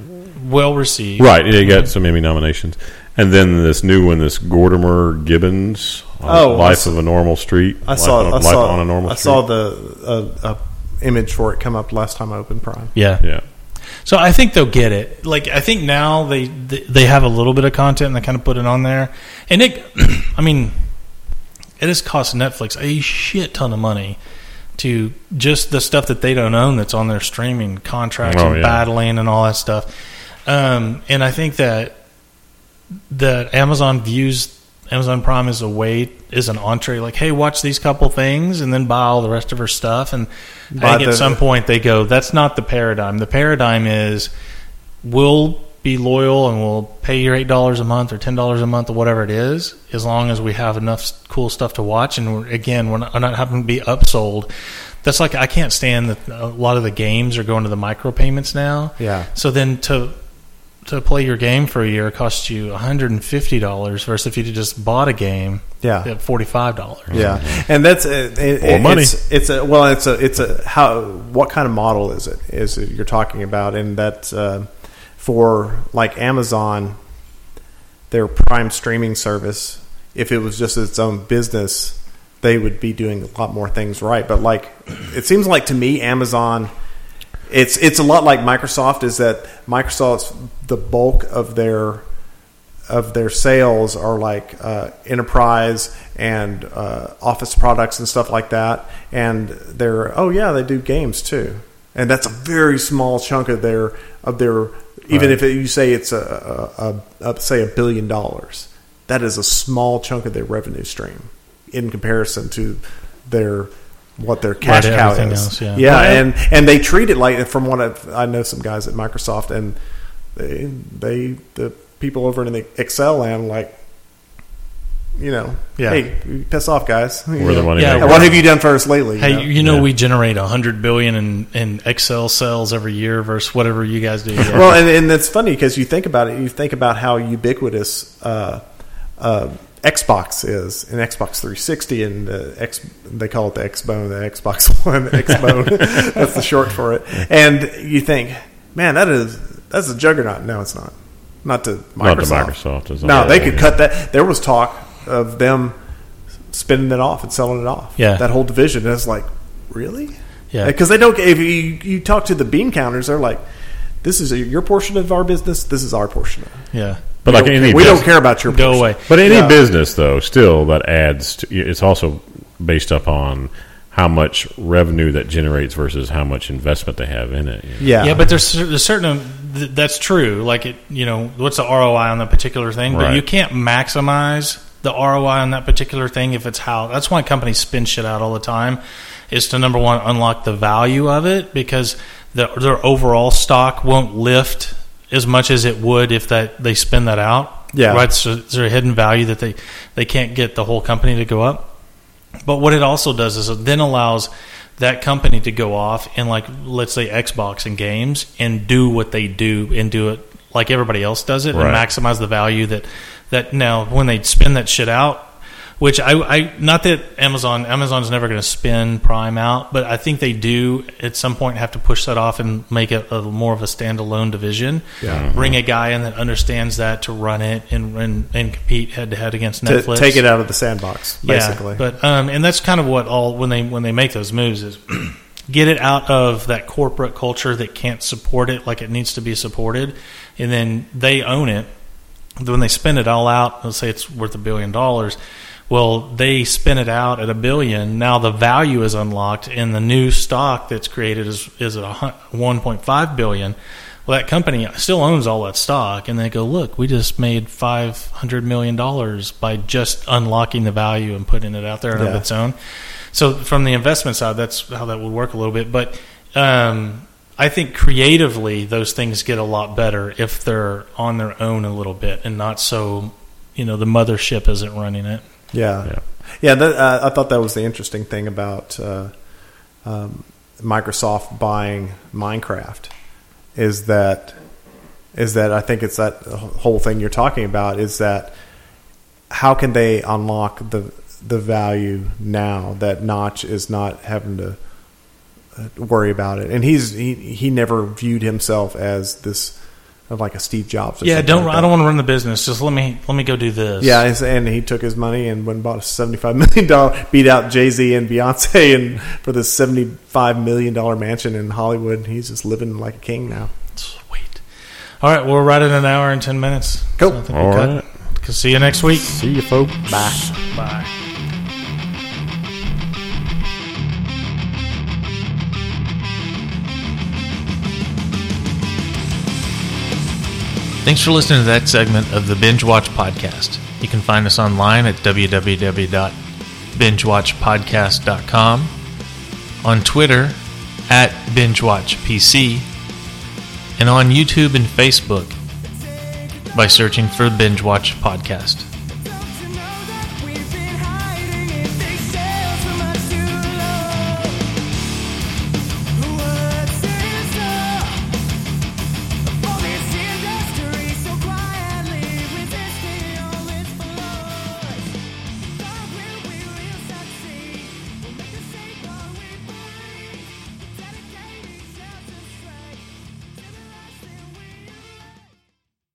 A: well received
C: Right, yeah, he got some Emmy nominations, and then this new one, this Gordimer Gibbons, uh,
B: Oh, I
C: Life
B: s-
C: of a Normal Street.
B: I
C: Life
B: saw
C: on,
B: I
C: Life
B: saw
C: on a Normal
B: I
C: Street.
B: saw the uh, uh, image for it come up last time I opened Prime.
A: yeah
C: yeah,
A: So I think they'll get it. Like I think now they they they have a little bit of content and they kind of put it on there. And it, I mean, it has cost Netflix a shit ton of money to just the stuff that they don't own that's on their streaming contracts
C: Oh,
A: and
C: yeah.
A: battling and all that stuff. Um, and I think that that Amazon views Amazon Prime as a way is an entree. Like, hey, watch these couple things and then buy all the rest of her stuff. And
B: Buy
A: I think
B: the-
A: at some point they go, that's not the paradigm. The paradigm is we'll be loyal and we'll pay your eight dollars a month or ten dollars a month or whatever it is, as long as we have enough s- cool stuff to watch. And we're, again, we're not, we're not having to be upsold. That's like I can't stand that a lot of the games are going to the micropayments now.
B: Yeah.
A: So then to to play your game for a year costs you one hundred and fifty dollars versus if you just bought a game
B: Yeah.
A: at forty five dollars.
B: Yeah, and that's uh, it,
C: Or
B: it-
C: money.
B: It's, it's a well, it's a it's a how what kind of model is it is it you're talking about, and that uh, for like Amazon, their prime streaming service, if it was just its own business, they would be doing a lot more things right. But like, it seems like to me, Amazon. It's it's a lot like Microsoft is that Microsoft's the bulk of their of their sales are like uh, enterprise and uh, office products and stuff like that. And they're oh yeah, they do games too, and that's a very small chunk of their of their even if you say it's a, a, a, a say a billion dollars, that is a small chunk of their revenue stream in comparison to their what their cash
A: Right,
B: cow
A: everything
B: is.
A: else, yeah.
B: yeah,
A: Well,
B: Uh, and and they treat it like from what I've, I know some guys at Microsoft and they they the people over in the Excel land like you know
A: Yeah.
B: hey piss off guys
C: where the money.
A: Yeah,
C: may
A: well,
C: work.
B: what have you done first lately
A: Hey, you know
C: Yeah.
A: we generate hundred billion in, in Excel cells every year versus whatever you guys do. Yeah.
B: well, and, and it's funny because you think about it. You think about how ubiquitous uh, uh, Xbox is, and Xbox 360, and the X. They call it the Xbone, the Xbox One Xbone. that's the short for it. And you think, man, that is that's a juggernaut. No, it's not. Not to Microsoft.
C: Not to Microsoft, it's
B: No,
C: not.
B: they could cut that. There was talk of them spinning it off and selling it off.
A: Yeah.
B: that whole division. And it's like, really?
A: Yeah.
B: Because they don't. If you, you talk to the bean counters, they're like, "This is your portion of our business. This is our portion. Of it.
A: yeah.
C: but like any
B: we don't
C: business-
B: care about your
A: Go
B: portion.
A: away.
C: But any
B: Yeah.
C: business, though, still that adds. To, it's also based upon how much revenue that generates versus how much investment they have in it. you know.
B: Yeah,
A: Yeah, but there's, cer- there's certain th- that's true. Like it, you know, what's the ROI on that particular thing? But
C: Right.
A: you can't maximize the ROI on that particular thing if it's how. That's why companies spin shit out all the time. Is to number one unlock the value of it because the, their overall stock won't lift as much as it would if that they spin that out.
B: Yeah.
A: right? So is there a hidden value that they they can't get the whole company to go up? But what it also does is it then allows that company to go off and like let's say Xbox and games and do what they do and do it like everybody else does it
C: Right.
A: and maximize the value that that now when they spin that shit out which I, I not that Amazon Amazon's never going to spin Prime out, but I think they do at some point have to push that off and make it a, more of a standalone division.
B: Yeah.
A: Bring a guy in that understands that to run it and and, and compete head to head against
B: to
A: Netflix.
B: take it out of the sandbox, basically.
A: Yeah, but um, and that's kind of what all when they when they make those moves is get it out of that corporate culture that can't support it like it needs to be supported, and then they own it. When they spend it all out, let's say it's worth a billion dollars. Well, they spin it out at a billion. Now the value is unlocked, and the new stock that's created is is at one point five billion. Well, that company still owns all that stock, and they go, "Look, we just made five hundred million dollars by just unlocking the value and putting it out there and of
B: Yeah.
A: its own." So, from the investment side, that's how that would work a little bit. But um, I think creatively, those things get a lot better if they're on their own a little bit and not so, you know, the mothership isn't running it.
B: Yeah,
C: Yeah.
B: yeah. that, uh, I thought that was the interesting thing about uh, um, Microsoft buying Minecraft is that is that I think it's that whole thing you're talking about is that how can they unlock the the value now that Notch is not having to uh, worry about it, and he's he, he never viewed himself as this uh, like a Steve Jobs. Or
A: Yeah,
B: something
A: don't.
B: like
A: I
B: that.
A: don't want to run the business. Just let me let me go do this.
B: Yeah, and- and he took his money and went and bought a seventy-five million dollar, beat out Jay Z and Beyonce, and for this seventy-five million dollar mansion in Hollywood, he's just living like a king now.
A: sweet. All right, we're right at an hour and ten minutes.
B: Cool.
A: I think we'll
C: All
A: cut.
C: right.
A: See you next week.
C: See you, folks. Bye.
A: Bye. Thanks for listening to that segment of the Binge Watch Podcast. You can find us online at www.bingewatchpodcast.com, on Twitter at BingeWatchPC, and on YouTube and Facebook by searching for Binge Watch Podcast.